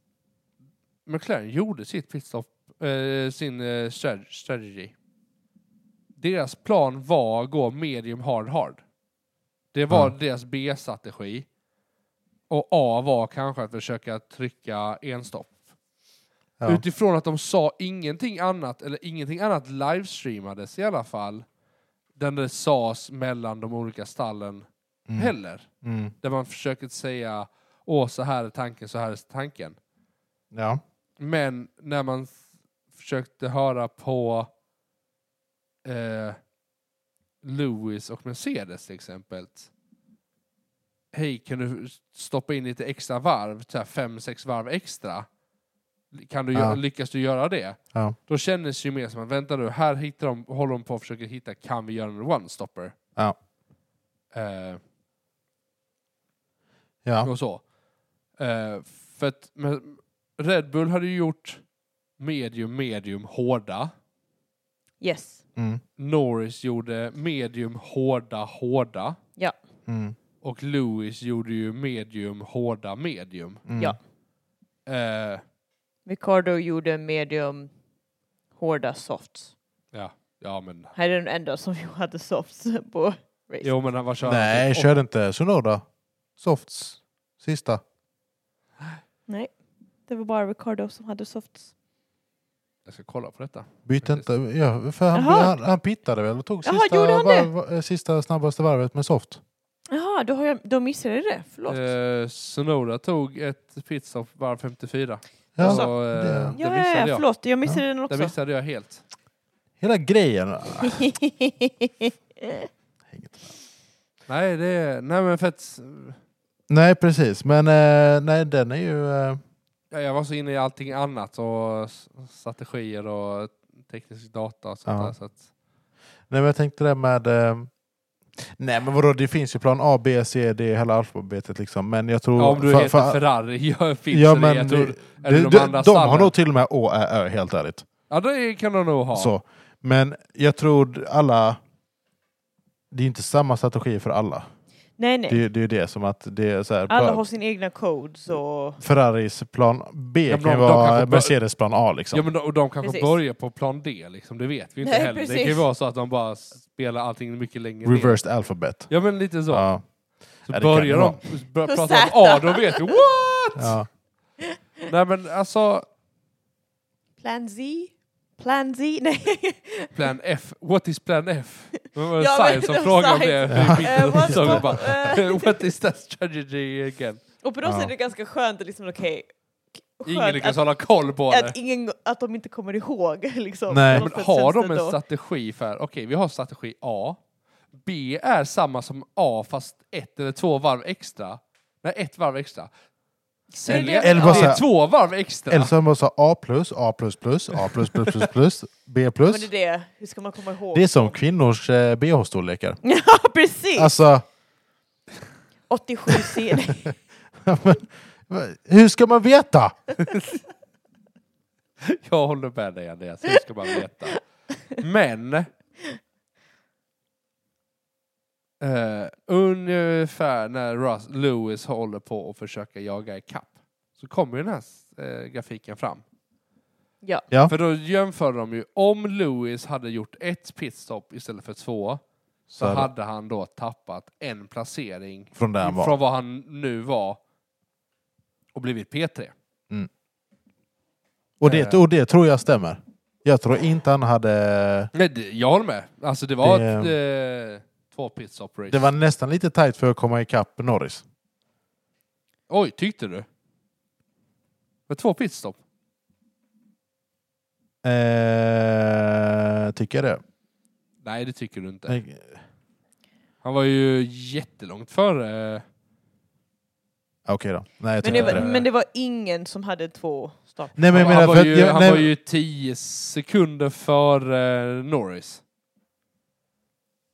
[SPEAKER 3] McLaren gjorde sitt pitstop, eh, sin eh, strat- strategy. Deras plan var att gå medium hard hard. Det var
[SPEAKER 1] Ja.
[SPEAKER 3] deras B-strategi. Och A var kanske att försöka trycka enstopp.
[SPEAKER 1] Ja.
[SPEAKER 3] Utifrån att de sa ingenting annat, eller ingenting annat livestreamades i alla fall, den det sades mellan de olika stallen
[SPEAKER 1] Mm.
[SPEAKER 3] heller.
[SPEAKER 1] Mm.
[SPEAKER 3] Där man försöker säga åh så här är tanken, så här är tanken.
[SPEAKER 1] Ja.
[SPEAKER 3] Men när man f- försökte höra på eh, Lewis och Mercedes till exempel. Hej, kan du stoppa in lite extra varv, så här fem, sex varv extra? Kan du
[SPEAKER 1] Ja.
[SPEAKER 3] göra, lyckas du göra det?
[SPEAKER 1] Ja.
[SPEAKER 3] Då kändes det ju mer som att vänta nu, här hittar de, håller de på och försöker hitta, kan vi göra en one-stopper?
[SPEAKER 1] Ja.
[SPEAKER 3] Eh,
[SPEAKER 1] Ja.
[SPEAKER 3] och så. Eh, för att men Red Bull hade ju gjort medium, medium, hårda.
[SPEAKER 2] Yes.
[SPEAKER 1] Mm.
[SPEAKER 3] Norris gjorde medium, hårda, hårda.
[SPEAKER 1] Mm.
[SPEAKER 3] Och Lewis gjorde ju medium, hårda, medium.
[SPEAKER 1] Mm.
[SPEAKER 2] Ja.
[SPEAKER 3] Eh,
[SPEAKER 2] Ricardo gjorde medium hårda softs.
[SPEAKER 3] ja, ja men...
[SPEAKER 2] Här är den enda som <laughs> hade softs på race.
[SPEAKER 3] Jo men han var körande.
[SPEAKER 1] Nej, körde inte Sunoda. Softs. Sista.
[SPEAKER 2] Nej, det var bara Ricardo som hade softs.
[SPEAKER 3] Jag ska kolla på detta.
[SPEAKER 1] Bytte inte. Ja, för han,
[SPEAKER 2] Jaha.
[SPEAKER 1] han, han pittade väl och tog
[SPEAKER 2] Jaha,
[SPEAKER 1] sista,
[SPEAKER 2] gjorde han det?
[SPEAKER 1] varv- eh, sista snabbaste varvet med soft.
[SPEAKER 2] Jaha, då, har jag, då missade jag det. Förlåt.
[SPEAKER 3] Eh, Sonoda tog ett pitstop varv 54.
[SPEAKER 1] Ja,
[SPEAKER 2] Och så-
[SPEAKER 3] och, eh,
[SPEAKER 1] det-
[SPEAKER 3] det
[SPEAKER 2] ja,
[SPEAKER 3] missade
[SPEAKER 2] ja,
[SPEAKER 3] jag.
[SPEAKER 2] förlåt. Jag missade den
[SPEAKER 3] Det
[SPEAKER 2] också. <laughs>
[SPEAKER 3] missade jag helt.
[SPEAKER 1] Hela grejen.
[SPEAKER 3] Nej, det, nej men för att
[SPEAKER 1] nej, precis. Men eh, nej, den är ju... Eh,
[SPEAKER 3] Ja, jag var så inne i allting annat och s- strategier och teknisk data och sånt
[SPEAKER 1] Ja.
[SPEAKER 3] där. Så att,
[SPEAKER 1] nej, men jag tänkte det med... Eh, nej, men vadå? Det finns ju plan A, B, C, D, hela alfabetet liksom. Men jag tror...
[SPEAKER 3] ja, om du
[SPEAKER 1] fa-
[SPEAKER 3] heter
[SPEAKER 1] fa-
[SPEAKER 3] Ferrari, <laughs> gör finns
[SPEAKER 1] Ja,
[SPEAKER 3] det.
[SPEAKER 1] men
[SPEAKER 3] jag tror,
[SPEAKER 1] det-
[SPEAKER 3] är det
[SPEAKER 1] de,
[SPEAKER 3] de,
[SPEAKER 1] de,
[SPEAKER 3] andra
[SPEAKER 1] de har
[SPEAKER 3] stallen?
[SPEAKER 1] nog till och med Å, Ä, Ö, helt ärligt.
[SPEAKER 3] Ja, det kan de nog ha.
[SPEAKER 1] Så. Men jag tror alla... Det är inte samma strategi för alla.
[SPEAKER 2] nej, nej.
[SPEAKER 1] Det, är- det är ju det som att det är så här,
[SPEAKER 2] Alla
[SPEAKER 1] plan-
[SPEAKER 2] har sina egna codes och...
[SPEAKER 1] Ferraris plan B
[SPEAKER 3] Ja,
[SPEAKER 1] kan ju
[SPEAKER 3] de- de kanske
[SPEAKER 1] vara
[SPEAKER 3] bör-
[SPEAKER 1] Mercedes plan A liksom.
[SPEAKER 3] Ja, men de, och de kanske
[SPEAKER 2] Precis.
[SPEAKER 3] börjar på plan D, liksom, det vet vi inte
[SPEAKER 2] Nej,
[SPEAKER 3] heller. Det kan ju
[SPEAKER 2] precis.
[SPEAKER 3] vara så att de bara spelar allting mycket längre ner.
[SPEAKER 1] Reversed alphabet.
[SPEAKER 3] Ja, men lite så.
[SPEAKER 1] Ja.
[SPEAKER 3] Så
[SPEAKER 1] Ja, det
[SPEAKER 3] börjar de
[SPEAKER 1] kan
[SPEAKER 3] börjar
[SPEAKER 2] På
[SPEAKER 3] prata om
[SPEAKER 2] Z.
[SPEAKER 3] A, då vet vi what!
[SPEAKER 1] Ja.
[SPEAKER 3] Nej, men alltså,
[SPEAKER 2] Plan Z? Plan Z?
[SPEAKER 3] <laughs>
[SPEAKER 2] Nej.
[SPEAKER 3] plan F. What is plan F? Det var
[SPEAKER 2] <laughs> Ja,
[SPEAKER 3] Sainz
[SPEAKER 2] men
[SPEAKER 3] som
[SPEAKER 2] det var
[SPEAKER 3] frågade om
[SPEAKER 2] Sainz.
[SPEAKER 3] det. i
[SPEAKER 2] Eh,
[SPEAKER 3] mitten.
[SPEAKER 2] what's
[SPEAKER 3] Så vi
[SPEAKER 2] up?
[SPEAKER 3] bara,
[SPEAKER 2] Eh,
[SPEAKER 3] <laughs> What is that strategy again?
[SPEAKER 2] och på något
[SPEAKER 1] Ja.
[SPEAKER 2] sätt är det ganska skönt att liksom, okej...
[SPEAKER 3] Ingen
[SPEAKER 2] skönt
[SPEAKER 3] lyckas
[SPEAKER 2] att,
[SPEAKER 3] hålla koll på det.
[SPEAKER 2] att, ingen, att de inte kommer ihåg <laughs> liksom.
[SPEAKER 1] Nej.
[SPEAKER 2] På
[SPEAKER 3] Men
[SPEAKER 2] något sätt
[SPEAKER 3] har
[SPEAKER 2] känns
[SPEAKER 3] de
[SPEAKER 2] det
[SPEAKER 3] en
[SPEAKER 2] då-
[SPEAKER 3] strategi för, okej vi har strategi A, B är samma som A fast ett eller två varv extra. Nej, ett varv extra.
[SPEAKER 2] Så är det-
[SPEAKER 1] eller
[SPEAKER 3] det
[SPEAKER 1] bara så
[SPEAKER 3] är
[SPEAKER 1] här-
[SPEAKER 3] två varv extra.
[SPEAKER 1] Eller så har man så A plus, A plus plus, A plus plus plus plus, B
[SPEAKER 2] Ja,
[SPEAKER 1] plus.
[SPEAKER 2] Men det är det. Hur ska man komma ihåg?
[SPEAKER 1] Det är
[SPEAKER 2] <laughs>
[SPEAKER 1] som kvinnors eh, bh-storlekar.
[SPEAKER 2] ja, precis!
[SPEAKER 1] Alltså, <laughs>
[SPEAKER 2] 87 C. Nej.
[SPEAKER 1] hur ska man veta?
[SPEAKER 3] Jag håller med dig Andreas, jag ska bara veta. Men... eh, ungefär när Russ, Lewis håller på att försöka jaga ikapp så kommer ju den här eh, grafiken fram.
[SPEAKER 2] Ja.
[SPEAKER 1] Ja.
[SPEAKER 3] För då jämför de ju, om Lewis hade gjort ett pitstop istället för två så,
[SPEAKER 1] Så är det.
[SPEAKER 3] hade han då tappat en placering
[SPEAKER 1] Från där han var.
[SPEAKER 3] från vad han nu var och blivit P3.
[SPEAKER 1] Och det, och det tror jag stämmer. Jag tror inte han hade...
[SPEAKER 3] Nej, det, jag håller med. Alltså det var
[SPEAKER 1] Det-
[SPEAKER 3] ett, eh, två pitstop race.
[SPEAKER 1] Det var nästan lite tajt för att komma ikapp Norris.
[SPEAKER 3] Oj, tyckte du? Det var två pitstop?
[SPEAKER 1] Eh, tycker jag det.
[SPEAKER 3] Nej, det tycker du inte.
[SPEAKER 1] Nej,
[SPEAKER 3] Han var ju jättelångt före.
[SPEAKER 1] Okej då. Nej, jag
[SPEAKER 2] Men
[SPEAKER 1] tycker
[SPEAKER 2] det,
[SPEAKER 1] inte
[SPEAKER 2] var,
[SPEAKER 1] det.
[SPEAKER 2] men det var ingen som hade två stopp.
[SPEAKER 1] Nej, men jag
[SPEAKER 3] han,
[SPEAKER 1] menar,
[SPEAKER 3] han,
[SPEAKER 1] för
[SPEAKER 3] var,
[SPEAKER 1] att
[SPEAKER 3] ju,
[SPEAKER 1] jag,
[SPEAKER 3] han
[SPEAKER 1] nej,
[SPEAKER 3] var ju 10 sekunder före Norris.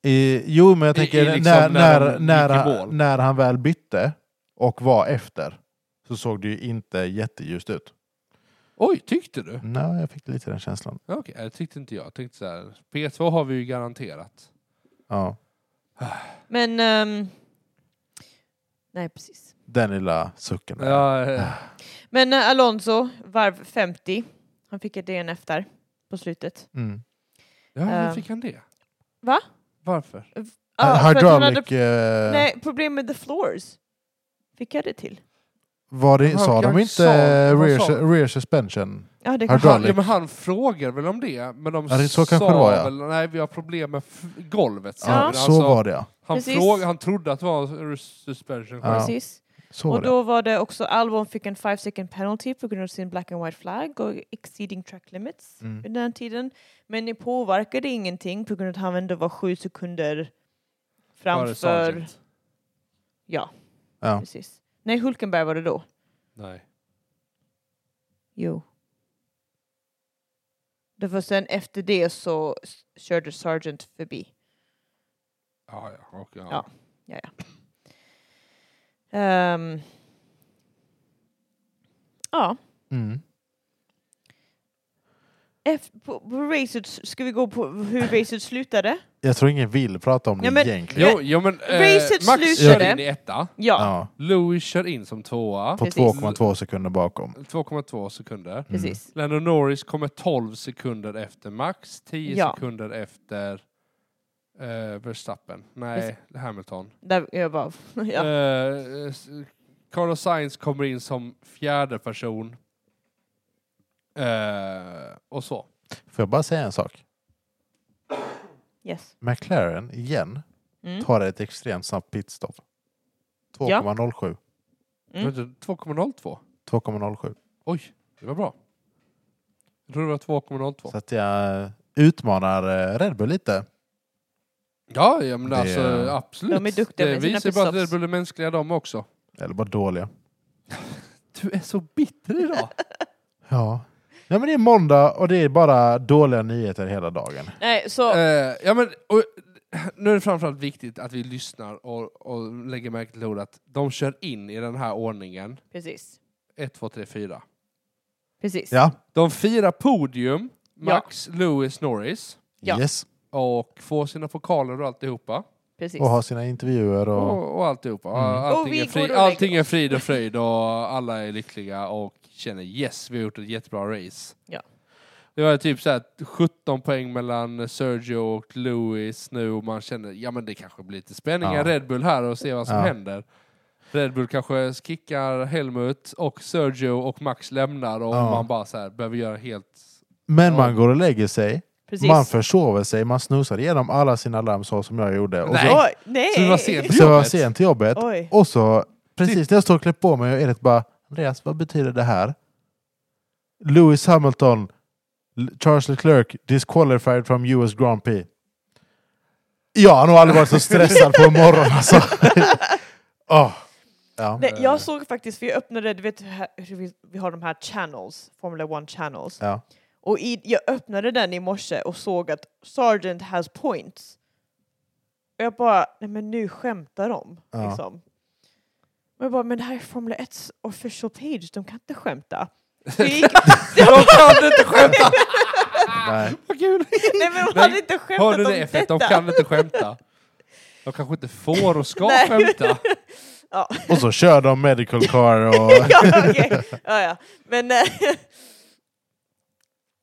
[SPEAKER 1] i, jo, men jag
[SPEAKER 3] i- i
[SPEAKER 1] tänker
[SPEAKER 3] liksom
[SPEAKER 1] när, när,
[SPEAKER 3] när de
[SPEAKER 1] när,
[SPEAKER 3] gick i
[SPEAKER 1] han,
[SPEAKER 3] mål.
[SPEAKER 1] när han väl bytte och var efter så såg det ju inte jätteljust ut.
[SPEAKER 3] Oj, tyckte du?
[SPEAKER 1] Nej, jag fick lite den känslan.
[SPEAKER 3] Ja, Okej, det tyckte inte jag. jag tänkte så här, P2 har vi ju garanterat.
[SPEAKER 1] Ja,
[SPEAKER 2] Men... ehm, nej, precis.
[SPEAKER 1] den lilla sucken. där.
[SPEAKER 3] Ja, eh,
[SPEAKER 2] Men eh, Alonso, varv 50. Han fick ett DNF där på slutet.
[SPEAKER 1] Mm.
[SPEAKER 3] ja
[SPEAKER 2] Eh.
[SPEAKER 3] hur fick han det?
[SPEAKER 2] Va?
[SPEAKER 3] Varför?
[SPEAKER 2] Ja, för att han
[SPEAKER 1] Hydraulic,
[SPEAKER 2] hade,
[SPEAKER 1] eh,
[SPEAKER 2] nej, problem med the floors. Fick jag det till?
[SPEAKER 1] var det,
[SPEAKER 3] Jaha,
[SPEAKER 1] sa de
[SPEAKER 3] jag
[SPEAKER 1] inte
[SPEAKER 3] sa- vad
[SPEAKER 1] rear,
[SPEAKER 3] sa de?
[SPEAKER 1] rear suspension?
[SPEAKER 2] Ja, det
[SPEAKER 1] Hydraulic.
[SPEAKER 2] kanske...
[SPEAKER 3] Han, ja, men han frågar väl om det, men de
[SPEAKER 1] Ja, det- så
[SPEAKER 3] sa
[SPEAKER 1] kanske det var, ja.
[SPEAKER 3] väl nej vi har problem med f- golvet. sa
[SPEAKER 1] Ja,
[SPEAKER 3] de.
[SPEAKER 1] Så var det ja.
[SPEAKER 3] han,
[SPEAKER 2] Precis.
[SPEAKER 3] fråga, han trodde att det var suspension.
[SPEAKER 1] Ja.
[SPEAKER 2] Precis.
[SPEAKER 1] Så var
[SPEAKER 2] Och
[SPEAKER 1] det.
[SPEAKER 2] då var det också Albon fick en 5 second penalty på grund av sin black and white flagg och exceeding track limits
[SPEAKER 1] Mm.
[SPEAKER 2] under den tiden. Men det påverkade ingenting på grund av att han ändå var sju sekunder
[SPEAKER 3] Var det
[SPEAKER 2] framför.
[SPEAKER 3] Sargent?
[SPEAKER 2] Ja,
[SPEAKER 1] Ja.
[SPEAKER 2] precis. Nej, Hulkenberg var det då.
[SPEAKER 3] Nej.
[SPEAKER 2] Jo. Det var sen efter det så s- körde Sargent förbi.
[SPEAKER 3] Ja, ja, och, ja.
[SPEAKER 2] Ja. Ehm. ja.
[SPEAKER 1] Mm.
[SPEAKER 2] F- på, på racet, ska vi gå på hur racet slutade?
[SPEAKER 1] Jag tror ingen vill prata om det
[SPEAKER 2] Ja, men-
[SPEAKER 1] egentligen.
[SPEAKER 3] Jo, jo, men eh,
[SPEAKER 2] Racet
[SPEAKER 3] Max
[SPEAKER 2] slutade.
[SPEAKER 3] kör in i etta.
[SPEAKER 2] Ja,
[SPEAKER 1] Ja,
[SPEAKER 3] Louis kör in som tvåa.
[SPEAKER 1] på mm.
[SPEAKER 2] Precis.
[SPEAKER 1] 2,2 sekunder bakom. Mm.
[SPEAKER 3] 2,2 sekunder.
[SPEAKER 2] precis.
[SPEAKER 3] Lando Norris kommer 12 sekunder efter Max, 10
[SPEAKER 2] Ja.
[SPEAKER 3] sekunder efter eh, Verstappen. Nej, Hamilton.
[SPEAKER 2] Där jag bara, <laughs> ja.
[SPEAKER 3] Eh, s- Carlos Sainz kommer in som fjärde person. Eh, och så.
[SPEAKER 1] Får jag bara säga en sak?
[SPEAKER 2] Yes.
[SPEAKER 1] McLaren igen
[SPEAKER 2] Mm.
[SPEAKER 1] tar ett extremt snabbt pitstop. 2,07.
[SPEAKER 2] Mm.
[SPEAKER 3] 2,02.
[SPEAKER 1] 2,07.
[SPEAKER 3] Oj, det var bra. Jag tror det var 2,02.
[SPEAKER 1] Så att jag utmanar eh, Red Bull lite.
[SPEAKER 3] Ja, ja men
[SPEAKER 1] Det-
[SPEAKER 3] alltså absolut.
[SPEAKER 2] De är duktiga
[SPEAKER 3] det
[SPEAKER 2] med sina
[SPEAKER 3] visar ju bara att
[SPEAKER 2] pitstops.
[SPEAKER 3] Red Bull är mänskliga de också.
[SPEAKER 1] Eller bara dåliga.
[SPEAKER 3] Du är så bitter <laughs> idag.
[SPEAKER 1] Ja. Nej, men det är måndag och det är bara dåliga nyheter hela dagen.
[SPEAKER 2] Nej, så
[SPEAKER 3] Eh, ja, men, och, nu är det framförallt viktigt att vi lyssnar och, och lägger märke till ordet. De kör in i den här ordningen.
[SPEAKER 2] precis.
[SPEAKER 3] 1, 2, 3, 4.
[SPEAKER 2] Precis.
[SPEAKER 1] Ja.
[SPEAKER 3] De firar podium, Max, Lewis, Norris.
[SPEAKER 2] Ja.
[SPEAKER 1] Yes.
[SPEAKER 3] Och får sina pokaler och alltihopa.
[SPEAKER 2] Precis. Oh.
[SPEAKER 1] Och har sina intervjuer och...
[SPEAKER 3] Och, och alltihopa.
[SPEAKER 1] Mm.
[SPEAKER 3] Allting,
[SPEAKER 2] Och vi
[SPEAKER 3] är
[SPEAKER 2] går och
[SPEAKER 3] fri,
[SPEAKER 2] lägger
[SPEAKER 3] allting är frid och fröjd och alla är lyckliga och känner yes, vi har gjort ett jättebra race.
[SPEAKER 2] Ja.
[SPEAKER 3] Det var typ så här 17 poäng mellan Sergio och Lewis nu och man känner ja men det kanske blir lite spänning i
[SPEAKER 1] Ja.
[SPEAKER 3] Red Bull här och se vad som
[SPEAKER 1] Ja.
[SPEAKER 3] händer. Red Bull kanske kickar Helmut och Sergio och Max lämnar och
[SPEAKER 1] Ja.
[SPEAKER 3] man bara så här behöver
[SPEAKER 1] <laughs>
[SPEAKER 3] göra helt...
[SPEAKER 1] Men man
[SPEAKER 3] Ja.
[SPEAKER 1] går och lägger sig,
[SPEAKER 2] precis.
[SPEAKER 1] man försover sig, man snusar igenom alla sina larm så som jag gjorde. Och
[SPEAKER 3] Nej.
[SPEAKER 1] så,
[SPEAKER 2] Oj, nej.
[SPEAKER 3] Så det var sent på
[SPEAKER 1] så jag var
[SPEAKER 3] jobbet.
[SPEAKER 1] sent till jobbet.
[SPEAKER 2] Oj.
[SPEAKER 1] Och så, precis när jag står och klär på mig och Edith bara Andreas, vad betyder det här? Lewis Hamilton, L- Charles Leclerc disqualified from US Grand Prix. Jag har nog aldrig varit så stressad på en morgon alltså.
[SPEAKER 3] <laughs>
[SPEAKER 1] Åh, ja.
[SPEAKER 2] Nej, jag såg faktiskt, för jag öppnade, du vet hur här- hur vi, vi har de här channels, Formula 1 channels.
[SPEAKER 1] Ja.
[SPEAKER 2] Och i, jag öppnade den i morse och såg att Sargent has points. Och jag bara, nej men nu skämtar de.
[SPEAKER 1] Ja.
[SPEAKER 2] Liksom. Och jag bara, men det här är Formula 1 official page, de kan
[SPEAKER 1] <laughs>
[SPEAKER 2] inte skämta. Så jag gick,
[SPEAKER 3] De kan inte skämta!
[SPEAKER 1] Nej.
[SPEAKER 3] Vad kul!
[SPEAKER 2] <laughs> nej men de
[SPEAKER 3] Nej,
[SPEAKER 2] hade inte skämtat
[SPEAKER 3] Hör du
[SPEAKER 2] om
[SPEAKER 3] det? För att
[SPEAKER 2] detta.
[SPEAKER 3] de kan inte skämta. De kanske inte får och ska
[SPEAKER 2] Nej. <laughs>
[SPEAKER 3] skämta.
[SPEAKER 1] Och så kör de medical car och...
[SPEAKER 2] <laughs> ja, okej. ja, ja. Men, eh, <laughs>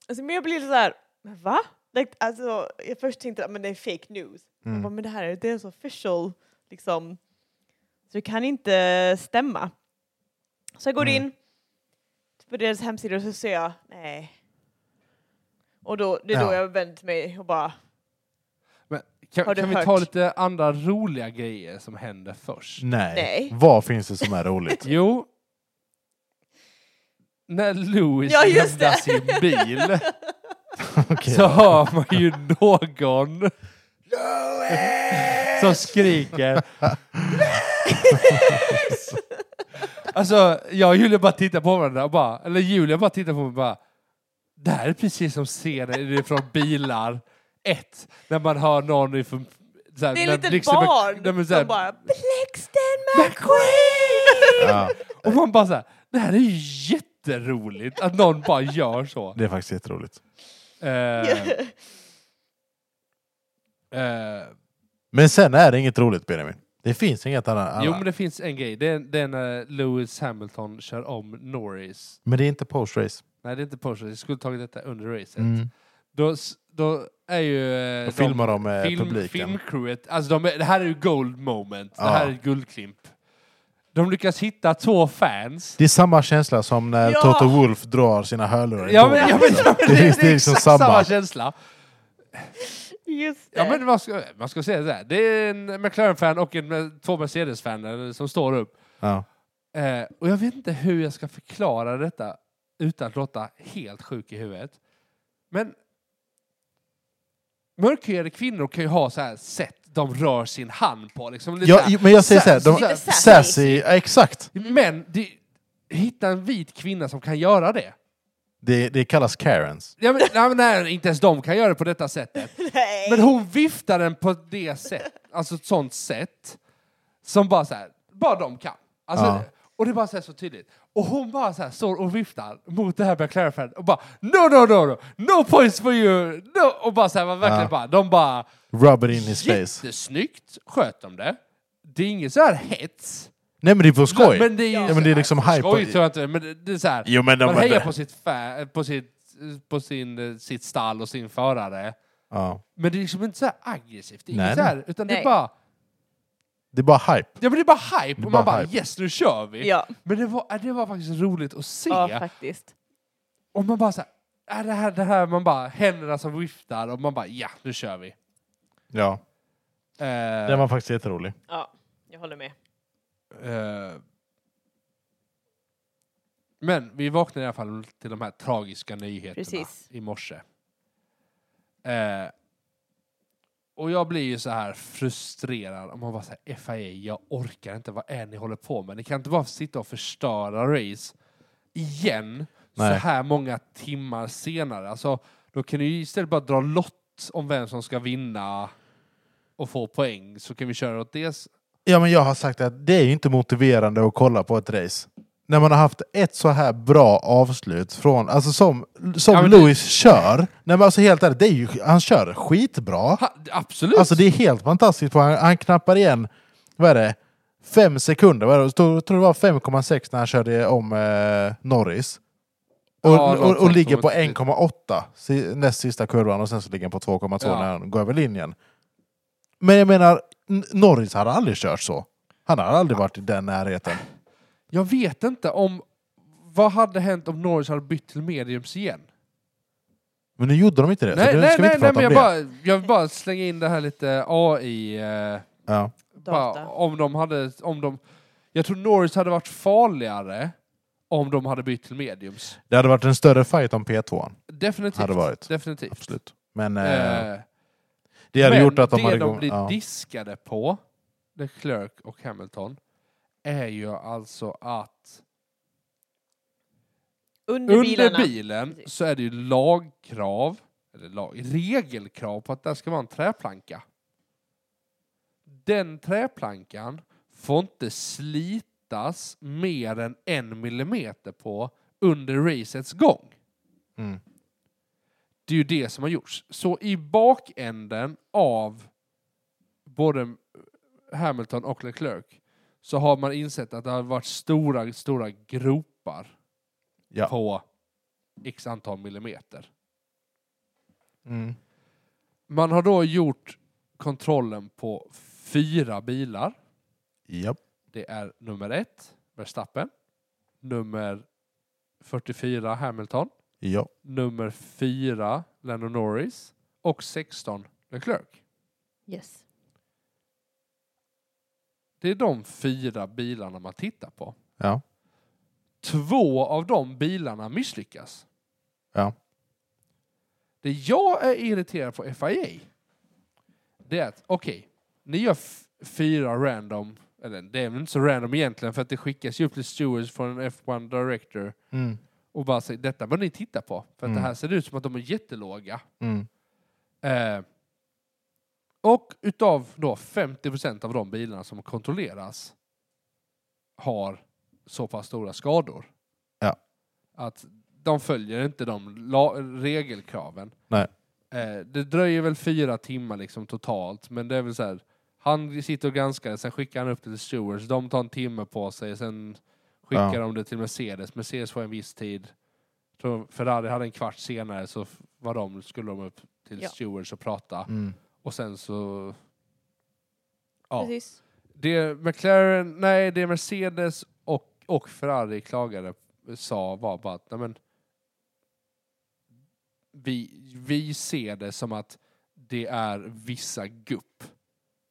[SPEAKER 2] alltså, men jag blir så här, men va? Like, alltså, jag först tänkte att men det är fake news. Jag Bara,
[SPEAKER 1] Mm.
[SPEAKER 2] men det här är det är så official, liksom. Så det kan inte stämma. Så jag går
[SPEAKER 1] Nej.
[SPEAKER 2] in på deras hemsida och så ser jag, nej. Och då, det är
[SPEAKER 1] Ja.
[SPEAKER 2] då jag vänder mig och bara,
[SPEAKER 3] Men kan
[SPEAKER 2] Har du
[SPEAKER 3] kan vi
[SPEAKER 2] hört?
[SPEAKER 3] ta lite andra roliga grejer som händer först?
[SPEAKER 1] Nej.
[SPEAKER 2] Nej.
[SPEAKER 1] Vad finns det som är roligt?
[SPEAKER 3] Jo. När Louis
[SPEAKER 2] Ja, just
[SPEAKER 3] lämnar
[SPEAKER 2] det.
[SPEAKER 3] sin bil
[SPEAKER 1] Okej.
[SPEAKER 3] så hör man ju någon som skriker. alltså jag och Julia bara tittar på varandra och bara, eller Julia bara tittar på mig och bara. Det här är precis som scener från bilar. Ett, när man hör någon ifrån... Så här,
[SPEAKER 2] Det är
[SPEAKER 3] när
[SPEAKER 2] ett litet
[SPEAKER 3] blixten-
[SPEAKER 2] barn
[SPEAKER 3] Nej, men så här,
[SPEAKER 2] som bara Blixten
[SPEAKER 3] <laughs>
[SPEAKER 2] McQueen!
[SPEAKER 1] Ja,
[SPEAKER 2] <laughs>
[SPEAKER 3] Och man bara så här, det här är ju jätteroligt att någon bara gör så.
[SPEAKER 1] det är faktiskt jätteroligt.
[SPEAKER 3] Eh, eh,
[SPEAKER 1] Men sen är det inget roligt Benjamin. Det finns inget annat.
[SPEAKER 3] jo men
[SPEAKER 1] men,
[SPEAKER 3] det finns en grej, det är, det är när Lewis Hamilton kör om Norris.
[SPEAKER 1] det är inte post-race.
[SPEAKER 3] Nej det är inte Porsche, jag skulle tagit detta under racet.
[SPEAKER 1] Mm.
[SPEAKER 3] Då, s- då är ju... eh,
[SPEAKER 1] Då filmar de med
[SPEAKER 3] film,
[SPEAKER 1] publiken.
[SPEAKER 3] Filmcrewet, alltså de är, det här är ju gold moment, det här
[SPEAKER 1] Ja.
[SPEAKER 3] är ett guldklimp. De lyckas hitta två fans
[SPEAKER 1] Det är samma känsla som när
[SPEAKER 2] Ja!
[SPEAKER 1] Toto Wolf drar sina hörlurar i
[SPEAKER 3] Ja
[SPEAKER 1] tåget.
[SPEAKER 3] men, ja, men, ja, men
[SPEAKER 1] Det
[SPEAKER 3] <laughs> det,
[SPEAKER 1] är-
[SPEAKER 3] det är
[SPEAKER 1] liksom
[SPEAKER 3] exakt
[SPEAKER 1] samma.
[SPEAKER 3] samma känsla.
[SPEAKER 2] Just det.
[SPEAKER 3] Ja men man ska, man ska säga så här. det är en McLaren-fan och en, med- två Mercedes-fan eh, som står upp.
[SPEAKER 1] Ja.
[SPEAKER 3] Eh, och jag vet inte hur jag ska förklara detta utan att låta helt sjuk i huvudet. Men mörkhyade kvinnor kan ju ha så här sätt de rör sin hand på. Liksom, lite
[SPEAKER 1] Ja,
[SPEAKER 3] så här.
[SPEAKER 1] ju- men jag säger så här,
[SPEAKER 2] Lite
[SPEAKER 1] de,
[SPEAKER 2] sassy.
[SPEAKER 1] sassy, ja, exakt.
[SPEAKER 3] Men det, hitta en vit kvinna som kan göra det.
[SPEAKER 1] Det, det kallas Karens.
[SPEAKER 3] Ja, men, nej, men nej, inte ens de kan göra det på detta sättet.
[SPEAKER 2] Nej.
[SPEAKER 3] Men hon viftar den på det sätt, alltså ett sånt sätt som bara så här, bara de kan. Alltså,
[SPEAKER 1] Ja.
[SPEAKER 3] Och det är bara så, här så tydligt. Och hon bara så här står och viftar mot det här McLaren-fanet och bara no, no, no, no, no points for you! No. Och bara så här, man verkligen
[SPEAKER 1] Ja.
[SPEAKER 3] bara, de bara
[SPEAKER 1] Rub it in his face.
[SPEAKER 3] jättesnyggt sköt de det. Det är ingen så här hets.
[SPEAKER 1] Nej men det är på skoj.
[SPEAKER 3] Men det är, ju
[SPEAKER 1] Ja,
[SPEAKER 3] så
[SPEAKER 1] men det är
[SPEAKER 3] här-
[SPEAKER 1] liksom hype.
[SPEAKER 3] Skoj tror jag inte, men det- det är så här.
[SPEAKER 1] Jo, men de-
[SPEAKER 3] man hejar på sitt, fa- på sitt, på sin, eh, sitt stall och sin förare.
[SPEAKER 1] Ja.
[SPEAKER 3] Men det är liksom inte så här aggressivt, det är
[SPEAKER 1] Nej,
[SPEAKER 3] inget så
[SPEAKER 1] nej.
[SPEAKER 3] här, utan det är
[SPEAKER 2] Nej.
[SPEAKER 3] bara,
[SPEAKER 1] Det är bara hype.
[SPEAKER 3] ja, men det är bara hype och man
[SPEAKER 1] bara
[SPEAKER 3] bara
[SPEAKER 1] hype.
[SPEAKER 3] yes nu kör vi.
[SPEAKER 2] Ja.
[SPEAKER 3] Men det var, äh, det var faktiskt roligt att se.
[SPEAKER 2] Ja, faktiskt.
[SPEAKER 3] och man bara så här, äh, det här, det här, man bara händerna som viftar och man bara ja nu kör vi.
[SPEAKER 1] Ja.
[SPEAKER 3] Eh,
[SPEAKER 1] Den var faktiskt jätterolig.
[SPEAKER 2] Ja, jag håller med.
[SPEAKER 3] eh, men vi vaknade i alla fall till de här tragiska nyheterna
[SPEAKER 2] Precis.
[SPEAKER 3] i morse. Eh, och jag blir ju så här frustrerad om man bara säger FIA, E, jag orkar inte, vad är ni håller på med? Ni kan inte bara sitta och förstöra race igen så
[SPEAKER 1] Nej.
[SPEAKER 3] här många timmar senare. Alltså, då kan ni ju istället bara dra lott om vem som ska vinna och få poäng så kan vi köra åt det. s-
[SPEAKER 1] Ja, men jag har sagt att det är ju inte motiverande att kolla på ett race. När man har haft ett så här bra avslut från, alltså som, som
[SPEAKER 3] Ja, men det-
[SPEAKER 1] Lewis kör. Nej men alltså helt ärligt, det är ju, han kör skitbra.
[SPEAKER 3] Ha, absolut!
[SPEAKER 1] Alltså det är helt fantastiskt. Han, han knappar igen, vad är det, fem sekunder. Vad är det? Jag tror tror det var 5,6 när han körde om eh, Norris. Och,
[SPEAKER 3] Ja, något
[SPEAKER 1] och, och
[SPEAKER 3] sånt
[SPEAKER 1] ligger på
[SPEAKER 3] otroligt.
[SPEAKER 1] 1,8 si- näst sista kurvan och sen så ligger han på 2,2
[SPEAKER 3] Ja.
[SPEAKER 1] när han går över linjen. Men jag menar, N- Norris hade aldrig kört så. Han har aldrig varit i den närheten.
[SPEAKER 3] Jag vet inte om... Vad hade hänt om Norris hade bytt till mediums igen?
[SPEAKER 1] Men nu gjorde de inte det,
[SPEAKER 3] nej,
[SPEAKER 1] så nu
[SPEAKER 3] nej,
[SPEAKER 1] ska vi
[SPEAKER 3] nej,
[SPEAKER 1] inte
[SPEAKER 3] nej,
[SPEAKER 1] prata
[SPEAKER 3] men jag
[SPEAKER 1] om det.
[SPEAKER 3] bara, jag vill bara slänga in det här lite AI... Eh,
[SPEAKER 1] Ja.
[SPEAKER 2] Data.
[SPEAKER 3] bara, om de hade... Om de, jag tror Norris hade varit farligare om de hade bytt till mediums.
[SPEAKER 1] Det hade varit en större fight om P2,
[SPEAKER 3] Definitivt.
[SPEAKER 1] Hade varit.
[SPEAKER 3] Definitivt.
[SPEAKER 1] absolut. Men eh,
[SPEAKER 3] Eh,
[SPEAKER 1] det hade
[SPEAKER 3] men
[SPEAKER 1] gjort att de
[SPEAKER 3] det
[SPEAKER 1] hade...
[SPEAKER 3] de
[SPEAKER 1] gått-
[SPEAKER 3] blir
[SPEAKER 1] ja.
[SPEAKER 3] diskade på, Leclerc och Hamilton, är ju alltså att
[SPEAKER 2] Under,
[SPEAKER 3] under
[SPEAKER 2] bilarna.
[SPEAKER 3] bilen
[SPEAKER 2] Precis.
[SPEAKER 3] så är det ju lagkrav, eller lag, regelkrav på att det ska vara en träplanka. Den träplankan får inte slitas mer än en millimeter på under racets gång.
[SPEAKER 1] Mm.
[SPEAKER 3] Det är ju det som har gjorts. Så i bakänden av både Hamilton och Leclerc så har man insett att det har varit stora, stora gropar
[SPEAKER 1] Ja.
[SPEAKER 3] på x antal millimeter.
[SPEAKER 1] Mm.
[SPEAKER 3] Man har då gjort kontrollen på fyra bilar.
[SPEAKER 1] Japp.
[SPEAKER 3] Det är nummer ett, Verstappen. Nummer 44, Hamilton.
[SPEAKER 1] Ja.
[SPEAKER 3] Nummer fyra, Lando Norris. Och 16, Leclerc.
[SPEAKER 2] Yes.
[SPEAKER 3] Det är de fyra bilarna man tittar på.
[SPEAKER 1] Ja.
[SPEAKER 3] Två av de bilarna misslyckas.
[SPEAKER 1] Ja.
[SPEAKER 3] Det jag är irriterad på FIA, det är att okej, ni gör f- fyra random, eller det är väl inte så random egentligen för att det skickas ju upp till stewards från en F1 director
[SPEAKER 1] Mm.
[SPEAKER 3] och bara säger detta bör ni titta på för att
[SPEAKER 1] Mm.
[SPEAKER 3] det här ser ut som att de är jättelåga.
[SPEAKER 1] Mm.
[SPEAKER 3] Eh, och utav då 50% av de bilarna som kontrolleras har så pass stora skador.
[SPEAKER 1] Ja.
[SPEAKER 3] Att de följer inte de la- regelkraven.
[SPEAKER 1] Nej.
[SPEAKER 3] Eh, det dröjer väl fyra timmar liksom totalt, men det är väl så här. Han sitter och granskar det, sen skickar han upp det till stewards. De tar en timme på sig, sen skickar
[SPEAKER 1] Ja.
[SPEAKER 3] de det till Mercedes. Mercedes får en viss tid. Jag tror Ferrari hade en kvart senare så f- var de, skulle de upp till
[SPEAKER 2] Ja.
[SPEAKER 3] stewards och prata.
[SPEAKER 1] Mm.
[SPEAKER 3] Och sen så... Ja.
[SPEAKER 2] Precis.
[SPEAKER 3] Det är McLaren, nej det är Mercedes och, och Ferrari klagade, sa var bara att nej men, vi, vi ser det som att det är vissa gupp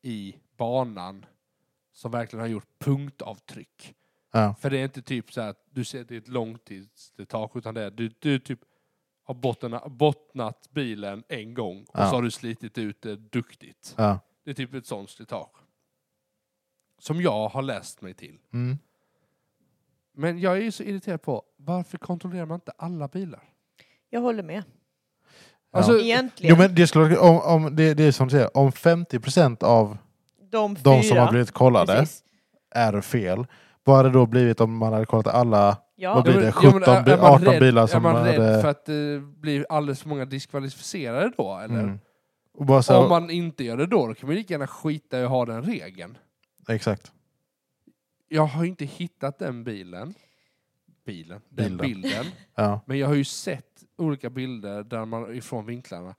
[SPEAKER 3] i banan som verkligen har gjort punktavtryck.
[SPEAKER 1] Ja.
[SPEAKER 3] För det är inte typ så här att du ser att det är ett långtidsläckage utan det är du, du typ har bottna, bottnat bilen en gång och
[SPEAKER 1] Ja.
[SPEAKER 3] så har du slitit ut det duktigt.
[SPEAKER 1] Ja.
[SPEAKER 3] Det är typ ett sånt slitage. Som jag har läst mig till.
[SPEAKER 1] Mm.
[SPEAKER 3] Men jag är ju så irriterad på varför kontrollerar man inte alla bilar?
[SPEAKER 2] Jag håller med.
[SPEAKER 3] Alltså,
[SPEAKER 2] Egentligen,
[SPEAKER 1] Jo, men det, skulle, om, om, det, det är som du säger, om 50% av
[SPEAKER 2] de fyra.
[SPEAKER 1] de som har blivit kollade
[SPEAKER 2] Precis.
[SPEAKER 1] är fel, vad hade det då blivit om man hade kollat alla?
[SPEAKER 2] Ja.
[SPEAKER 1] Vad blir
[SPEAKER 3] Ja, men-
[SPEAKER 1] det?
[SPEAKER 3] ja,
[SPEAKER 1] 17
[SPEAKER 3] men
[SPEAKER 1] bi-
[SPEAKER 3] är man
[SPEAKER 1] 18
[SPEAKER 3] rädd-
[SPEAKER 1] bilar som
[SPEAKER 3] Är man rädd
[SPEAKER 1] hade-
[SPEAKER 3] för att det blir alldeles för många diskvalificerade då? Eller?
[SPEAKER 1] Mm. Och bara så,
[SPEAKER 3] Om man inte gör det då, då kan man ju lika gärna skita i att ha den regeln.
[SPEAKER 1] Exakt.
[SPEAKER 3] Jag har ju inte hittat den bilen. Bilen? Den
[SPEAKER 1] Bilden.
[SPEAKER 3] bilden.
[SPEAKER 1] Ja.
[SPEAKER 3] Men jag har ju sett olika bilder där man, ifrån vinklarna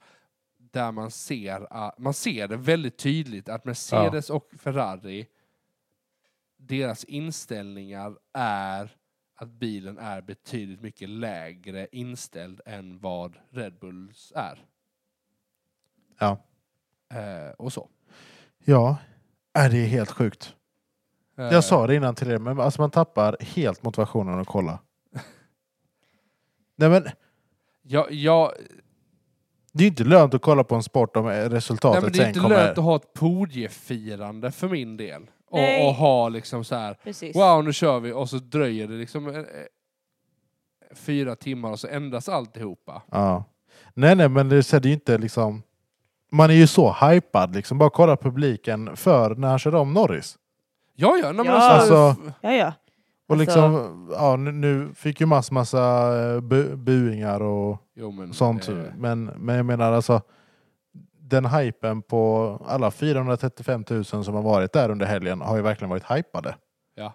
[SPEAKER 3] där man ser, att, man ser det väldigt tydligt att Mercedes och Ferrari deras inställningar är att bilen är betydligt mycket lägre inställd än vad Red Bulls är.
[SPEAKER 1] Ja.
[SPEAKER 3] Eh, och så.
[SPEAKER 1] ja. Äh, det är helt sjukt.
[SPEAKER 3] Eh,
[SPEAKER 1] Jag sa det innan till er, men alltså man tappar helt motivationen att kolla.
[SPEAKER 3] <laughs>
[SPEAKER 1] Nej, men
[SPEAKER 3] jag, jag,
[SPEAKER 1] det är ju inte lönt att kolla på en sport om resultatet
[SPEAKER 3] nej, men det är
[SPEAKER 1] sen
[SPEAKER 3] inte
[SPEAKER 1] kommer.
[SPEAKER 3] lönt att ha ett podiefirande för min del. Och,
[SPEAKER 2] Nej.
[SPEAKER 3] och ha liksom så här
[SPEAKER 2] Precis.
[SPEAKER 3] Wow, nu kör vi! Och så dröjer det liksom eh, eh, fyra timmar och så ändras alltihopa.
[SPEAKER 1] Ja. Nej, nej, men det är så här, det är ju inte liksom... Man är ju så hypad liksom. Bara kolla publiken för när han körde om Norris.
[SPEAKER 3] Ja, ja, nej, men
[SPEAKER 2] Ja.
[SPEAKER 3] alltså,
[SPEAKER 1] Alltså-
[SPEAKER 2] Ja, ja.
[SPEAKER 1] Och
[SPEAKER 2] Alltså-
[SPEAKER 1] liksom, ja, nu, nu fick ju mass, massa eh, bu, buingar och
[SPEAKER 3] jo, men,
[SPEAKER 1] sånt.
[SPEAKER 3] eh,
[SPEAKER 1] Men, men jag menar alltså, den hypen på alla 435 000 som har varit där under helgen har ju verkligen varit hypade.
[SPEAKER 3] Ja.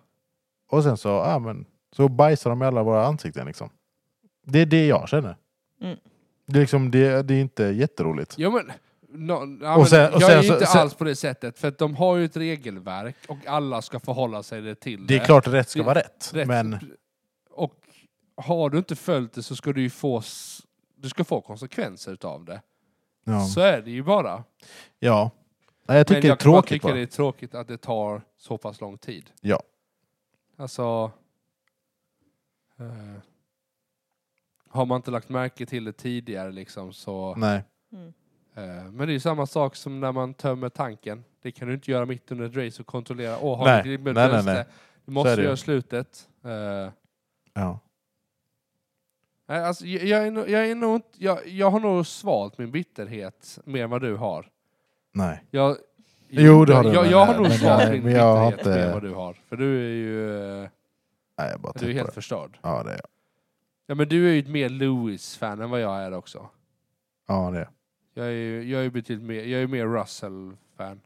[SPEAKER 1] Och sen så, ja, men, så bajsar de i alla våra ansikten liksom. Det är det jag känner.
[SPEAKER 2] Mm.
[SPEAKER 1] Det, är liksom, det, det är inte jätteroligt.
[SPEAKER 3] Jo, men, no, ja,
[SPEAKER 1] Och
[SPEAKER 3] men
[SPEAKER 1] sen- och
[SPEAKER 3] jag
[SPEAKER 1] sen
[SPEAKER 3] är ju
[SPEAKER 1] så-
[SPEAKER 3] inte
[SPEAKER 1] sen-
[SPEAKER 3] alls på det sättet, för att de har ju ett regelverk och alla ska förhålla sig det till
[SPEAKER 1] Det är klart att rätt ska
[SPEAKER 3] Det-
[SPEAKER 1] vara rätt.
[SPEAKER 3] Rätt-
[SPEAKER 1] Men
[SPEAKER 3] Och har du inte följt det så ska du ju få, s- du ska få konsekvenser utav det.
[SPEAKER 1] ja.
[SPEAKER 3] Så är det ju bara.
[SPEAKER 1] ja. Nej, jag tycker
[SPEAKER 3] men jag
[SPEAKER 1] det är tråkigt.
[SPEAKER 3] tycker
[SPEAKER 1] bara.
[SPEAKER 3] det är tråkigt att det tar så pass lång tid.
[SPEAKER 1] Ja.
[SPEAKER 3] Alltså... Eh, har man inte lagt märke till det tidigare liksom så...
[SPEAKER 1] Nej.
[SPEAKER 2] Mm.
[SPEAKER 3] Eh, men det är ju samma sak som när man tömmer tanken. Det kan du inte göra mitt under ett race och kontrollera. Åh, har
[SPEAKER 1] Nej.
[SPEAKER 3] du glömt
[SPEAKER 1] Nej, nej,
[SPEAKER 3] bränsle?
[SPEAKER 1] nej.
[SPEAKER 3] Du måste
[SPEAKER 1] är det ju.
[SPEAKER 3] göra slutet. Eh,
[SPEAKER 1] Ja.
[SPEAKER 3] Nej, alltså, jag, jag, är nog, jag, är nog, inte- jag, jag har nog svalt min bitterhet mer än vad du har.
[SPEAKER 1] Nej.
[SPEAKER 3] Jag,
[SPEAKER 1] Jo, det har
[SPEAKER 3] jag,
[SPEAKER 1] du,
[SPEAKER 3] jag,
[SPEAKER 1] men-
[SPEAKER 3] jag har nog
[SPEAKER 1] men-
[SPEAKER 3] svalt min
[SPEAKER 1] men jag har
[SPEAKER 3] bitterhet mer
[SPEAKER 1] inte-
[SPEAKER 3] än vad du har. För du är ju eh,
[SPEAKER 1] Nej, jag bara
[SPEAKER 3] du är
[SPEAKER 1] tittar.
[SPEAKER 3] helt förstörd.
[SPEAKER 1] Ja, det är jag.
[SPEAKER 3] Ja, men du är ju ett mer Lewis-fan än vad jag är också.
[SPEAKER 1] Ja, det är jag.
[SPEAKER 3] Jag är ju jag är ju betydligt mer, jag är ju mer Russell-fan.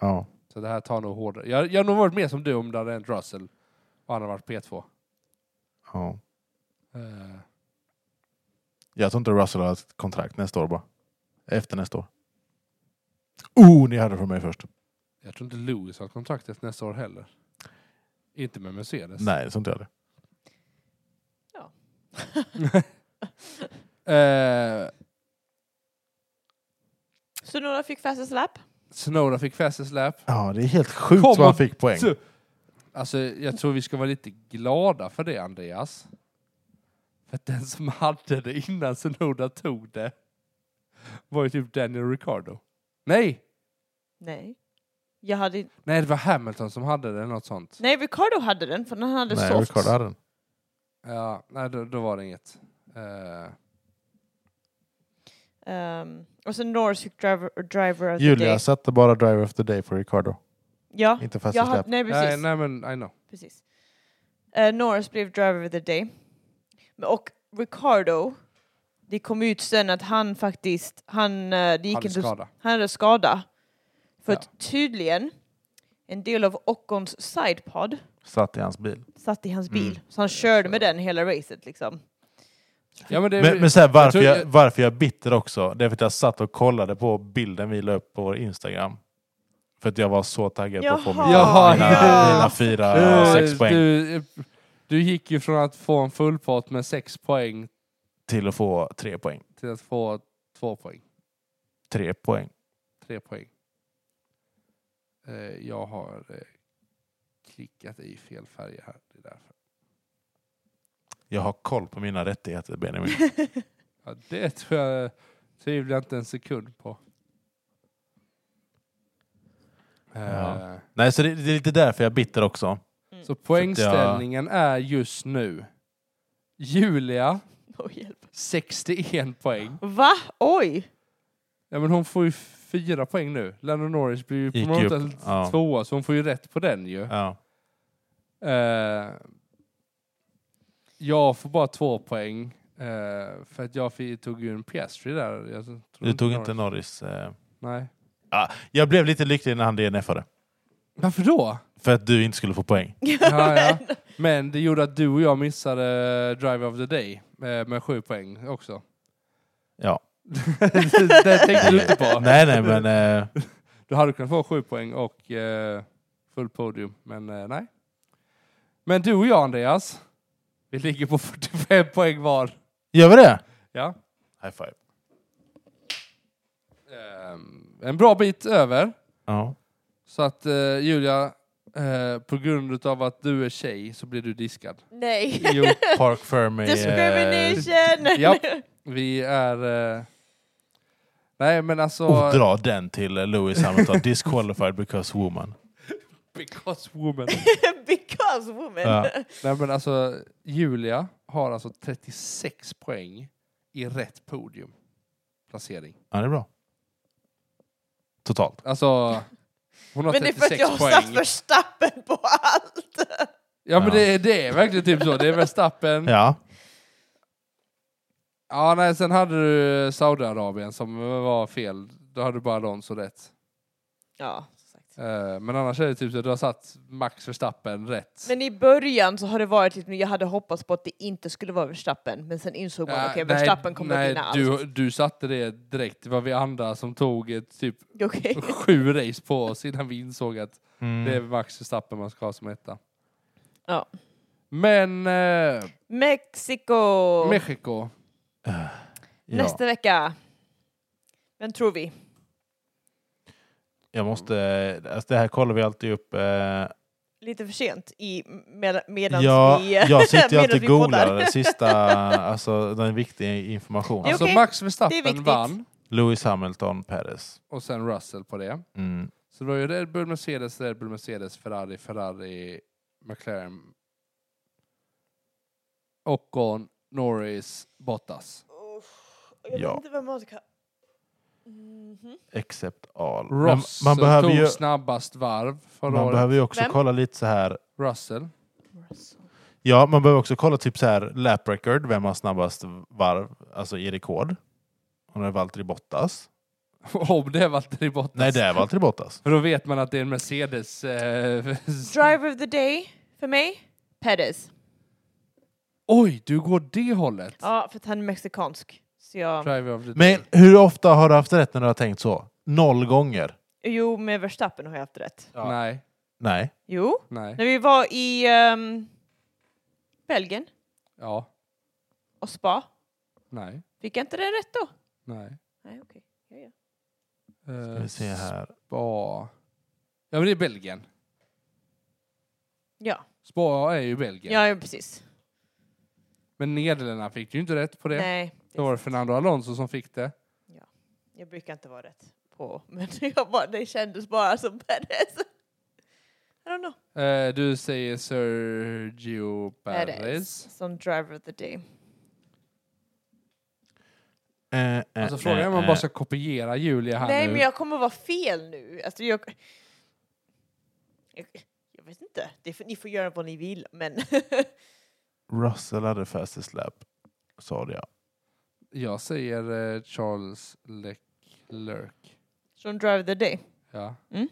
[SPEAKER 1] Ja.
[SPEAKER 3] Så det här tar nog hårdare. Jag, jag har nog varit mer som du om det hade hänt Russell och han hade varit P2.
[SPEAKER 1] ja.
[SPEAKER 3] Eh,
[SPEAKER 1] Jag tror inte Russell har ett kontrakt nästa år bara. Efter nästa år. Oh, ni hörde från mig först.
[SPEAKER 3] jag tror inte Lewis har kontraktet nästa år heller. Inte med Mercedes.
[SPEAKER 1] Nej, det tror inte jag det.
[SPEAKER 3] Eh,
[SPEAKER 2] Så några fick fastest lap.
[SPEAKER 3] Snowda fick fastest lap.
[SPEAKER 1] Ja, det är helt sjukt
[SPEAKER 3] Kom
[SPEAKER 1] vad han
[SPEAKER 3] och-
[SPEAKER 1] fick poäng.
[SPEAKER 3] Så- Alltså, jag tror vi ska vara lite glada för det, Andreas. För att den som hade det innan Snowda tog det var ju typ Daniel Ricardo. Nej!
[SPEAKER 2] Nej. Jag hade...
[SPEAKER 3] Nej, det var Hamilton som hade det, eller något sånt.
[SPEAKER 2] Nej, Ricardo hade den för han hade
[SPEAKER 1] Nej,
[SPEAKER 2] softs.
[SPEAKER 1] Ricardo hade den.
[SPEAKER 3] Ja, nej, då, då var det inget. Eh,
[SPEAKER 2] Ehm, och sen Norris fick driver, driver of the
[SPEAKER 1] Julia
[SPEAKER 2] day.
[SPEAKER 1] satte bara Driver of the Day för Ricardo.
[SPEAKER 2] Ja,
[SPEAKER 1] Inte fast
[SPEAKER 2] jag
[SPEAKER 1] jag
[SPEAKER 2] hade, nej precis.
[SPEAKER 3] nej, nej, men I know.
[SPEAKER 2] precis. Eh, Norris blev driver of the day. Men- Och Ricardo, det kom ut sen att han faktiskt, han, eh, det gick
[SPEAKER 3] Hade
[SPEAKER 2] inte,
[SPEAKER 3] skada.
[SPEAKER 2] han hade skada. För
[SPEAKER 3] Ja.
[SPEAKER 2] att tydligen, en del av Ockons sidepod
[SPEAKER 1] Satt i hans bil.
[SPEAKER 2] satt i hans bil.
[SPEAKER 1] Mm.
[SPEAKER 2] Så han körde med den hela racet liksom.
[SPEAKER 3] Ja, men det,
[SPEAKER 1] Men, men så här, varför,
[SPEAKER 3] tror-
[SPEAKER 1] jag, varför jag är bitter också, det är för att jag satt och kollade på bilden vi la upp på vår Instagram. För att jag var så taggad på att få mina,
[SPEAKER 3] Jaha,
[SPEAKER 1] mina,
[SPEAKER 3] ja.
[SPEAKER 1] mina fyra,
[SPEAKER 3] Eh,
[SPEAKER 1] sex poäng
[SPEAKER 3] Du, du gick ju från att få en full pot med sex poäng
[SPEAKER 1] till att få tre poäng.
[SPEAKER 3] till att få två poäng,
[SPEAKER 1] Tre poäng.
[SPEAKER 3] tre poäng. Eh, jag har eh, klickat i fel färger här. Det är därför.
[SPEAKER 1] Jag har koll på mina rättigheter, Benjamin.
[SPEAKER 3] Ja, det tror jag tvivlar jag inte en sekund på. Eh,
[SPEAKER 1] Ja. Mm. Nej, så det, det är lite därför jag är bitter också.
[SPEAKER 3] Så poängställningen är just nu Julia
[SPEAKER 2] Åh, hjälp.
[SPEAKER 3] 61 poäng.
[SPEAKER 2] Va? Oj!
[SPEAKER 3] Ja, men hon får ju fyra poäng nu. Lando Norris blir ju
[SPEAKER 1] Gick
[SPEAKER 3] på något
[SPEAKER 1] ju upp,
[SPEAKER 3] sätt
[SPEAKER 1] ja.
[SPEAKER 3] tvåa, så hon får ju rätt på den ju.
[SPEAKER 1] Ja.
[SPEAKER 3] Eh, jag får bara två poäng. eh, för att jag fi- tog ju en Piastri där. Jag tror
[SPEAKER 1] Du tog inte Norris.
[SPEAKER 3] Norris-
[SPEAKER 1] Eh.
[SPEAKER 3] Nej.
[SPEAKER 1] Jag blev lite lycklig när han DNFade.
[SPEAKER 3] Varför då?
[SPEAKER 1] För att du inte skulle få poäng.
[SPEAKER 2] <laughs>
[SPEAKER 3] Ja, <laughs> ja. Men det gjorde att du och jag missade Drive of the Day eh, med sju poäng också. <laughs>
[SPEAKER 1] Ja.
[SPEAKER 3] det tänkte du inte
[SPEAKER 1] <laughs>
[SPEAKER 3] på.
[SPEAKER 1] Nej, nej, men... Eh,
[SPEAKER 3] Du hade kunnat få sju poäng och eh, full podium, men eh, nej. Men du och jag Andreas, vi ligger på 45 poäng var.
[SPEAKER 1] gör vi det?
[SPEAKER 3] Ja.
[SPEAKER 1] High five.
[SPEAKER 3] Ehm, en bra bit över.
[SPEAKER 1] Ja.
[SPEAKER 3] Så att eh, Julia, eh, på grund av att du är tjej så blir du diskad.
[SPEAKER 2] Nej.
[SPEAKER 3] Jo,
[SPEAKER 1] Park Fermi... Eh,
[SPEAKER 2] Discrimination!
[SPEAKER 3] <laughs> japp. vi är... Eh, nej men alltså...
[SPEAKER 1] oh, dra den till eh, Lewis Hamilton. Disqualified because woman.
[SPEAKER 3] Because woman.
[SPEAKER 2] <laughs> Because woman!
[SPEAKER 1] Ja.
[SPEAKER 3] nej men alltså, Julia har alltså 36 poäng i rätt podium. Placering.
[SPEAKER 1] Ja, det är bra. Totalt.
[SPEAKER 3] Alltså, hon har
[SPEAKER 2] Men det är för att
[SPEAKER 3] 36
[SPEAKER 2] jag har
[SPEAKER 3] poäng.
[SPEAKER 2] satt Verstappen på allt!
[SPEAKER 3] Ja men
[SPEAKER 1] Ja.
[SPEAKER 3] det, är- det är verkligen typ så. Det är Verstappen. Ja.
[SPEAKER 1] Ja.
[SPEAKER 3] ja nej, sen hade du Saudiarabien som var fel. Då hade du bara Alonso rätt.
[SPEAKER 2] Ja, exakt.
[SPEAKER 3] Eh, Men annars är det typ så att du har satt Max Verstappen rätt.
[SPEAKER 2] Men i början så har det varit lite, jag hade hoppats på att det inte skulle vara Verstappen, men sen insåg man
[SPEAKER 3] Ja,
[SPEAKER 2] okej,
[SPEAKER 3] nej,
[SPEAKER 2] Verstappen kommer
[SPEAKER 3] nej,
[SPEAKER 2] att vinna
[SPEAKER 3] du,
[SPEAKER 2] allt.
[SPEAKER 3] Du satte det direkt. Det var vi andra som tog ett,
[SPEAKER 2] <laughs>
[SPEAKER 3] typ
[SPEAKER 2] Okej.
[SPEAKER 3] sju race på oss innan vi insåg att
[SPEAKER 1] Mm.
[SPEAKER 3] det är Max Verstappen man ska ha som etta.
[SPEAKER 2] Ja.
[SPEAKER 3] Men eh,
[SPEAKER 2] Mexiko!
[SPEAKER 3] Mexiko.
[SPEAKER 1] ja.
[SPEAKER 2] Nästa vecka. Vem tror vi?
[SPEAKER 1] Jag måste... eh, Alltså det här kollar vi alltid upp. Eh,
[SPEAKER 2] Lite för sent i med, medans
[SPEAKER 1] ja,
[SPEAKER 2] vi...
[SPEAKER 1] jag
[SPEAKER 2] <laughs>
[SPEAKER 1] sitter ju
[SPEAKER 2] medan
[SPEAKER 1] alltid
[SPEAKER 2] vi
[SPEAKER 1] och googlar
[SPEAKER 2] poddar.
[SPEAKER 1] det sista, alltså den viktiga informationen.
[SPEAKER 2] är
[SPEAKER 3] Alltså
[SPEAKER 2] okej.
[SPEAKER 3] Max
[SPEAKER 2] Det är
[SPEAKER 3] Verstappen
[SPEAKER 2] viktigt.
[SPEAKER 3] vann
[SPEAKER 1] Lewis Hamilton, Perez.
[SPEAKER 3] och sen Russell på det.
[SPEAKER 1] Mm.
[SPEAKER 3] Så det var ju Red Bull, Mercedes, Red Bull, Mercedes, Ferrari, Ferrari, McLaren, Ocon, Norris, Bottas.
[SPEAKER 2] Uff, Jag vet
[SPEAKER 1] Ja.
[SPEAKER 2] inte vem man ska... Mhm.
[SPEAKER 1] Except all. Men
[SPEAKER 3] Russell
[SPEAKER 1] man behöver
[SPEAKER 3] tog
[SPEAKER 1] ju,
[SPEAKER 3] snabbast varv eh, förra
[SPEAKER 1] man
[SPEAKER 3] året.
[SPEAKER 1] behöver ju också
[SPEAKER 2] Vem?
[SPEAKER 1] kolla lite så här.
[SPEAKER 3] Russell. <laughs>
[SPEAKER 2] Russell.
[SPEAKER 1] Ja, man behöver också kolla typ så här lap record, vem har snabbast varv, alltså i rekord. Om det är Valtteri Bottas.
[SPEAKER 3] Om det är Valtteri Bottas.
[SPEAKER 1] Nej, det är Valtteri Bottas.
[SPEAKER 3] För då vet man att det är en
[SPEAKER 2] <laughs>
[SPEAKER 3] Mercedes. Eh,
[SPEAKER 2] Driver of the day för mig, Perez.
[SPEAKER 3] Oj, du går det hållet.
[SPEAKER 2] Ja, för att han är mexikansk. Så jag...
[SPEAKER 3] Driver of the day.
[SPEAKER 1] Men hur ofta har du haft rätt när du har tänkt så? Noll gånger?
[SPEAKER 2] Jo, med Verstappen har jag haft rätt.
[SPEAKER 1] Ja.
[SPEAKER 3] Nej,
[SPEAKER 1] Nej.
[SPEAKER 2] Jo,
[SPEAKER 3] nej.
[SPEAKER 2] när vi var i ehm, Belgien
[SPEAKER 3] Ja,
[SPEAKER 2] och spa,
[SPEAKER 3] nej,
[SPEAKER 2] fick jag inte den rätt då?
[SPEAKER 3] nej. Eh,
[SPEAKER 2] Nej, okej. Ja, ja.
[SPEAKER 1] Ska vi se här.
[SPEAKER 3] Spa. Ja, men det är Belgien.
[SPEAKER 2] Ja.
[SPEAKER 3] Spa är ju Belgien.
[SPEAKER 2] Ja, ja, precis.
[SPEAKER 3] Men Nederländerna fick ju inte rätt på det.
[SPEAKER 2] Nej. det
[SPEAKER 3] Då
[SPEAKER 2] är
[SPEAKER 3] var det
[SPEAKER 2] sant.
[SPEAKER 3] Fernando Alonso som fick det.
[SPEAKER 2] Ja. Jag brukar inte vara rätt på, <laughs> men jag bara, det kändes bara som Perez. I don't know.
[SPEAKER 3] Eh, du säger Sergio Perez.
[SPEAKER 2] Som driver of the day.
[SPEAKER 1] Eh, eh,
[SPEAKER 3] Alltså frågan är om
[SPEAKER 1] eh,
[SPEAKER 3] man
[SPEAKER 1] eh.
[SPEAKER 3] bara ska kopiera Julia här
[SPEAKER 2] Nej,
[SPEAKER 3] nu.
[SPEAKER 2] men jag kommer vara fel nu. Alltså, jag, jag, jag vet inte. Det får, ni får göra vad ni vill, men <laughs>
[SPEAKER 1] eh, Russell hade fastest lap, sa jag.
[SPEAKER 3] Jag säger eh, Charles Leclerc.
[SPEAKER 2] som driver the day.
[SPEAKER 3] Ja.
[SPEAKER 2] Mm.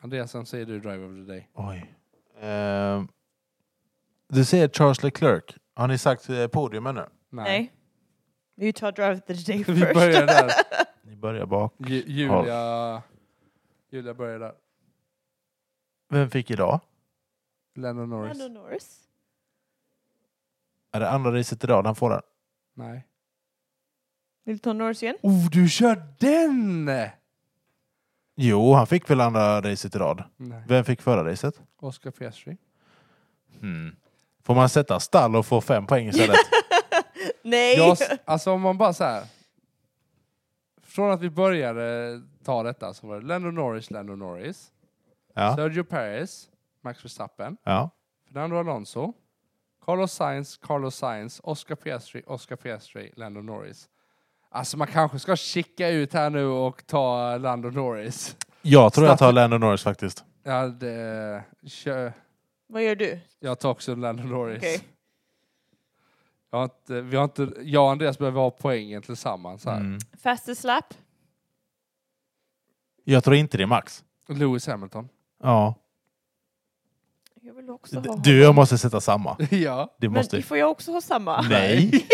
[SPEAKER 3] Andreasen, säger du Drive of the Day?
[SPEAKER 1] Oj. Ehm, du säger Charles Leclerc. Har ni sagt eh, podiumen nu?
[SPEAKER 3] <laughs>
[SPEAKER 2] Nej. Vi tar driver of the day
[SPEAKER 3] Vi
[SPEAKER 2] först.
[SPEAKER 3] börjar där.
[SPEAKER 1] Ni börjar bak.
[SPEAKER 3] <laughs> Ju- Julia, Julia börjar där.
[SPEAKER 1] Vem fick idag?
[SPEAKER 3] Lennon Norris.
[SPEAKER 2] Lando Norris.
[SPEAKER 1] Är det andra racet idag han får den?
[SPEAKER 3] Nej.
[SPEAKER 2] Vill du ta Norris igen?
[SPEAKER 3] Oh, du kör den!
[SPEAKER 1] Jo, han fick väl andra racet i rad.
[SPEAKER 3] Nej.
[SPEAKER 1] Vem fick förra racet?
[SPEAKER 3] Oscar Piastri.
[SPEAKER 1] Hmm. Får man sätta stall och få fem poäng istället?
[SPEAKER 2] Nej! <laughs>
[SPEAKER 3] Jag, s- alltså om man bara så här. Från att vi började ta detta så var det Lennon Norris, Lennon Norris.
[SPEAKER 1] ja.
[SPEAKER 3] Sergio Perez, Max Verstappen,
[SPEAKER 1] ja.
[SPEAKER 3] Fernando Alonso, Carlos Sainz, Carlos Sainz, Oscar Piastri, Oscar Piastri, Lando Norris. Alltså man kanske ska chicka ut här nu och ta Lando Norris.
[SPEAKER 1] Jag tror jag
[SPEAKER 3] Staffan-
[SPEAKER 1] tar Lando Norris faktiskt.
[SPEAKER 3] Ja, det, kö,
[SPEAKER 2] Vad gör du?
[SPEAKER 3] jag tar också Lando Norris.
[SPEAKER 2] Okej.
[SPEAKER 3] Jag, har inte, vi har inte, jag och Andreas behöver ha poängen tillsammans här.
[SPEAKER 1] Mm.
[SPEAKER 2] Fastest lap?
[SPEAKER 1] Jag tror inte det är Max.
[SPEAKER 3] Lewis Hamilton. <laughs>
[SPEAKER 1] Ja.
[SPEAKER 2] Jag vill också
[SPEAKER 1] D-
[SPEAKER 2] ha
[SPEAKER 1] Du, jag måste sätta samma.
[SPEAKER 3] ja.
[SPEAKER 1] Det
[SPEAKER 2] Men
[SPEAKER 1] måste...
[SPEAKER 2] måste... får jag också ha samma?
[SPEAKER 1] Nej.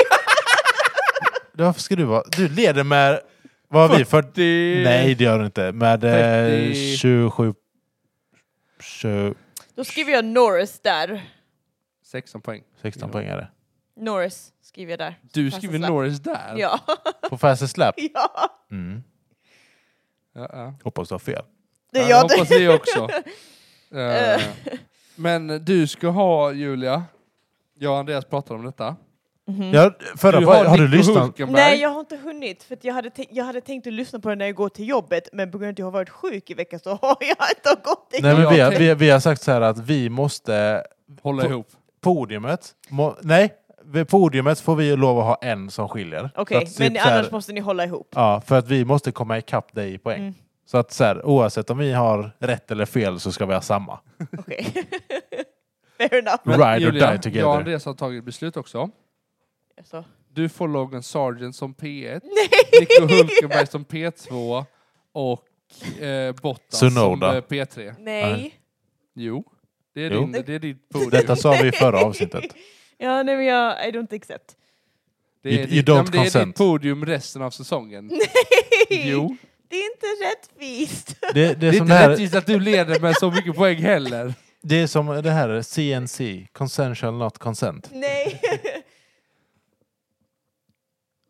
[SPEAKER 1] Varför ska du vara... Du leder med... Vad har vi? 40...
[SPEAKER 3] Det...
[SPEAKER 1] Nej, det gör du inte. Med eh,
[SPEAKER 3] 30.
[SPEAKER 1] 27... 20...
[SPEAKER 2] Då skriver jag Norris där.
[SPEAKER 3] 16 poäng.
[SPEAKER 1] 16
[SPEAKER 3] Ja.
[SPEAKER 1] poängare.
[SPEAKER 2] Norris skriver jag där.
[SPEAKER 3] Du
[SPEAKER 2] Fast
[SPEAKER 3] skriver
[SPEAKER 2] slapp.
[SPEAKER 3] Norris där?
[SPEAKER 2] Ja.
[SPEAKER 1] På fastest lap?
[SPEAKER 2] ja.
[SPEAKER 1] Mm.
[SPEAKER 3] Ja, ja.
[SPEAKER 1] Hoppas du har fel.
[SPEAKER 2] Det
[SPEAKER 3] Ja,
[SPEAKER 2] är
[SPEAKER 3] det
[SPEAKER 2] jag <laughs>
[SPEAKER 3] hoppas
[SPEAKER 2] det.
[SPEAKER 3] vi också. Eh, men du ska ha, Julia, jag och Andreas pratade om detta.
[SPEAKER 2] Mhm.
[SPEAKER 1] Ja, förra,
[SPEAKER 3] du
[SPEAKER 1] har, har du
[SPEAKER 3] Nico
[SPEAKER 1] lyssnat?
[SPEAKER 3] Hulkenberg.
[SPEAKER 2] Nej, jag har inte hunnit. För att jag, hade tänkt- jag hade tänkt att lyssna på det när jag går till jobbet, men på grund av att jag har varit sjuk i veckan så <laughs> har jag inte gått till
[SPEAKER 1] Nej, men
[SPEAKER 3] Jag
[SPEAKER 1] vi, har, vi,
[SPEAKER 3] tänkte-
[SPEAKER 1] vi har sagt så här att vi måste...
[SPEAKER 3] Hålla ihop.
[SPEAKER 1] Podiumet... Må, nej, vid podiumet får vi lov att ha en som skiljer.
[SPEAKER 2] Okej,
[SPEAKER 1] Så att typ
[SPEAKER 2] men
[SPEAKER 1] så här-
[SPEAKER 2] annars måste ni hålla ihop.
[SPEAKER 1] Ja, för att vi måste komma ikapp dig i poäng.
[SPEAKER 2] Mm.
[SPEAKER 1] Så att så här, oavsett om vi har rätt eller fel så ska vi ha samma.
[SPEAKER 2] Okej. <laughs> Fair enough.
[SPEAKER 1] Men- Ride or die together.
[SPEAKER 3] jag och Andreas har tagit beslut också.
[SPEAKER 2] Alltså.
[SPEAKER 3] Du får Logan Sargent som P1,
[SPEAKER 2] <laughs> Nej!
[SPEAKER 3] Nico Hulkenberg som P2 och eh, Bottas som
[SPEAKER 1] Sunoda.
[SPEAKER 3] eh, P3.
[SPEAKER 2] Nej.
[SPEAKER 3] Jo, det är,
[SPEAKER 1] Jo.
[SPEAKER 3] Din, det är ditt podium.
[SPEAKER 1] Detta sa vi i förra avsnittet.
[SPEAKER 2] <laughs> Ja, nej men jag, I don't accept.
[SPEAKER 3] det
[SPEAKER 1] You-
[SPEAKER 3] är,
[SPEAKER 1] you
[SPEAKER 3] ditt,
[SPEAKER 1] don't
[SPEAKER 3] ja, men det är ditt
[SPEAKER 1] consent.
[SPEAKER 3] podium resten av säsongen. Jo,
[SPEAKER 2] Det är inte rättvist. <laughs>
[SPEAKER 1] Det, det,
[SPEAKER 3] det
[SPEAKER 1] är
[SPEAKER 3] är
[SPEAKER 1] som det,
[SPEAKER 3] inte
[SPEAKER 1] här,
[SPEAKER 3] rättvist att du leder med så mycket poäng heller.
[SPEAKER 1] det är som det här CNC, consensual not consent.
[SPEAKER 2] Nej.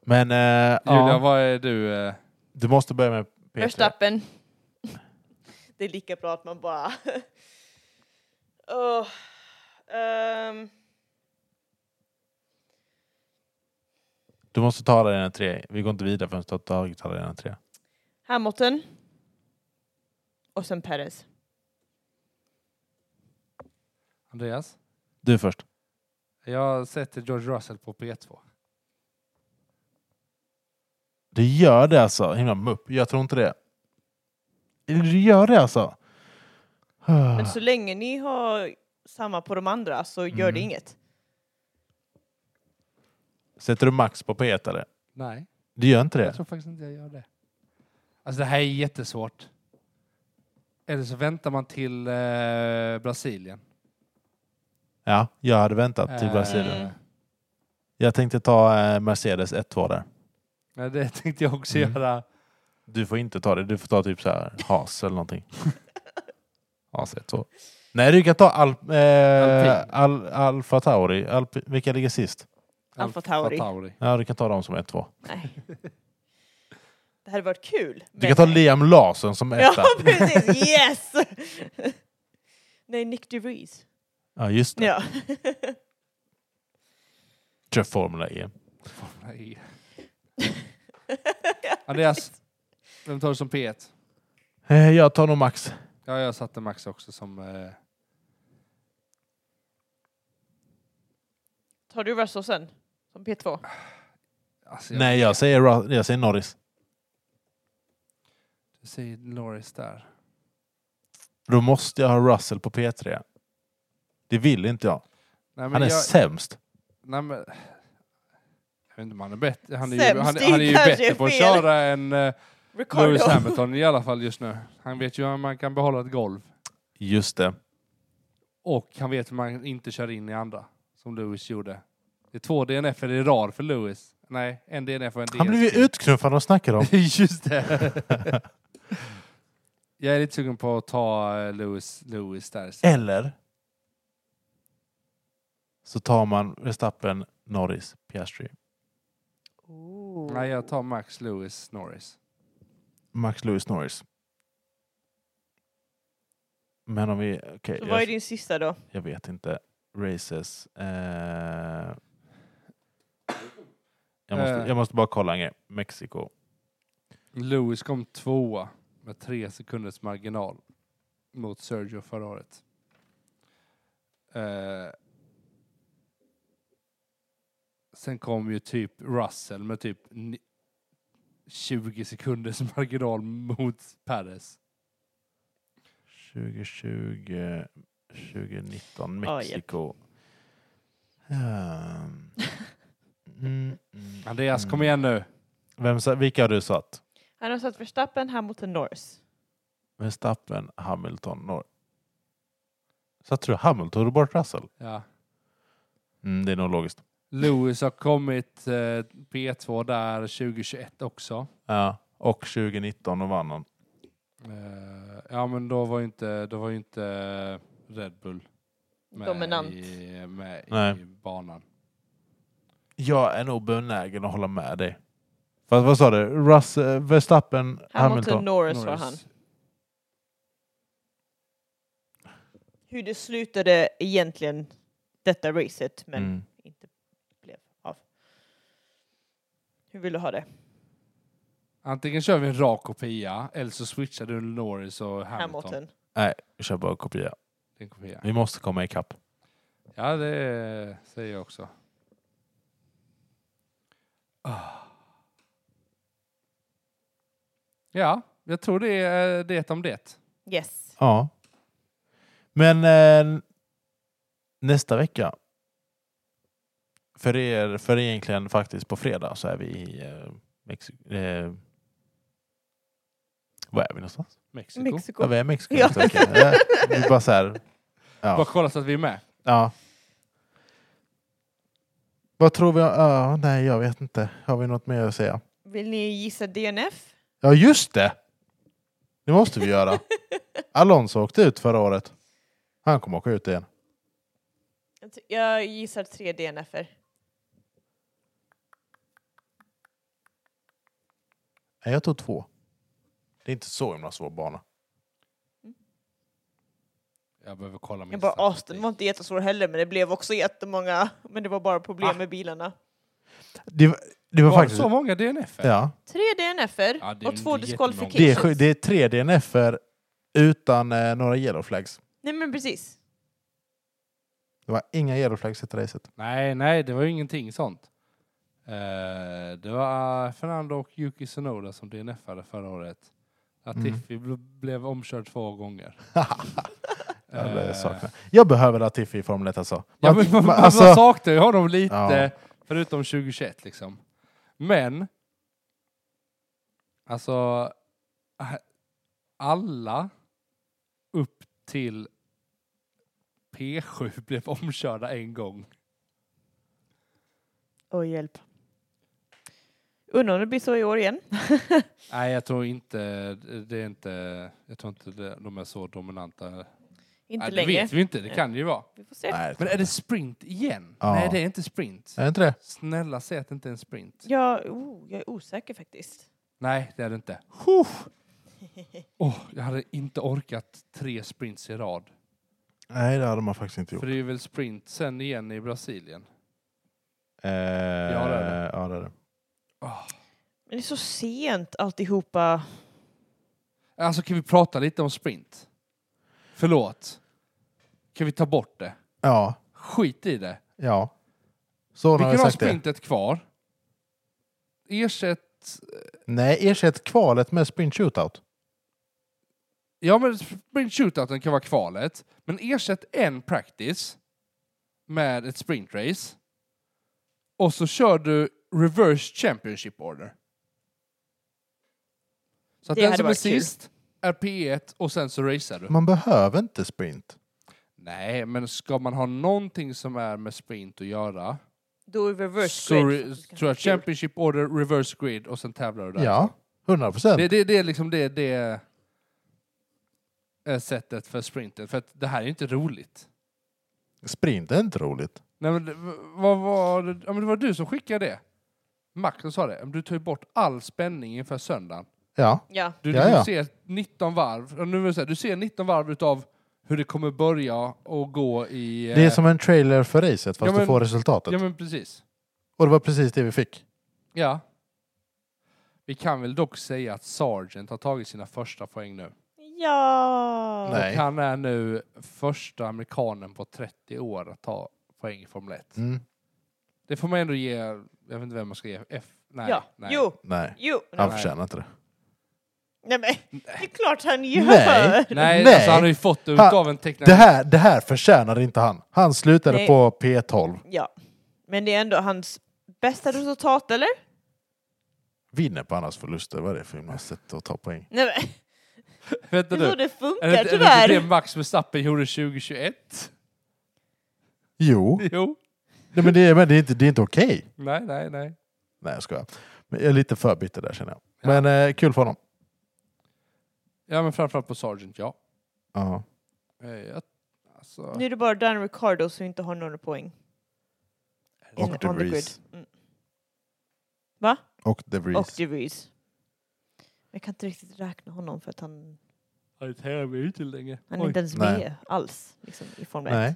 [SPEAKER 1] Men eh,
[SPEAKER 3] Julia,
[SPEAKER 1] ja,
[SPEAKER 3] vad är du? eh,
[SPEAKER 1] du måste börja med P3.
[SPEAKER 2] Verstappen. Det är lika bra att man bara... <laughs> Åh. Ehm,
[SPEAKER 1] Du måste ta alla dina tre. Vi går inte vidare förrän du har tagit alla dina tre.
[SPEAKER 2] Hamilton. Och sen Perez.
[SPEAKER 3] Andreas?
[SPEAKER 1] Du först.
[SPEAKER 3] Jag sätter George Russell på P2.
[SPEAKER 1] Du gör det alltså. Himla mupp. Jag tror inte det. Du gör det alltså. <sighs>
[SPEAKER 2] Men
[SPEAKER 1] Ah.
[SPEAKER 2] så länge ni har samma på de andra så gör det
[SPEAKER 1] Mm.
[SPEAKER 2] inget.
[SPEAKER 1] Sätter du max på P1 eller?
[SPEAKER 3] Nej,
[SPEAKER 1] Du gör inte
[SPEAKER 3] jag
[SPEAKER 1] det?
[SPEAKER 3] tror faktiskt inte jag gör det. Alltså det här är jättesvårt. Eller så väntar man till eh, Brasilien.
[SPEAKER 1] Ja, jag hade väntat till
[SPEAKER 3] Eh,
[SPEAKER 1] Brasilien.
[SPEAKER 2] Mm.
[SPEAKER 1] Jag tänkte ta eh, Mercedes 1-2 där.
[SPEAKER 3] ja, det tänkte jag också
[SPEAKER 1] Mm.
[SPEAKER 3] göra.
[SPEAKER 1] Du får inte ta det. Du får ta typ så här Haas eller
[SPEAKER 3] <laughs>
[SPEAKER 1] någonting. Haas 1-2. Nej, du kan ta Al, eh,
[SPEAKER 3] Alpin.
[SPEAKER 1] Al, Alfa Tauri. Alp, vilka ligger sist?
[SPEAKER 2] Alfa Tauri.
[SPEAKER 1] Ja, du kan ta dem som 1-2. <laughs>
[SPEAKER 2] Nej. Det hade varit kul.
[SPEAKER 1] Du kan ta Liam Larsson som etta.
[SPEAKER 2] <laughs> Ja, precis. Yes! <laughs> Nej, Nick DeVries.
[SPEAKER 1] Ja, just det.
[SPEAKER 2] Ja.
[SPEAKER 1] Kör Formula E.
[SPEAKER 3] Nej. <laughs> Andreas, Vem tar du som P1?
[SPEAKER 1] Eh, Jag tar nog Max.
[SPEAKER 3] Ja, jag satte Max också som... Eh,
[SPEAKER 2] Tar du Russell sen? Som P2?
[SPEAKER 3] alltså
[SPEAKER 1] Nej, jag säger, Ru- jag säger Norris.
[SPEAKER 3] Du säger Loris där.
[SPEAKER 1] Då måste jag ha Russell på P3. Det vill inte jag.
[SPEAKER 3] Nej, men
[SPEAKER 1] Han är
[SPEAKER 3] jag,
[SPEAKER 1] sämst.
[SPEAKER 3] nej, men, jag vet inte om han är bättre. Han är ju,
[SPEAKER 2] Sämst,
[SPEAKER 3] han,
[SPEAKER 2] det är
[SPEAKER 3] han är ju
[SPEAKER 2] kanske
[SPEAKER 3] bättre på att
[SPEAKER 2] fel.
[SPEAKER 3] köra än eh,
[SPEAKER 2] Ricardo?
[SPEAKER 3] Lewis Hamilton i alla fall just nu. Han vet ju hur man kan behålla ett golv.
[SPEAKER 1] Just det.
[SPEAKER 3] Och han vet hur man inte kör in i andra, som Lewis gjorde. Det är två DNF i rad för Lewis. Nej, en DNF och en DNF.
[SPEAKER 1] Han blev ju utknuffad och snackade om.
[SPEAKER 3] <laughs> Just det. jag är lite sugen på att ta eh, Lewis, Lewis där.
[SPEAKER 1] Eh. Eller så tar man Verstappen, Norris, Piastri.
[SPEAKER 2] Ooh.
[SPEAKER 3] Nej, jag tar Max Lewis Norris.
[SPEAKER 1] Max Lewis Norris. Men om vi... Okej,
[SPEAKER 2] Så vad är
[SPEAKER 1] jag,
[SPEAKER 2] din sista <laughs> då?
[SPEAKER 1] jag vet inte. Races. Eh, jag, måste,
[SPEAKER 3] Eh.
[SPEAKER 1] jag måste bara kolla en grej. Mexiko.
[SPEAKER 3] Lewis kom tvåa med tre sekunders marginal mot Sergio förra året. Eh, sen kom ju typ Russell med typ ni- 20 sekunders <laughs> marginal mot Perez.
[SPEAKER 1] 2020, 2019,
[SPEAKER 2] Ja, Ah, japp.
[SPEAKER 1] Mexiko. Ehm. Mm, mm,
[SPEAKER 3] Andreas,
[SPEAKER 1] mm.
[SPEAKER 3] alltså, kom igen nu!
[SPEAKER 1] Vem, sa- vilka har du satt?
[SPEAKER 2] Han har satt Verstappen, Hamilton, Norris.
[SPEAKER 1] Verstappen, Hamilton, Nor... Satte du Hamilton och bort Russell?
[SPEAKER 3] Ja.
[SPEAKER 1] Mm, det är nog logiskt.
[SPEAKER 3] Lewis har kommit eh, P2 där 2021 också.
[SPEAKER 1] Ja. Och 2019 och vann han.
[SPEAKER 3] Eh, ja, men då var ju inte, då var ju inte Red Bull med
[SPEAKER 2] Dominant.
[SPEAKER 3] i, med
[SPEAKER 1] Nej.
[SPEAKER 3] i banan.
[SPEAKER 1] Jag är nog benägen att hålla med dig. Fast vad sa du? Russ, eh, Verstappen,
[SPEAKER 2] Hamilton,
[SPEAKER 1] Hamilton?
[SPEAKER 2] Norris, var han. Hur det slutade egentligen detta racet, men
[SPEAKER 1] Mm.
[SPEAKER 2] inte blev av. Hur vill du ha det?
[SPEAKER 3] Antingen kör vi en rak kopia eller så switchar du Norris och Hamilton.
[SPEAKER 2] Hamilton.
[SPEAKER 1] Nej, jag kör bara kopia.
[SPEAKER 3] Det är en kopia.
[SPEAKER 1] Vi måste komma ikapp.
[SPEAKER 3] Ja, det säger jag också. Ah. Ja, jag tror det är det om det.
[SPEAKER 2] Yes.
[SPEAKER 1] Ja. Men eh, nästa vecka. För er, för egentligen faktiskt på fredag så är vi i eh, Mexiko. Eh, var är vi någonstans?
[SPEAKER 3] Mexiko.
[SPEAKER 2] Mexiko.
[SPEAKER 1] Ja, vi är i Mexiko
[SPEAKER 2] Ja.
[SPEAKER 1] nästa vecka. Eh, vi är bara så här.
[SPEAKER 3] Bara
[SPEAKER 1] Ja.
[SPEAKER 3] kolla så att vi är med.
[SPEAKER 1] ja. Vad tror vi? Ja, nej, jag vet inte. Har vi något mer att säga?
[SPEAKER 2] Vill ni gissa DNF?
[SPEAKER 1] Ja, just det! Det måste vi göra. Alonso åkte ut förra året. Han kommer åka ut igen.
[SPEAKER 2] Jag t- Jag gissar tre DNFer.
[SPEAKER 1] Nej, jag tog två. Det är inte så himla svår bana.
[SPEAKER 3] Jag behöver kolla min
[SPEAKER 2] Jag bara,
[SPEAKER 3] statistik.
[SPEAKER 2] Austin var inte jättesvår heller, men det blev också jättemånga. Men det var bara problem
[SPEAKER 3] Ah.
[SPEAKER 2] med bilarna.
[SPEAKER 1] Det, var- det var,
[SPEAKER 3] Var det
[SPEAKER 1] faktiskt...
[SPEAKER 3] så många DNF?
[SPEAKER 1] Ja.
[SPEAKER 2] Tre DNFer
[SPEAKER 3] Ja, det är
[SPEAKER 2] och
[SPEAKER 1] Det, är,
[SPEAKER 2] två
[SPEAKER 3] jättemånga.
[SPEAKER 2] disqualifications.
[SPEAKER 1] sju- det är tre DNF-er utan eh, några yellow flags.
[SPEAKER 2] Nej, men precis.
[SPEAKER 1] Det var inga yellow flags i det racet.
[SPEAKER 3] Nej, nej, det var ju ingenting sånt. Eh, det var eh, Fernando och Yuki Sonoda som DNFade förra året. Latifi bl- blev omkörd två gånger.
[SPEAKER 1] Eller
[SPEAKER 3] Eh,
[SPEAKER 1] saknar. Jag behöver Latifi i Formel 1 alltså.
[SPEAKER 3] ja,
[SPEAKER 1] Man-
[SPEAKER 3] men man,
[SPEAKER 1] man-
[SPEAKER 3] man,
[SPEAKER 1] alltså,
[SPEAKER 3] saknar ju honom lite,
[SPEAKER 1] Ja.
[SPEAKER 3] förutom 2021 liksom. Men, alltså, eh, alla upp till P7 <laughs> blev omkörda en gång.
[SPEAKER 2] Åh, hjälp. Undrar om det blir så i år igen.
[SPEAKER 3] Nej, jag tror inte det är inte, jag tror inte det, de är så dominanta. Inte
[SPEAKER 2] Inte
[SPEAKER 3] Nej, det
[SPEAKER 2] längre.
[SPEAKER 3] vet vi inte, det kan ju vara.
[SPEAKER 2] Vi får se.
[SPEAKER 1] nej,
[SPEAKER 3] Men är det sprint igen?
[SPEAKER 1] Ja.
[SPEAKER 3] Nej, det är inte sprint.
[SPEAKER 1] är det inte det?
[SPEAKER 3] Snälla, säg att det inte är en sprint.
[SPEAKER 2] Ja, oh, jag är osäker faktiskt.
[SPEAKER 3] Nej, det är det inte. Huh! <laughs> Åh, jag hade inte orkat tre sprints i rad.
[SPEAKER 1] Nej, det hade man faktiskt inte gjort.
[SPEAKER 3] För det är väl sprint sen igen i Brasilien?
[SPEAKER 1] Eh, ja,
[SPEAKER 3] det är det.
[SPEAKER 1] Ja, det är det.
[SPEAKER 3] Åh,
[SPEAKER 2] Men det är så sent alltihopa.
[SPEAKER 3] Alltså kan vi prata lite om sprint? Förlåt. Kan vi ta bort det?
[SPEAKER 1] Ja,
[SPEAKER 3] Skit i det.
[SPEAKER 1] ja. Så
[SPEAKER 3] Vi
[SPEAKER 1] har vi
[SPEAKER 3] kan ha
[SPEAKER 1] sagt det.
[SPEAKER 3] sprintet kvar. Ersätt...
[SPEAKER 1] Nej, ersätt kvalet med sprint shootout.
[SPEAKER 3] Ja, men sprint shootouten kan vara kvalet. Men ersätt en practice med ett sprintrace. Och så kör du reverse championship order. Så att
[SPEAKER 2] Det
[SPEAKER 3] den
[SPEAKER 2] hade
[SPEAKER 3] som är
[SPEAKER 2] varit kul.
[SPEAKER 3] sist är P1 och sen så racear du.
[SPEAKER 1] Man behöver inte sprint.
[SPEAKER 3] Nej, men ska man ha någonting som är med sprint att göra
[SPEAKER 2] Då är reverse
[SPEAKER 3] så
[SPEAKER 2] grid.
[SPEAKER 3] re- tror jag Championship Order, Reverse Grid och sen tävlar du där.
[SPEAKER 1] Ja, 100
[SPEAKER 3] Det,
[SPEAKER 1] procent.
[SPEAKER 3] det, det är liksom det, det är sättet för sprinten, för att det här är inte roligt.
[SPEAKER 1] Sprint är inte roligt.
[SPEAKER 3] Nej, men, det- vad var det? Ja, men det var du som skickade det. Max som sa det, men du tar ju bort all spänning inför söndagen.
[SPEAKER 1] Ja,
[SPEAKER 2] Ja,
[SPEAKER 3] Du,
[SPEAKER 1] Ja, ja.
[SPEAKER 3] du ser 19 varv, ja, nu vill jag säga, du ser 19 varv utav hur det kommer börja och gå i...
[SPEAKER 1] det är
[SPEAKER 3] eh,
[SPEAKER 1] som en trailer för racet fast
[SPEAKER 3] Ja, men-
[SPEAKER 1] du får resultatet.
[SPEAKER 3] Ja men precis.
[SPEAKER 1] Och det var precis det vi fick.
[SPEAKER 3] Ja. Vi kan väl dock säga att Sargent har tagit sina första poäng nu.
[SPEAKER 2] ja.
[SPEAKER 1] Nej.
[SPEAKER 3] Och han är nu första amerikanen på 30 år att ta poäng i Formel 1.
[SPEAKER 1] Mm.
[SPEAKER 3] Det får man ändå ge, jag vet inte vem man ska ge F. Nej,
[SPEAKER 2] ja.
[SPEAKER 3] nej.
[SPEAKER 2] Jo,
[SPEAKER 1] Nej,
[SPEAKER 2] jo.
[SPEAKER 1] han
[SPEAKER 3] Nej.
[SPEAKER 1] förtjänar inte det.
[SPEAKER 2] Nej men, det är klart han gör!
[SPEAKER 1] Nej.
[SPEAKER 3] Nej,
[SPEAKER 1] Nej.
[SPEAKER 3] Alltså han har ju fått det
[SPEAKER 1] Ha-
[SPEAKER 3] utav en tecknare.
[SPEAKER 1] Det här, det här förtjänar inte han. Han slutade
[SPEAKER 2] Nej.
[SPEAKER 1] på P12.
[SPEAKER 2] Ja. Men det är ändå hans bästa resultat, eller?
[SPEAKER 1] Vinner på annars förluster. Vad är det för himla sätt att ta poäng?
[SPEAKER 2] Nej men,
[SPEAKER 3] Vänta
[SPEAKER 2] det
[SPEAKER 3] nu.
[SPEAKER 2] är så det
[SPEAKER 3] Är det,
[SPEAKER 2] funkar
[SPEAKER 3] inte- är det inte det
[SPEAKER 2] tyvärr!
[SPEAKER 3] Max Verstappen gjorde 2021?
[SPEAKER 1] Jo,
[SPEAKER 3] Jo.
[SPEAKER 1] Nej, men, det är, men det är inte, det är inte okej.
[SPEAKER 3] Nej, nej, nej.
[SPEAKER 1] Nej, jag skojar. Men jag är lite för bitter där känner jag. Men eh, kul för honom.
[SPEAKER 3] Ja, men framförallt på Sargent, ja.
[SPEAKER 1] Ja.
[SPEAKER 3] Eh, Jag, alltså,
[SPEAKER 2] Nu är det bara Dan Ricardo som inte har några poäng.
[SPEAKER 1] Och
[SPEAKER 2] on the
[SPEAKER 1] DeVries.
[SPEAKER 2] grid. Mm.
[SPEAKER 1] Och DeVries.
[SPEAKER 2] Och DeVries. Men Jag kan inte riktigt räkna honom för att han,
[SPEAKER 3] det här är vi ute länge.
[SPEAKER 2] han är
[SPEAKER 3] Oj.
[SPEAKER 2] inte ens
[SPEAKER 1] Nej.
[SPEAKER 2] med alls liksom, i Formel 1.
[SPEAKER 1] Nej.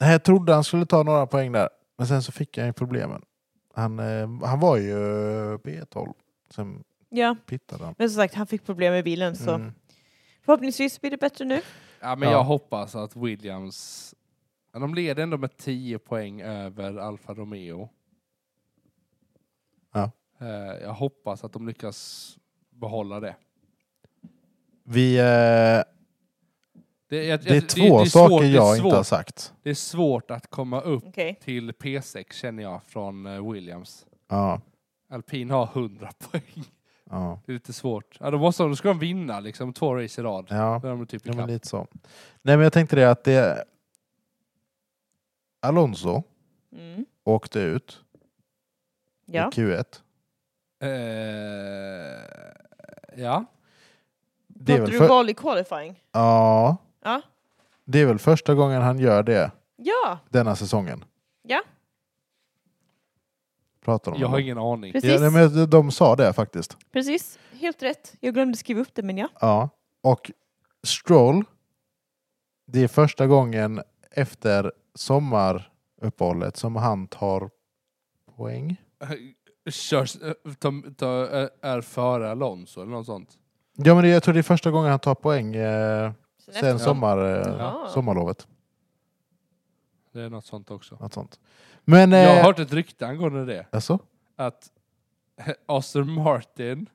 [SPEAKER 1] Nej, jag trodde han skulle ta några poäng där. Men sen så fick han ju problemen. Han, eh, han var ju eh, B12. Sen
[SPEAKER 2] Ja,
[SPEAKER 1] pittade han.
[SPEAKER 2] men som sagt, han fick problem med bilen så
[SPEAKER 1] Mm.
[SPEAKER 2] förhoppningsvis blir det bättre nu.
[SPEAKER 3] Ja, men
[SPEAKER 1] Ja.
[SPEAKER 3] jag hoppas att Williams... Ja, de leder ändå med 10 poäng över Alfa Romeo.
[SPEAKER 1] Ja.
[SPEAKER 3] Eh, Jag hoppas att de lyckas behålla det.
[SPEAKER 1] Vi, eh, det
[SPEAKER 3] Det, jag- jag-
[SPEAKER 1] är två saker
[SPEAKER 3] svårt- det är
[SPEAKER 1] jag inte har
[SPEAKER 3] svårt-
[SPEAKER 1] sagt.
[SPEAKER 3] Det är svårt att komma upp
[SPEAKER 2] Okej.
[SPEAKER 3] till P6 känner jag från eh, Williams.
[SPEAKER 1] Ja,
[SPEAKER 3] Alpin har 100 <laughs> poäng.
[SPEAKER 1] ja,
[SPEAKER 3] Det är lite svårt. Ja, då, måste, de- då ska de vinna liksom två race i rad.
[SPEAKER 1] ja.
[SPEAKER 3] Då är de typ i
[SPEAKER 1] ja men
[SPEAKER 3] kapp.
[SPEAKER 1] lite så. Nej men jag tänkte det att det... Alonso
[SPEAKER 2] Mm.
[SPEAKER 1] åkte ut
[SPEAKER 2] Ja.
[SPEAKER 1] i Q1.
[SPEAKER 3] Eh, ja.
[SPEAKER 1] Det är
[SPEAKER 2] Pratar
[SPEAKER 1] väl
[SPEAKER 2] du
[SPEAKER 1] för...
[SPEAKER 2] val i qualifying?
[SPEAKER 1] Ja,
[SPEAKER 2] Ja.
[SPEAKER 1] det är väl första gången han gör det
[SPEAKER 2] Ja,
[SPEAKER 1] denna säsongen.
[SPEAKER 2] Ja.
[SPEAKER 1] Pratar de
[SPEAKER 3] Jag
[SPEAKER 1] om
[SPEAKER 3] har
[SPEAKER 1] det?
[SPEAKER 3] ingen aning.
[SPEAKER 2] Precis.
[SPEAKER 1] Ja, nej, men de- de sa det faktiskt.
[SPEAKER 2] precis. Helt rätt. Jag glömde skriva upp det, men ja.
[SPEAKER 1] Ja. Och Stroll, det är första gången efter sommaruppehållet som han tar poäng.
[SPEAKER 3] körs, eh, ta, ta, eh, är före Alonso eller något sånt.
[SPEAKER 1] Ja, men det, jag tror det är första gången han tar poäng eh,
[SPEAKER 2] Så nästa-
[SPEAKER 1] sen sommar, eh,
[SPEAKER 2] Ja.
[SPEAKER 1] sommarlovet.
[SPEAKER 3] Det är något sånt också.
[SPEAKER 1] Något sånt. Men... Eh,
[SPEAKER 3] Jag har hört ett rykte angående det.
[SPEAKER 1] alltså,
[SPEAKER 3] Att <laughs> Aston Martin,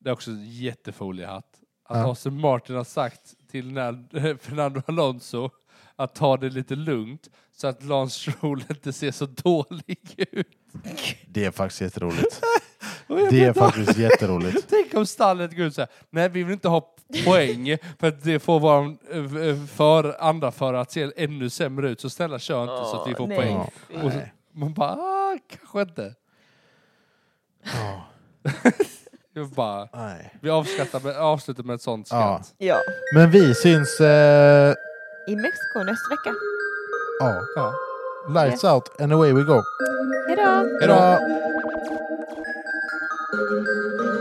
[SPEAKER 3] det är också en jättefoliehatt, att
[SPEAKER 1] Ja.
[SPEAKER 3] Aston Martin har sagt till när, <laughs> Fernando Alonso att ta det lite lugnt så att Lance Stroll <laughs> inte ser så dålig ut.
[SPEAKER 1] det är faktiskt jätteroligt. <laughs>
[SPEAKER 3] Och jag
[SPEAKER 1] Det är
[SPEAKER 3] vet inte,
[SPEAKER 1] faktiskt jätteroligt.
[SPEAKER 3] Tänk om stallet går ut såhär, nej vi vill inte ha poäng för att det får våran eh, för, andra förare att se ännu sämre ut så snälla kör inte så att vi får
[SPEAKER 2] Åh, nej.
[SPEAKER 3] poäng.
[SPEAKER 1] Ja,
[SPEAKER 2] fy.
[SPEAKER 3] Och så,
[SPEAKER 1] nej.
[SPEAKER 3] man bara, ah, kanske inte.
[SPEAKER 1] Ja,
[SPEAKER 3] <laughs> Jag bara,
[SPEAKER 1] nej.
[SPEAKER 3] vi avslutar med, avslutar med ett sånt skratt.
[SPEAKER 2] Ja.
[SPEAKER 1] Men vi syns... Eh,
[SPEAKER 2] I Mexiko nästa vecka.
[SPEAKER 1] ja.
[SPEAKER 3] Ja.
[SPEAKER 1] Lights out and away we go.
[SPEAKER 2] Hej då!
[SPEAKER 1] Hejdå!